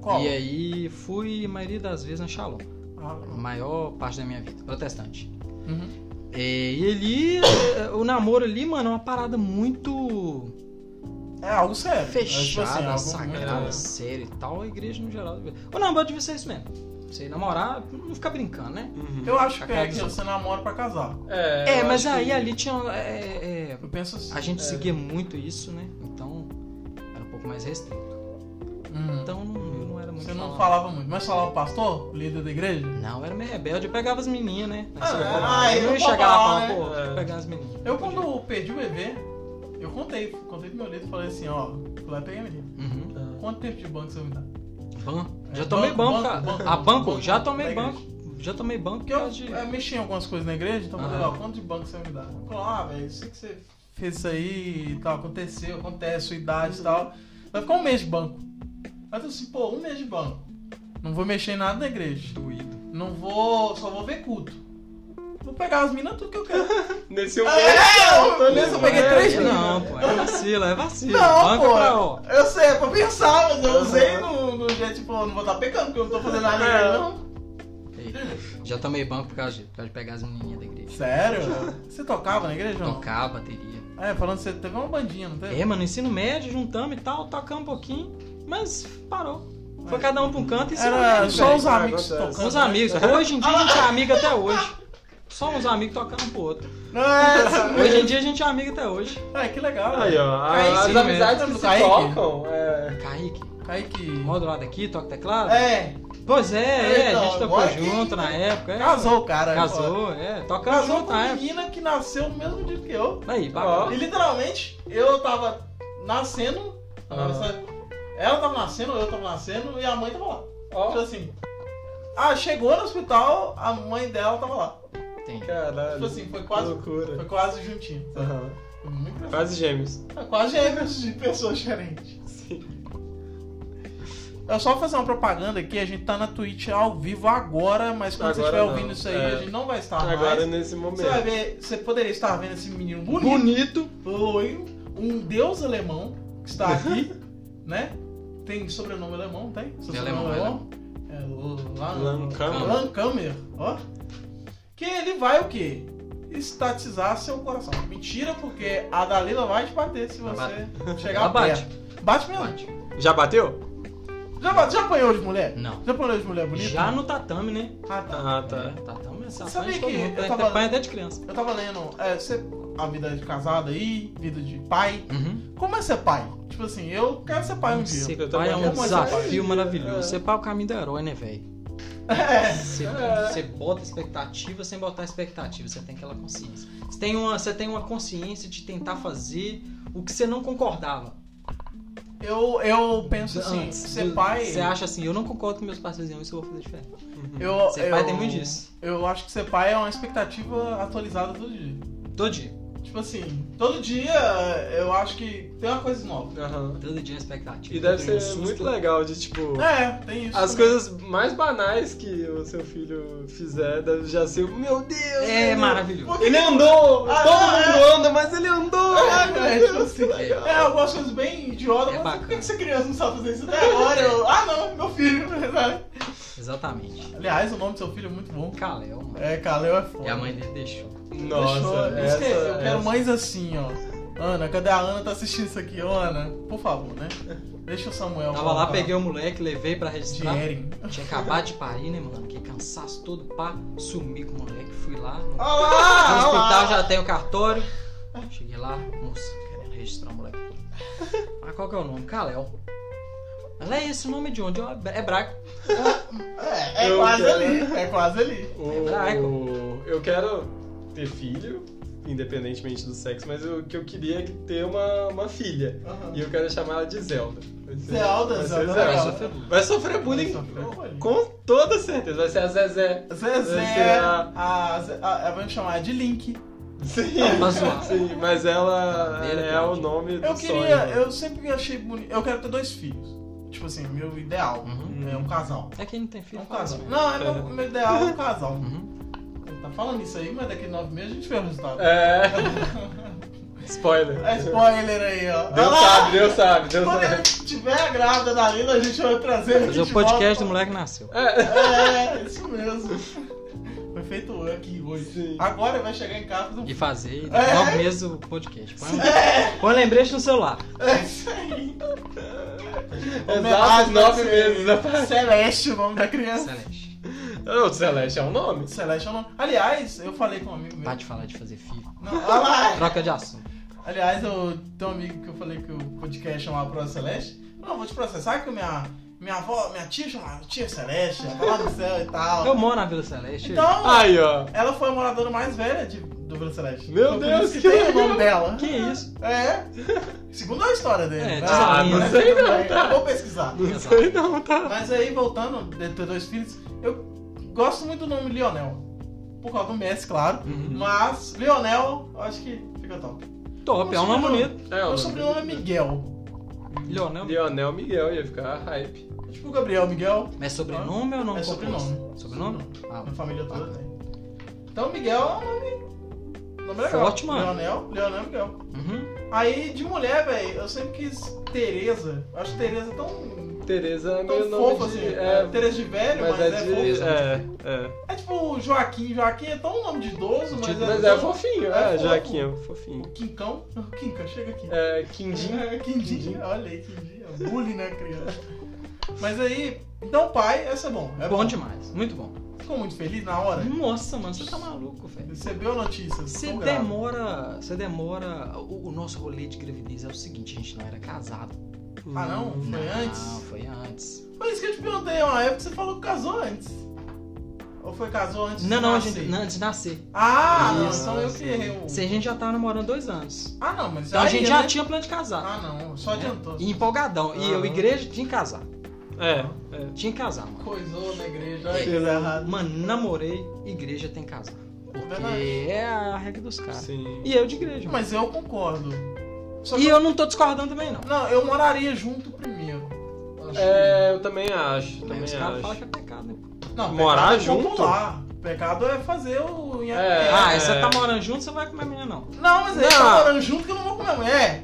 Speaker 2: Qual?
Speaker 3: E aí fui a maioria das vezes na Shalom.
Speaker 2: Ah,
Speaker 3: A maior parte da minha vida. Protestante.
Speaker 2: uhum.
Speaker 3: É, E ali, é, o namoro ali, mano, é uma parada muito
Speaker 2: É algo sério.
Speaker 3: fechada,
Speaker 2: é, tipo assim, algo
Speaker 3: sagrada,
Speaker 2: muito-
Speaker 3: séria e tal. A igreja no geral. O namoro devia ser isso mesmo. Você namorar, não ficar brincando, né?
Speaker 1: Uhum.
Speaker 2: Eu acho que
Speaker 3: Pra
Speaker 2: é
Speaker 3: cada
Speaker 2: que
Speaker 3: um.
Speaker 2: você namora pra casar.
Speaker 1: É,
Speaker 3: É,
Speaker 1: eu
Speaker 3: mas
Speaker 1: acho
Speaker 3: aí
Speaker 1: que-
Speaker 3: ali tinha. é, é,
Speaker 2: Eu penso assim.
Speaker 3: A gente
Speaker 1: É.
Speaker 3: seguia muito isso, né? Então era um pouco mais restrito.
Speaker 2: Hum.
Speaker 3: Então não- eu não era muito.
Speaker 2: Você não
Speaker 3: falado.
Speaker 2: falava muito, mas falava o pastor, líder da igreja?
Speaker 3: Não, eu era meio rebelde, eu pegava as meninas, né?
Speaker 2: Ah,
Speaker 3: Assim,
Speaker 2: é.
Speaker 3: pô,
Speaker 2: Ah,
Speaker 3: eu
Speaker 2: eu
Speaker 3: não chegava lá e
Speaker 2: vou
Speaker 3: falava, pô,
Speaker 1: falar, né?
Speaker 3: tem que pegar as meninas.
Speaker 2: Eu quando eu perdi o bebê, eu contei, contei pro meu líder e falei assim, ó, fui lá e peguei a menina.
Speaker 3: Uhum.
Speaker 2: Quanto tempo de banco você me dá?
Speaker 3: Ban.
Speaker 2: É,
Speaker 3: Já tomei
Speaker 2: banco,
Speaker 3: banco,
Speaker 2: banco,
Speaker 3: cara.
Speaker 2: banco,
Speaker 3: Ah, banco,
Speaker 2: banco,
Speaker 3: já tomei
Speaker 2: da
Speaker 3: banco. Já tomei banco por
Speaker 2: Porque eu, é
Speaker 3: causa de.
Speaker 2: eu mexi em algumas coisas na igreja, então eu falei,
Speaker 3: Aham.
Speaker 2: ó, quanto de banco você vai me dar? Ele falou, ah, velho, eu sei que você fez isso aí e tal, aconteceu, acontece, sua idade e tal. Vai ficar um mês de banco. Aí eu falei assim, pô, um mês de banco. Não vou mexer em nada na igreja.
Speaker 3: Doído.
Speaker 2: Não vou. só vou ver culto. Vou pegar as minas tudo que eu quero.
Speaker 1: Nesse um
Speaker 2: Ah, é, eu-
Speaker 1: mês,
Speaker 2: nesse eu peguei
Speaker 3: É,
Speaker 2: três meninas.
Speaker 3: Não, pô, é vacilo, é vacilo.
Speaker 2: Não,
Speaker 3: banco
Speaker 2: pô.
Speaker 3: pra ó.
Speaker 2: Eu sei, é pra pensar, mas eu
Speaker 1: Aham.
Speaker 2: usei no, no jeito, tipo, eu não vou estar pecando, porque eu não tô fazendo nada
Speaker 1: É.
Speaker 2: é. não.
Speaker 3: Ei, Já tomei banco por causa de, por causa de pegar as menininhas da igreja.
Speaker 2: Sério? Você tocava na igreja? ou não?
Speaker 3: Tocar a bateria.
Speaker 2: É, falando que você teve uma bandinha, não teve?
Speaker 3: É, mano, ensino médio, juntamos e tal, tocamos um pouquinho, mas parou. Foi
Speaker 2: É.
Speaker 3: cada um pra um canto e ensino
Speaker 2: Era
Speaker 3: médio,
Speaker 2: só
Speaker 3: velho.
Speaker 2: os amigos
Speaker 1: Acontece.
Speaker 2: tocando.
Speaker 3: Uns amigos. Hoje em dia a gente é amigo até hoje. Só uns amigos tocando um pro outro.
Speaker 2: Não, é, isso
Speaker 3: Hoje em
Speaker 2: mesmo.
Speaker 3: dia a gente é amigo até hoje.
Speaker 2: Ai, que legal.
Speaker 1: Aí, ó. a-
Speaker 3: Kaique,
Speaker 1: As
Speaker 3: né?
Speaker 1: amizades que
Speaker 2: Do
Speaker 1: se
Speaker 2: Kaique?
Speaker 1: tocam. É.
Speaker 3: Kaique,
Speaker 2: Kaique.
Speaker 3: modulado aqui, toca teclado.
Speaker 2: É,
Speaker 3: Pois é, é,
Speaker 2: Então,
Speaker 3: a gente tocou
Speaker 2: agora que-
Speaker 3: junto na época. É.
Speaker 2: casou o cara.
Speaker 3: Casou, é.
Speaker 2: Pô.
Speaker 3: Tocamos
Speaker 2: Casou
Speaker 3: junto
Speaker 2: com
Speaker 3: na
Speaker 2: uma
Speaker 3: época.
Speaker 2: menina que nasceu no mesmo dia que eu.
Speaker 3: Aí, bacana.
Speaker 2: E literalmente, eu tava nascendo. agora
Speaker 1: Ah.
Speaker 2: sabe? Ela tava nascendo, eu tava nascendo e a mãe tava lá. Tipo
Speaker 1: Ó,
Speaker 2: assim. Ah, chegou no hospital, a mãe dela tava lá.
Speaker 3: Tem.
Speaker 2: Tipo
Speaker 1: caralho.
Speaker 2: assim, foi
Speaker 1: Que
Speaker 2: quase. Foi
Speaker 1: loucura.
Speaker 2: quase juntinho. sabe?
Speaker 1: Aham.
Speaker 2: Foi muito engraçado.
Speaker 1: Quase gêmeos.
Speaker 2: É quase gêmeos de pessoas diferentes. É só fazer uma propaganda aqui, a gente tá na Twitch ao vivo agora, mas quando você
Speaker 1: Agora
Speaker 2: estiver
Speaker 1: não,
Speaker 2: ouvindo isso aí,
Speaker 1: é.
Speaker 2: a gente não vai estar
Speaker 1: Agora é
Speaker 2: mais.
Speaker 1: nesse
Speaker 2: Tá, Você vai
Speaker 1: momento.
Speaker 2: ver, você poderia estar vendo esse menino bonito,
Speaker 3: Bonito.
Speaker 2: loiro, um deus alemão que está aqui, né? Tem sobrenome alemão, tem? Seu
Speaker 3: Tem
Speaker 2: sobrenome
Speaker 3: alemão,
Speaker 2: É lá,
Speaker 1: Lancama.
Speaker 2: Lan Kammer, ó. Que ele vai o quê? Estatizar seu coração. Mentira, porque a Dalila vai te bater se
Speaker 3: Vai
Speaker 2: você
Speaker 3: Ela
Speaker 2: chegar
Speaker 3: bate.
Speaker 2: perto. Bate mesmo.
Speaker 3: Bate.
Speaker 1: Já bateu?
Speaker 2: Já, bate- já apanhou de mulher?
Speaker 3: Não.
Speaker 2: Já apanhou de mulher bonita?
Speaker 3: Já no tatame, né?
Speaker 2: Ah, tá.
Speaker 1: Ah,
Speaker 3: É,
Speaker 1: tá.
Speaker 3: tatame
Speaker 2: Sabia
Speaker 3: é safado de todo
Speaker 2: que
Speaker 3: mundo.
Speaker 2: eu
Speaker 3: Tem
Speaker 2: tava-
Speaker 3: apanha até de criança.
Speaker 2: Eu tava lendo, é, você, a vida de casado aí, vida de pai.
Speaker 3: Uhum.
Speaker 2: Como é ser pai? Tipo assim, eu quero ser pai um dia.
Speaker 3: Ser
Speaker 1: Eu
Speaker 3: pai
Speaker 1: também
Speaker 3: é um
Speaker 1: quero
Speaker 2: ser
Speaker 3: desafio
Speaker 1: pai. É.
Speaker 3: maravilhoso. Ser pai é o caminho do herói, né, velho?
Speaker 2: É.
Speaker 3: Você,
Speaker 1: É.
Speaker 3: você bota expectativa sem botar expectativa. Você tem aquela consciência. Você tem, uma, você tem uma consciência de tentar fazer o que você não concordava.
Speaker 2: Eu, eu penso assim,
Speaker 3: antes.
Speaker 2: ser
Speaker 3: Do-
Speaker 2: pai.
Speaker 3: Você acha assim, eu não concordo com meus pais faziam isso, eu vou fazer diferente.
Speaker 2: eu,
Speaker 3: Ser pai
Speaker 2: eu-
Speaker 3: tem muito disso.
Speaker 2: Eu acho que ser pai é uma expectativa atualizada todo dia.
Speaker 3: Todo dia.
Speaker 2: Tipo assim, todo dia eu acho que tem uma coisa nova.
Speaker 1: Aham.
Speaker 3: Todo dia é expectativa.
Speaker 1: E deve
Speaker 3: todo dia é um
Speaker 1: ser
Speaker 3: susto.
Speaker 1: muito legal de tipo.
Speaker 2: É, tem isso.
Speaker 1: As
Speaker 2: também.
Speaker 1: coisas mais banais que o seu filho fizer deve já ser, meu Deus!
Speaker 3: É
Speaker 1: meu
Speaker 3: maravilhoso.
Speaker 1: Deus. Ele andou!
Speaker 2: Ah,
Speaker 1: todo
Speaker 2: não,
Speaker 1: mundo anda, mas ele andou! Ai,
Speaker 2: É,
Speaker 1: meu
Speaker 2: tipo
Speaker 1: Deus, que
Speaker 2: assim,
Speaker 1: legal.
Speaker 2: É, algumas coisas bem idiotas, mas
Speaker 3: É
Speaker 2: por
Speaker 3: bacana.
Speaker 2: que que você criança não sabe fazer isso até agora? Eu, ah não, meu filho, sabe?
Speaker 3: Exatamente.
Speaker 2: Aliás, o nome do seu filho é muito bom.
Speaker 3: Caléu, mano.
Speaker 2: É, Kaleu é foda.
Speaker 3: E a mãe dele deixou.
Speaker 1: Nossa,
Speaker 2: Fechou. Isso
Speaker 1: essa,
Speaker 2: que eu quero
Speaker 1: essa-
Speaker 2: mães assim, ó. Ana, cadê a Ana? Tá assistindo isso aqui, Ô, Ana. Por favor, né? Deixa o Samuel.
Speaker 3: Tava lá, peguei o moleque, levei pra registrar.
Speaker 2: Dieren.
Speaker 3: Tinha acabado de parir, né, mano? Que cansaço todo, pá. Sumi com o moleque, fui lá. No
Speaker 1: Ah,
Speaker 2: Olha lá!
Speaker 3: No
Speaker 2: olha lá.
Speaker 3: hospital já tem o cartório. Cheguei lá, moça, querendo registrar o moleque. Mas qual que é o nome? Kalel. Ela é esse o nome de onde? Ó, É Braco.
Speaker 2: É, é
Speaker 1: Eu
Speaker 2: quase
Speaker 1: quero.
Speaker 2: ali, é quase ali.
Speaker 1: O... Eu quero ter filho, independentemente do sexo, mas o que eu queria é que ter uma, uma filha.
Speaker 2: Aham.
Speaker 1: E eu quero chamar ela de Zelda. Vai ser-
Speaker 2: Zelda,
Speaker 1: vai ser
Speaker 2: Zelda,
Speaker 1: Zelda.
Speaker 2: legal.
Speaker 1: Vai sofrer bullying com toda certeza. Vai ser a Zezé. Vai ser
Speaker 3: é
Speaker 2: Zezé,
Speaker 1: a-
Speaker 2: a, Ze- a, a, vamos chamar de Link.
Speaker 1: Sim,
Speaker 3: Pra zoar.
Speaker 1: sim, mas ela
Speaker 3: Primeiro
Speaker 1: é
Speaker 3: grande.
Speaker 1: o nome do
Speaker 2: Eu
Speaker 1: sonho.
Speaker 3: né?
Speaker 2: queria, eu sempre achei bonito. Eu quero ter dois filhos. Tipo assim, meu ideal
Speaker 3: Uhum.
Speaker 2: é um casal.
Speaker 3: É quem não tem
Speaker 2: É
Speaker 3: filho.
Speaker 2: um
Speaker 3: fala.
Speaker 2: casal. Não, é meu, meu ideal é um casal.
Speaker 3: Uhum.
Speaker 2: Ele Tá falando isso aí, mas daqui nove meses a gente vê o resultado.
Speaker 1: É. Spoiler.
Speaker 2: É spoiler aí, ó.
Speaker 1: Deus
Speaker 2: Ah,
Speaker 1: sabe, Deus sabe, Deus
Speaker 2: Quando
Speaker 1: sabe.
Speaker 2: ele tiver a grávida da Lila, a gente vai trazer ele.
Speaker 3: Mas o um podcast do moleque nasceu.
Speaker 1: É.
Speaker 2: É, isso mesmo. Foi feito aqui hoje.
Speaker 1: Sim.
Speaker 2: Agora vai chegar em casa do.
Speaker 3: E fazer
Speaker 2: É.
Speaker 3: nove meses o podcast. Põe, um- põe um lembrete no celular.
Speaker 2: É isso aí.
Speaker 1: Exatos nove meses da
Speaker 2: Celeste, o nome da criança.
Speaker 3: Excelente.
Speaker 1: O Celeste é um nome?
Speaker 2: Celeste é o nome. Aliás, eu falei com um amigo meu.
Speaker 3: Para Tá de falar de fazer filho.
Speaker 2: Não, olha lá.
Speaker 3: Troca de assunto.
Speaker 2: Aliás, eu tenho um amigo que eu falei que o podcast chamava Pro Celeste. Não, vou te processar que minha, minha avó, minha tia chamava tia Celeste, ela tá lá no céu e tal.
Speaker 3: Eu moro na Vila Celeste.
Speaker 2: Então,
Speaker 1: Aí, ó.
Speaker 2: ela foi a moradora mais velha de, do Vila Celeste.
Speaker 1: Meu
Speaker 2: Então, por
Speaker 1: Deus,
Speaker 2: isso
Speaker 1: que
Speaker 2: que tem o
Speaker 1: legal.
Speaker 2: nome dela.
Speaker 3: Que isso?
Speaker 2: É. Segundo a história dele.
Speaker 3: É,
Speaker 2: né?
Speaker 3: diz a
Speaker 2: Ah,
Speaker 3: lenda.
Speaker 2: mas
Speaker 1: Não sei
Speaker 2: tudo
Speaker 1: não,
Speaker 2: bem,
Speaker 1: tá?
Speaker 2: eu Vou pesquisar.
Speaker 1: Não
Speaker 3: Exato.
Speaker 1: sei não, tá?
Speaker 2: Mas aí, voltando, de ter dois filhos, eu gosto muito do nome Lionel. Por causa do Messi, claro.
Speaker 3: Uhum.
Speaker 2: Mas, Lionel, eu acho que fica top.
Speaker 3: Top, é um nome né? bonito.
Speaker 1: É,
Speaker 2: Meu sobrenome é Miguel.
Speaker 3: Leonel.
Speaker 1: Lionel Miguel ia ficar hype.
Speaker 2: Tipo o Gabriel Miguel,
Speaker 3: Mas é sobrenome ou nome
Speaker 2: É
Speaker 3: composto?
Speaker 2: sobrenome.
Speaker 3: Sobrenome? Ah,
Speaker 2: Minha família toda
Speaker 3: Ah, tá.
Speaker 2: tem. Então Miguel é um nome. Nome legal.
Speaker 3: Forte, mano.
Speaker 2: Leonel, Leonel Miguel.
Speaker 3: uhum.
Speaker 2: Aí de mulher, velho, eu sempre quis Tereza. Eu acho Tereza tão.
Speaker 1: Tereza é meu
Speaker 2: tão
Speaker 1: nome
Speaker 2: fofa
Speaker 1: de...
Speaker 2: assim.
Speaker 1: É,
Speaker 2: Tereza de velho, mas,
Speaker 1: mas é
Speaker 2: é,
Speaker 1: de...
Speaker 2: fofo.
Speaker 1: É, é.
Speaker 2: É tipo Joaquim. Joaquim é tão nome de idoso, mas, é.
Speaker 1: Mas é fofinho,
Speaker 2: É
Speaker 1: é,
Speaker 2: fofo.
Speaker 1: Joaquinho, fofinho.
Speaker 2: Quincão. Quinca, chega aqui.
Speaker 1: É, Quindim.
Speaker 2: É, Quindim. Olha aí, Quindim. É bullying, né, criança? Mas aí, então pai, essa é bom. É
Speaker 3: bom demais. Muito bom.
Speaker 2: Ficou muito feliz na hora?
Speaker 3: Nossa, mano, você tá maluco, velho.
Speaker 2: Recebeu notícias.
Speaker 3: Você
Speaker 2: ficou grávida.
Speaker 3: demora. Você demora. O, o nosso rolê de gravidez é o seguinte, a gente não era casado.
Speaker 2: Ah, não? Foi
Speaker 3: Não,
Speaker 2: antes?
Speaker 3: foi antes.
Speaker 2: Foi isso que eu te perguntei uma época, você falou que casou antes. Ou foi casou antes
Speaker 3: Não,
Speaker 2: de
Speaker 3: não, a
Speaker 2: nascer?
Speaker 3: gente, não, antes de nascer.
Speaker 2: Ah, não,
Speaker 3: Isso.
Speaker 2: então eu que errei o...
Speaker 3: Se a gente já tava namorando dois anos.
Speaker 2: Ah, não, mas
Speaker 3: Então a
Speaker 2: aí,
Speaker 3: gente
Speaker 2: né?
Speaker 3: já tinha plano de casar.
Speaker 2: Ah, não, só adiantou.
Speaker 3: E empolgadão. E eu,
Speaker 1: Aham.
Speaker 3: igreja, tinha que casar.
Speaker 1: É, é.
Speaker 3: Tinha que casar, mano.
Speaker 2: Coisou na igreja, olha
Speaker 1: Fez
Speaker 2: errado.
Speaker 3: É. Mano, namorei, igreja tem que casar. Porque
Speaker 2: Verdade.
Speaker 3: é a regra dos caras.
Speaker 1: Sim.
Speaker 3: E eu de igreja. mano.
Speaker 2: Mas eu concordo. Só
Speaker 3: E
Speaker 2: que...
Speaker 3: eu não tô discordando também, não.
Speaker 2: Não, eu moraria junto primeiro. Acho
Speaker 1: É, eu também acho, também
Speaker 3: Os caras falam
Speaker 1: acho.
Speaker 3: que é pecado, né? pô?
Speaker 2: que- Não,
Speaker 1: morar
Speaker 2: pecado é
Speaker 1: junto?
Speaker 2: popular. Pecado é fazer o... em
Speaker 1: É.
Speaker 2: até.
Speaker 3: Ah, e você tá morando junto, você vai comer a menina, não.
Speaker 2: Não, mas aí
Speaker 1: Não.
Speaker 2: tá morando junto que eu não vou comer. É.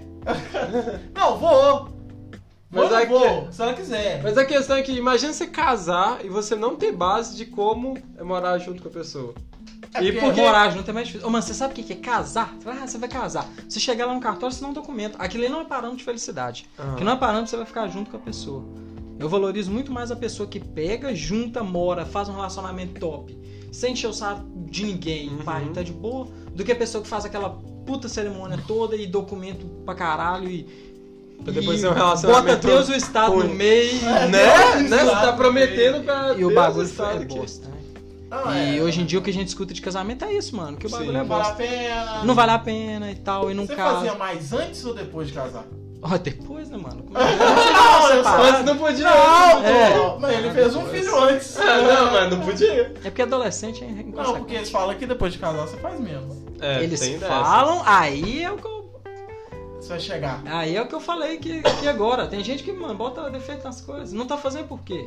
Speaker 2: não, vou. Vou,
Speaker 1: Mas
Speaker 2: não
Speaker 1: é que-
Speaker 2: vou. Se ela quiser.
Speaker 1: Mas a questão é que, imagina você casar e você não ter base de como é morar junto com a pessoa.
Speaker 2: É
Speaker 1: e
Speaker 2: porque-
Speaker 1: por
Speaker 3: Porque morar junto é mais difícil. Ô, mano, você sabe o que que é casar? Você fala, ah, você vai casar. Você chegar lá no cartório, você não documenta. Aquilo ali não é parâmetro de felicidade.
Speaker 1: Ah.
Speaker 3: Que não é parâmetro, você vai ficar junto com a pessoa. Eu valorizo muito mais a pessoa que pega, junta, mora, faz um relacionamento top, sem encher o saco de ninguém,
Speaker 1: Uhum.
Speaker 3: pai, tá de boa, do que a pessoa que faz aquela puta cerimônia toda e documento pra caralho e.
Speaker 1: Pra depois
Speaker 3: e
Speaker 1: ser um relacionamento
Speaker 3: é Bota Deus e o Estado
Speaker 1: ruim.
Speaker 3: no meio.
Speaker 1: Né?
Speaker 2: Deus
Speaker 1: Né? Você tá
Speaker 2: sabe.
Speaker 1: prometendo pra
Speaker 3: E o
Speaker 1: Deus
Speaker 3: bagulho
Speaker 1: sabe
Speaker 3: é
Speaker 1: que-
Speaker 3: bosta, né?
Speaker 2: Não,
Speaker 3: E
Speaker 2: é.
Speaker 3: hoje em dia o que a gente escuta de casamento é isso, mano. Que o
Speaker 1: Sim.
Speaker 3: bagulho é
Speaker 2: Não vale
Speaker 3: bosta.
Speaker 2: a pena.
Speaker 3: Não vale a pena e tal, e não
Speaker 2: Você
Speaker 3: casa.
Speaker 2: fazia mais antes ou depois de casar?
Speaker 3: Ó, depois, né, mano? Como é que você já
Speaker 2: Não, eu
Speaker 3: separa?
Speaker 1: Antes não podia.
Speaker 2: Não,
Speaker 3: É.
Speaker 2: não. Mas ele fez um filho antes.
Speaker 1: Ah, não, mas não podia.
Speaker 3: É porque adolescente é inconsequente.
Speaker 2: Não, porque eles falam que depois de casar você faz menos.
Speaker 1: É,
Speaker 3: Eles
Speaker 1: tem dessa.
Speaker 3: falam, aí é o que eu.
Speaker 2: Você vai chegar.
Speaker 3: Aí é o que eu falei que, que agora. Tem gente que, mano, bota defeito nas coisas. Não tá fazendo por quê?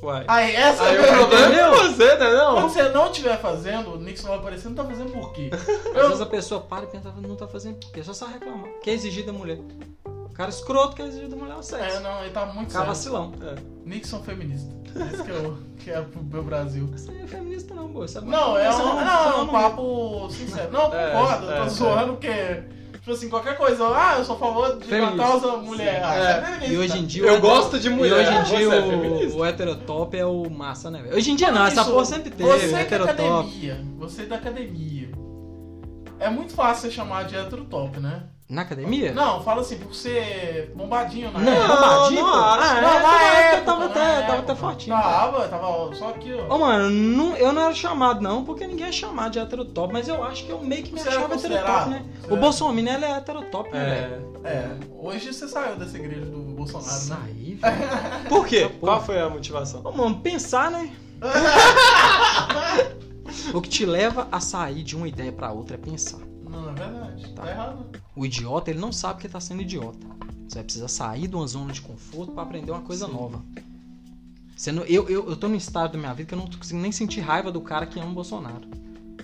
Speaker 1: Uai.
Speaker 2: Aí, essa
Speaker 1: Aí
Speaker 2: é
Speaker 1: o
Speaker 2: a
Speaker 1: problema
Speaker 2: pergunta.
Speaker 1: é você, né?
Speaker 2: Quando
Speaker 3: um.
Speaker 1: Não.
Speaker 2: você não estiver fazendo, o Nixon vai aparecer, não tá fazendo por quê?
Speaker 3: Às vezes a pessoa para e pensa, não tá fazendo por quê? Só só reclamar. Quer exigir da mulher. O cara escroto quer exigir da mulher o
Speaker 2: É,
Speaker 3: sexo.
Speaker 2: não, ele tá muito
Speaker 3: O cara
Speaker 2: sério.
Speaker 3: vacilão. assim.
Speaker 2: Nixon feminista. Isso que, eu, que é pro meu Brasil.
Speaker 3: Isso aí é feminista não, boa. Isso é
Speaker 2: Não, é
Speaker 3: isso
Speaker 2: um,
Speaker 3: não-
Speaker 2: não, é
Speaker 3: isso
Speaker 2: um papo sincero. Não,
Speaker 1: É,
Speaker 2: concordo,
Speaker 1: é,
Speaker 2: tô
Speaker 1: é.
Speaker 2: zoando porque, tipo assim, qualquer coisa, ah, eu sou a favor de
Speaker 3: Feminista.
Speaker 2: matar os mulheres. Ah,
Speaker 1: É.
Speaker 2: você é feminista.
Speaker 3: E hoje em dia. o
Speaker 1: Eu
Speaker 3: hétero-
Speaker 1: gosto de mulher.
Speaker 3: E hoje em dia
Speaker 1: Você é
Speaker 3: o,
Speaker 1: feminista?
Speaker 3: o heterotop é o massa, né, velho? Hoje em dia não,
Speaker 2: Falando
Speaker 3: essa
Speaker 2: nisso,
Speaker 3: porra sempre teve. né,
Speaker 2: Você é da
Speaker 3: heterotop.
Speaker 2: academia, você da academia. É muito fácil você chamar de hétero top, né?
Speaker 3: Na academia?
Speaker 2: Não, fala assim, por ser bombadinho na
Speaker 3: Não,
Speaker 2: época.
Speaker 3: bombadinho,
Speaker 1: não
Speaker 3: pô.
Speaker 1: acho.
Speaker 3: Ah,
Speaker 2: Não, é,
Speaker 3: é,
Speaker 2: na né?
Speaker 3: tá tava até fortinho. cara.
Speaker 2: Tava, tava só aqui, ó.
Speaker 3: Ô, mano, não- eu não era chamado não, porque ninguém é chamado de heterotop, mas eu acho que eu meio que me
Speaker 2: Você era
Speaker 3: achava heterotop,
Speaker 2: considerado?
Speaker 3: né?
Speaker 2: Você
Speaker 3: O
Speaker 2: era-
Speaker 3: Bolsonaro ele é heterotop, né, velho?
Speaker 1: É.
Speaker 2: É, hoje você saiu dessa igreja do Bolsonaro, né?
Speaker 3: Saí, velho.
Speaker 1: Por quê?
Speaker 3: Essa porra.
Speaker 1: Qual foi a motivação?
Speaker 3: Ô, mano, pensar, né? o que te leva a sair de uma ideia pra outra é pensar.
Speaker 2: Não, é verdade. Tá,
Speaker 3: Tá.
Speaker 2: errado.
Speaker 3: O idiota, ele não sabe que tá sendo idiota. Você vai precisar sair de uma zona de conforto pra aprender uma coisa nova. Você não- eu, eu, eu tô num estado da minha vida que eu não tô conseguindo nem sentir raiva do cara que ama o Bolsonaro.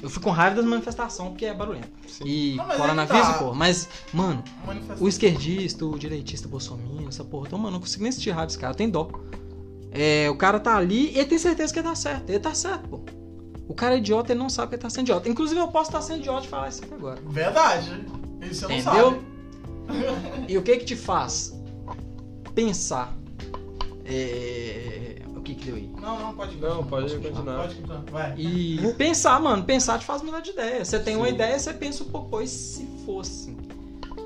Speaker 3: Eu fico com raiva das manifestações, porque é barulhento.
Speaker 1: Sim.
Speaker 3: E
Speaker 2: Não, mas
Speaker 3: coronavírus,
Speaker 2: é que tá.
Speaker 3: pô. Mas, mano,
Speaker 2: Manifestação.
Speaker 3: o esquerdista, o direitista, o bolsominion, essa porra. Então, mano, eu não consigo nem sentir raiva desse cara, eu tenho dó. É, o cara tá ali e ele tem certeza que ele tá certo. Ele tá certo, pô. O cara é idiota, ele não sabe que ele tá sendo idiota. Inclusive, eu posso estar sendo idiota e falar isso aqui agora.
Speaker 2: Verdade. Isso eu não sabe.
Speaker 3: Entendeu? E o que que te faz pensar? É, O que que deu aí?
Speaker 2: Não, não, pode continuar.
Speaker 1: Não, pode continuar.
Speaker 2: Pode continuar, vai.
Speaker 3: E pensar, mano, pensar te faz mudar de ideia. Você tem uma
Speaker 1: Hum? Sim.
Speaker 3: ideia, você pensa um pouco, pois se fosse.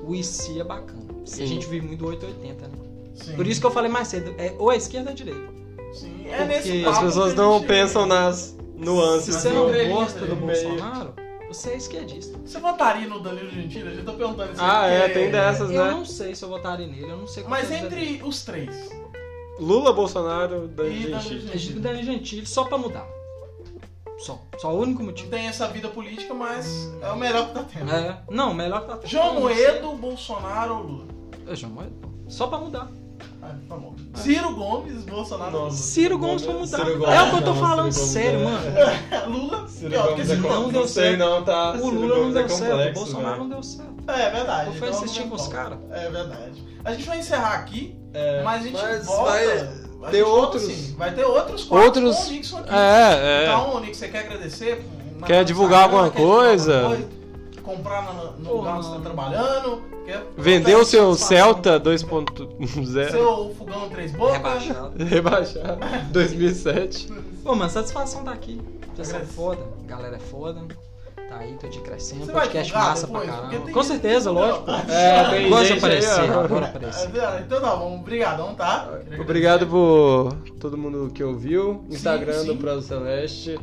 Speaker 3: O e se é bacana. E a
Speaker 1: Sim.
Speaker 3: gente vive muito do 880, né?
Speaker 2: Sim.
Speaker 3: Por isso que eu falei mais cedo, é ou a esquerda ou a direita.
Speaker 2: Sim, é
Speaker 3: Porque
Speaker 2: nesse
Speaker 3: as
Speaker 2: papo
Speaker 1: As
Speaker 2: que
Speaker 1: pessoas
Speaker 2: a
Speaker 1: não
Speaker 2: gente-
Speaker 1: pensam nas
Speaker 3: Se
Speaker 1: nuances.
Speaker 3: você
Speaker 1: do-
Speaker 3: não
Speaker 2: entrevista
Speaker 3: gosta do
Speaker 1: no É meio.
Speaker 3: Bolsonaro, você é esquerdista.
Speaker 2: Você votaria no Danilo Gentili? Eu já tô perguntando isso.
Speaker 1: Ah, é,
Speaker 2: porque-
Speaker 1: tem dessas,
Speaker 3: Eu
Speaker 1: né?
Speaker 3: não sei se eu votaria nele, eu não sei é
Speaker 2: Mas
Speaker 3: eu votaria.
Speaker 2: entre os três.
Speaker 1: Lula, Bolsonaro, Dani
Speaker 2: E Danilo
Speaker 1: Gentili.
Speaker 3: A gente Danilo Gentili só pra mudar. Só. Só o único motivo.
Speaker 2: Tem essa vida política, mas é o melhor que tá tendo.
Speaker 3: É. Não, melhor que tá tendo.
Speaker 2: João
Speaker 3: Não
Speaker 2: Moedo, Bolsonaro ou Lula?
Speaker 3: sei. É, João Moedo. pô. Só pra mudar.
Speaker 2: Ah, tá bom. Ciro Gomes, Bolsonaro ou
Speaker 1: Nossa.
Speaker 3: Ciro Gomes pra mudar.
Speaker 1: Ciro Gomes,
Speaker 3: é o que eu tô
Speaker 1: não,
Speaker 3: falando
Speaker 1: Ciro Gomes
Speaker 3: sério,
Speaker 1: é-
Speaker 3: mano.
Speaker 2: Lula? Lula?
Speaker 1: Ciro
Speaker 2: pior, porque
Speaker 1: Gomes é
Speaker 2: Ciro
Speaker 1: com-
Speaker 3: não
Speaker 1: não
Speaker 3: deu
Speaker 1: sei
Speaker 3: certo.
Speaker 1: não,
Speaker 2: Ah,
Speaker 1: tá?
Speaker 3: O
Speaker 1: Ciro
Speaker 3: Lula não
Speaker 1: Gomes é
Speaker 3: deu certo, o
Speaker 1: complexo, né?
Speaker 3: Bolsonaro
Speaker 1: velho.
Speaker 3: não deu certo.
Speaker 2: É verdade.
Speaker 3: Eu fui
Speaker 2: então
Speaker 3: assistir
Speaker 2: não
Speaker 3: com os
Speaker 2: volta.
Speaker 3: caras.
Speaker 2: É verdade. A gente vai encerrar aqui,
Speaker 1: É,
Speaker 2: mas a gente
Speaker 1: mas
Speaker 2: volta.
Speaker 1: vai
Speaker 2: a gente
Speaker 1: ter
Speaker 2: volta,
Speaker 1: outros-
Speaker 2: sim. Vai ter outros quadros
Speaker 1: Outros-
Speaker 2: com o Nixon aqui.
Speaker 1: É,
Speaker 2: Então, Nix, você quer agradecer? Na-
Speaker 1: Quer
Speaker 2: no
Speaker 1: divulgar
Speaker 2: Instagram,
Speaker 1: alguma
Speaker 2: quer
Speaker 1: coisa?
Speaker 2: divulgar alguma coisa? Comprar na- no,
Speaker 3: Pô,
Speaker 2: lugar onde você
Speaker 3: mano.
Speaker 2: tá trabalhando? Quer
Speaker 1: Vendeu
Speaker 3: Tá
Speaker 1: o seu
Speaker 2: satisfação?
Speaker 1: Celta 2.0
Speaker 2: Seu fogão três bocas?
Speaker 3: Rebaixado.
Speaker 1: rebaixar 2007.
Speaker 3: Pô, mano, satisfação tá aqui. Vocês são
Speaker 2: Agradeço.
Speaker 3: foda. Galera é foda. Tá aí, tô de crescendo.
Speaker 2: Você vai
Speaker 3: Podcast
Speaker 2: divulgar
Speaker 3: massa pra
Speaker 2: depois? Porque
Speaker 3: caramba.
Speaker 2: tem
Speaker 3: Com
Speaker 2: gente-
Speaker 3: certeza, lógico.
Speaker 2: Não.
Speaker 1: É, tem
Speaker 3: Gosto de
Speaker 1: gente aí,
Speaker 3: aparecer,
Speaker 1: ó.
Speaker 3: adoro aparecer.
Speaker 2: É, Então tá bom, brigadão, tá?
Speaker 1: Obrigado por todo mundo que ouviu. Instagram
Speaker 2: sim.
Speaker 1: do Prosa Celeste,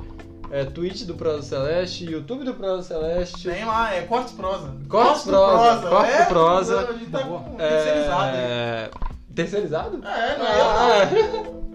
Speaker 1: é, Twitch do Prosa Celeste, YouTube do Prosa Celeste.
Speaker 2: Tem lá, é Cortes Prosa.
Speaker 1: Cortes Prosa, Cortes
Speaker 2: é,
Speaker 1: Prosa.
Speaker 2: A gente tá com
Speaker 1: É,
Speaker 2: terceirizado aí.
Speaker 1: Terceirizado?
Speaker 2: É, não é eu, não.
Speaker 1: Ah,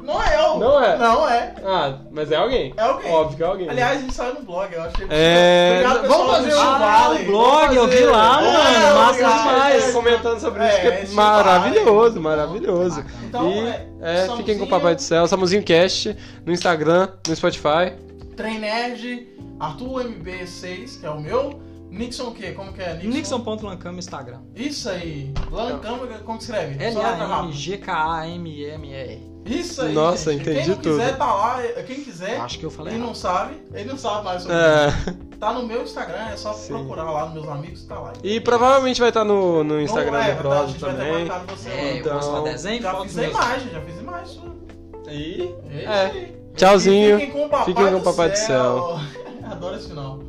Speaker 2: Não é eu.
Speaker 1: Não é?
Speaker 2: Não é.
Speaker 1: ah, mas é alguém.
Speaker 2: É alguém.
Speaker 1: Óbvio que é alguém.
Speaker 2: Aliás, a gente saiu no blog, eu achei.
Speaker 1: É,
Speaker 2: Obrigado,
Speaker 1: vamos
Speaker 2: pessoal,
Speaker 1: fazer
Speaker 2: do
Speaker 1: um-
Speaker 2: Steel Valley.
Speaker 1: Ah, um blog.
Speaker 3: Blog, eu vi lá,
Speaker 1: É,
Speaker 3: mano. Massa
Speaker 2: obrigado.
Speaker 3: demais.
Speaker 1: comentando sobre
Speaker 2: É, né?
Speaker 1: isso, que é,
Speaker 2: esse
Speaker 1: maravilhoso,
Speaker 2: vale.
Speaker 1: maravilhoso.
Speaker 2: Então,
Speaker 1: e
Speaker 2: é,
Speaker 1: é, fiquem com
Speaker 2: Samuzinho.
Speaker 1: o Papai do Céu, Samuzinho Cast, no Instagram, no Spotify.
Speaker 2: Trem Nerd, Arthur MB6, que é o meu. Nixon o quê? Como que é?
Speaker 3: Nixon.lancam no Instagram.
Speaker 2: Isso aí. Lan Câmara, como que escreve?
Speaker 1: É
Speaker 2: Só letra rápida.
Speaker 3: L-A-N-G-K-A-M-E-M-E.
Speaker 2: Isso aí.
Speaker 1: Nossa,
Speaker 2: gente.
Speaker 1: entendi
Speaker 2: quem não quiser,
Speaker 1: tudo.
Speaker 2: tá lá. Quem quiser,
Speaker 3: Acho que eu falei.
Speaker 2: ele não sabe. Ele não sabe mais sobre
Speaker 1: É,
Speaker 2: isso. Tá no meu Instagram, é só
Speaker 1: Sim.
Speaker 2: procurar lá nos meus amigos, tá lá.
Speaker 1: e provavelmente vai estar no, no Instagram
Speaker 2: é,
Speaker 1: do
Speaker 2: tá, a
Speaker 1: Prosa
Speaker 2: gente vai ter
Speaker 1: também.
Speaker 2: marcado você
Speaker 3: É,
Speaker 2: lá.
Speaker 3: eu posto lá
Speaker 1: Então,
Speaker 3: desenho,
Speaker 2: Já
Speaker 3: fotos
Speaker 2: fiz a
Speaker 3: meus.
Speaker 2: imagem, já fiz a imagem. sua.
Speaker 1: E
Speaker 2: É. isso
Speaker 1: É.
Speaker 2: aí.
Speaker 1: tchauzinho.
Speaker 2: E Fiquem com o Papai,
Speaker 1: Fiquem com o Papai
Speaker 2: do
Speaker 1: do
Speaker 2: céu. Adoro esse final.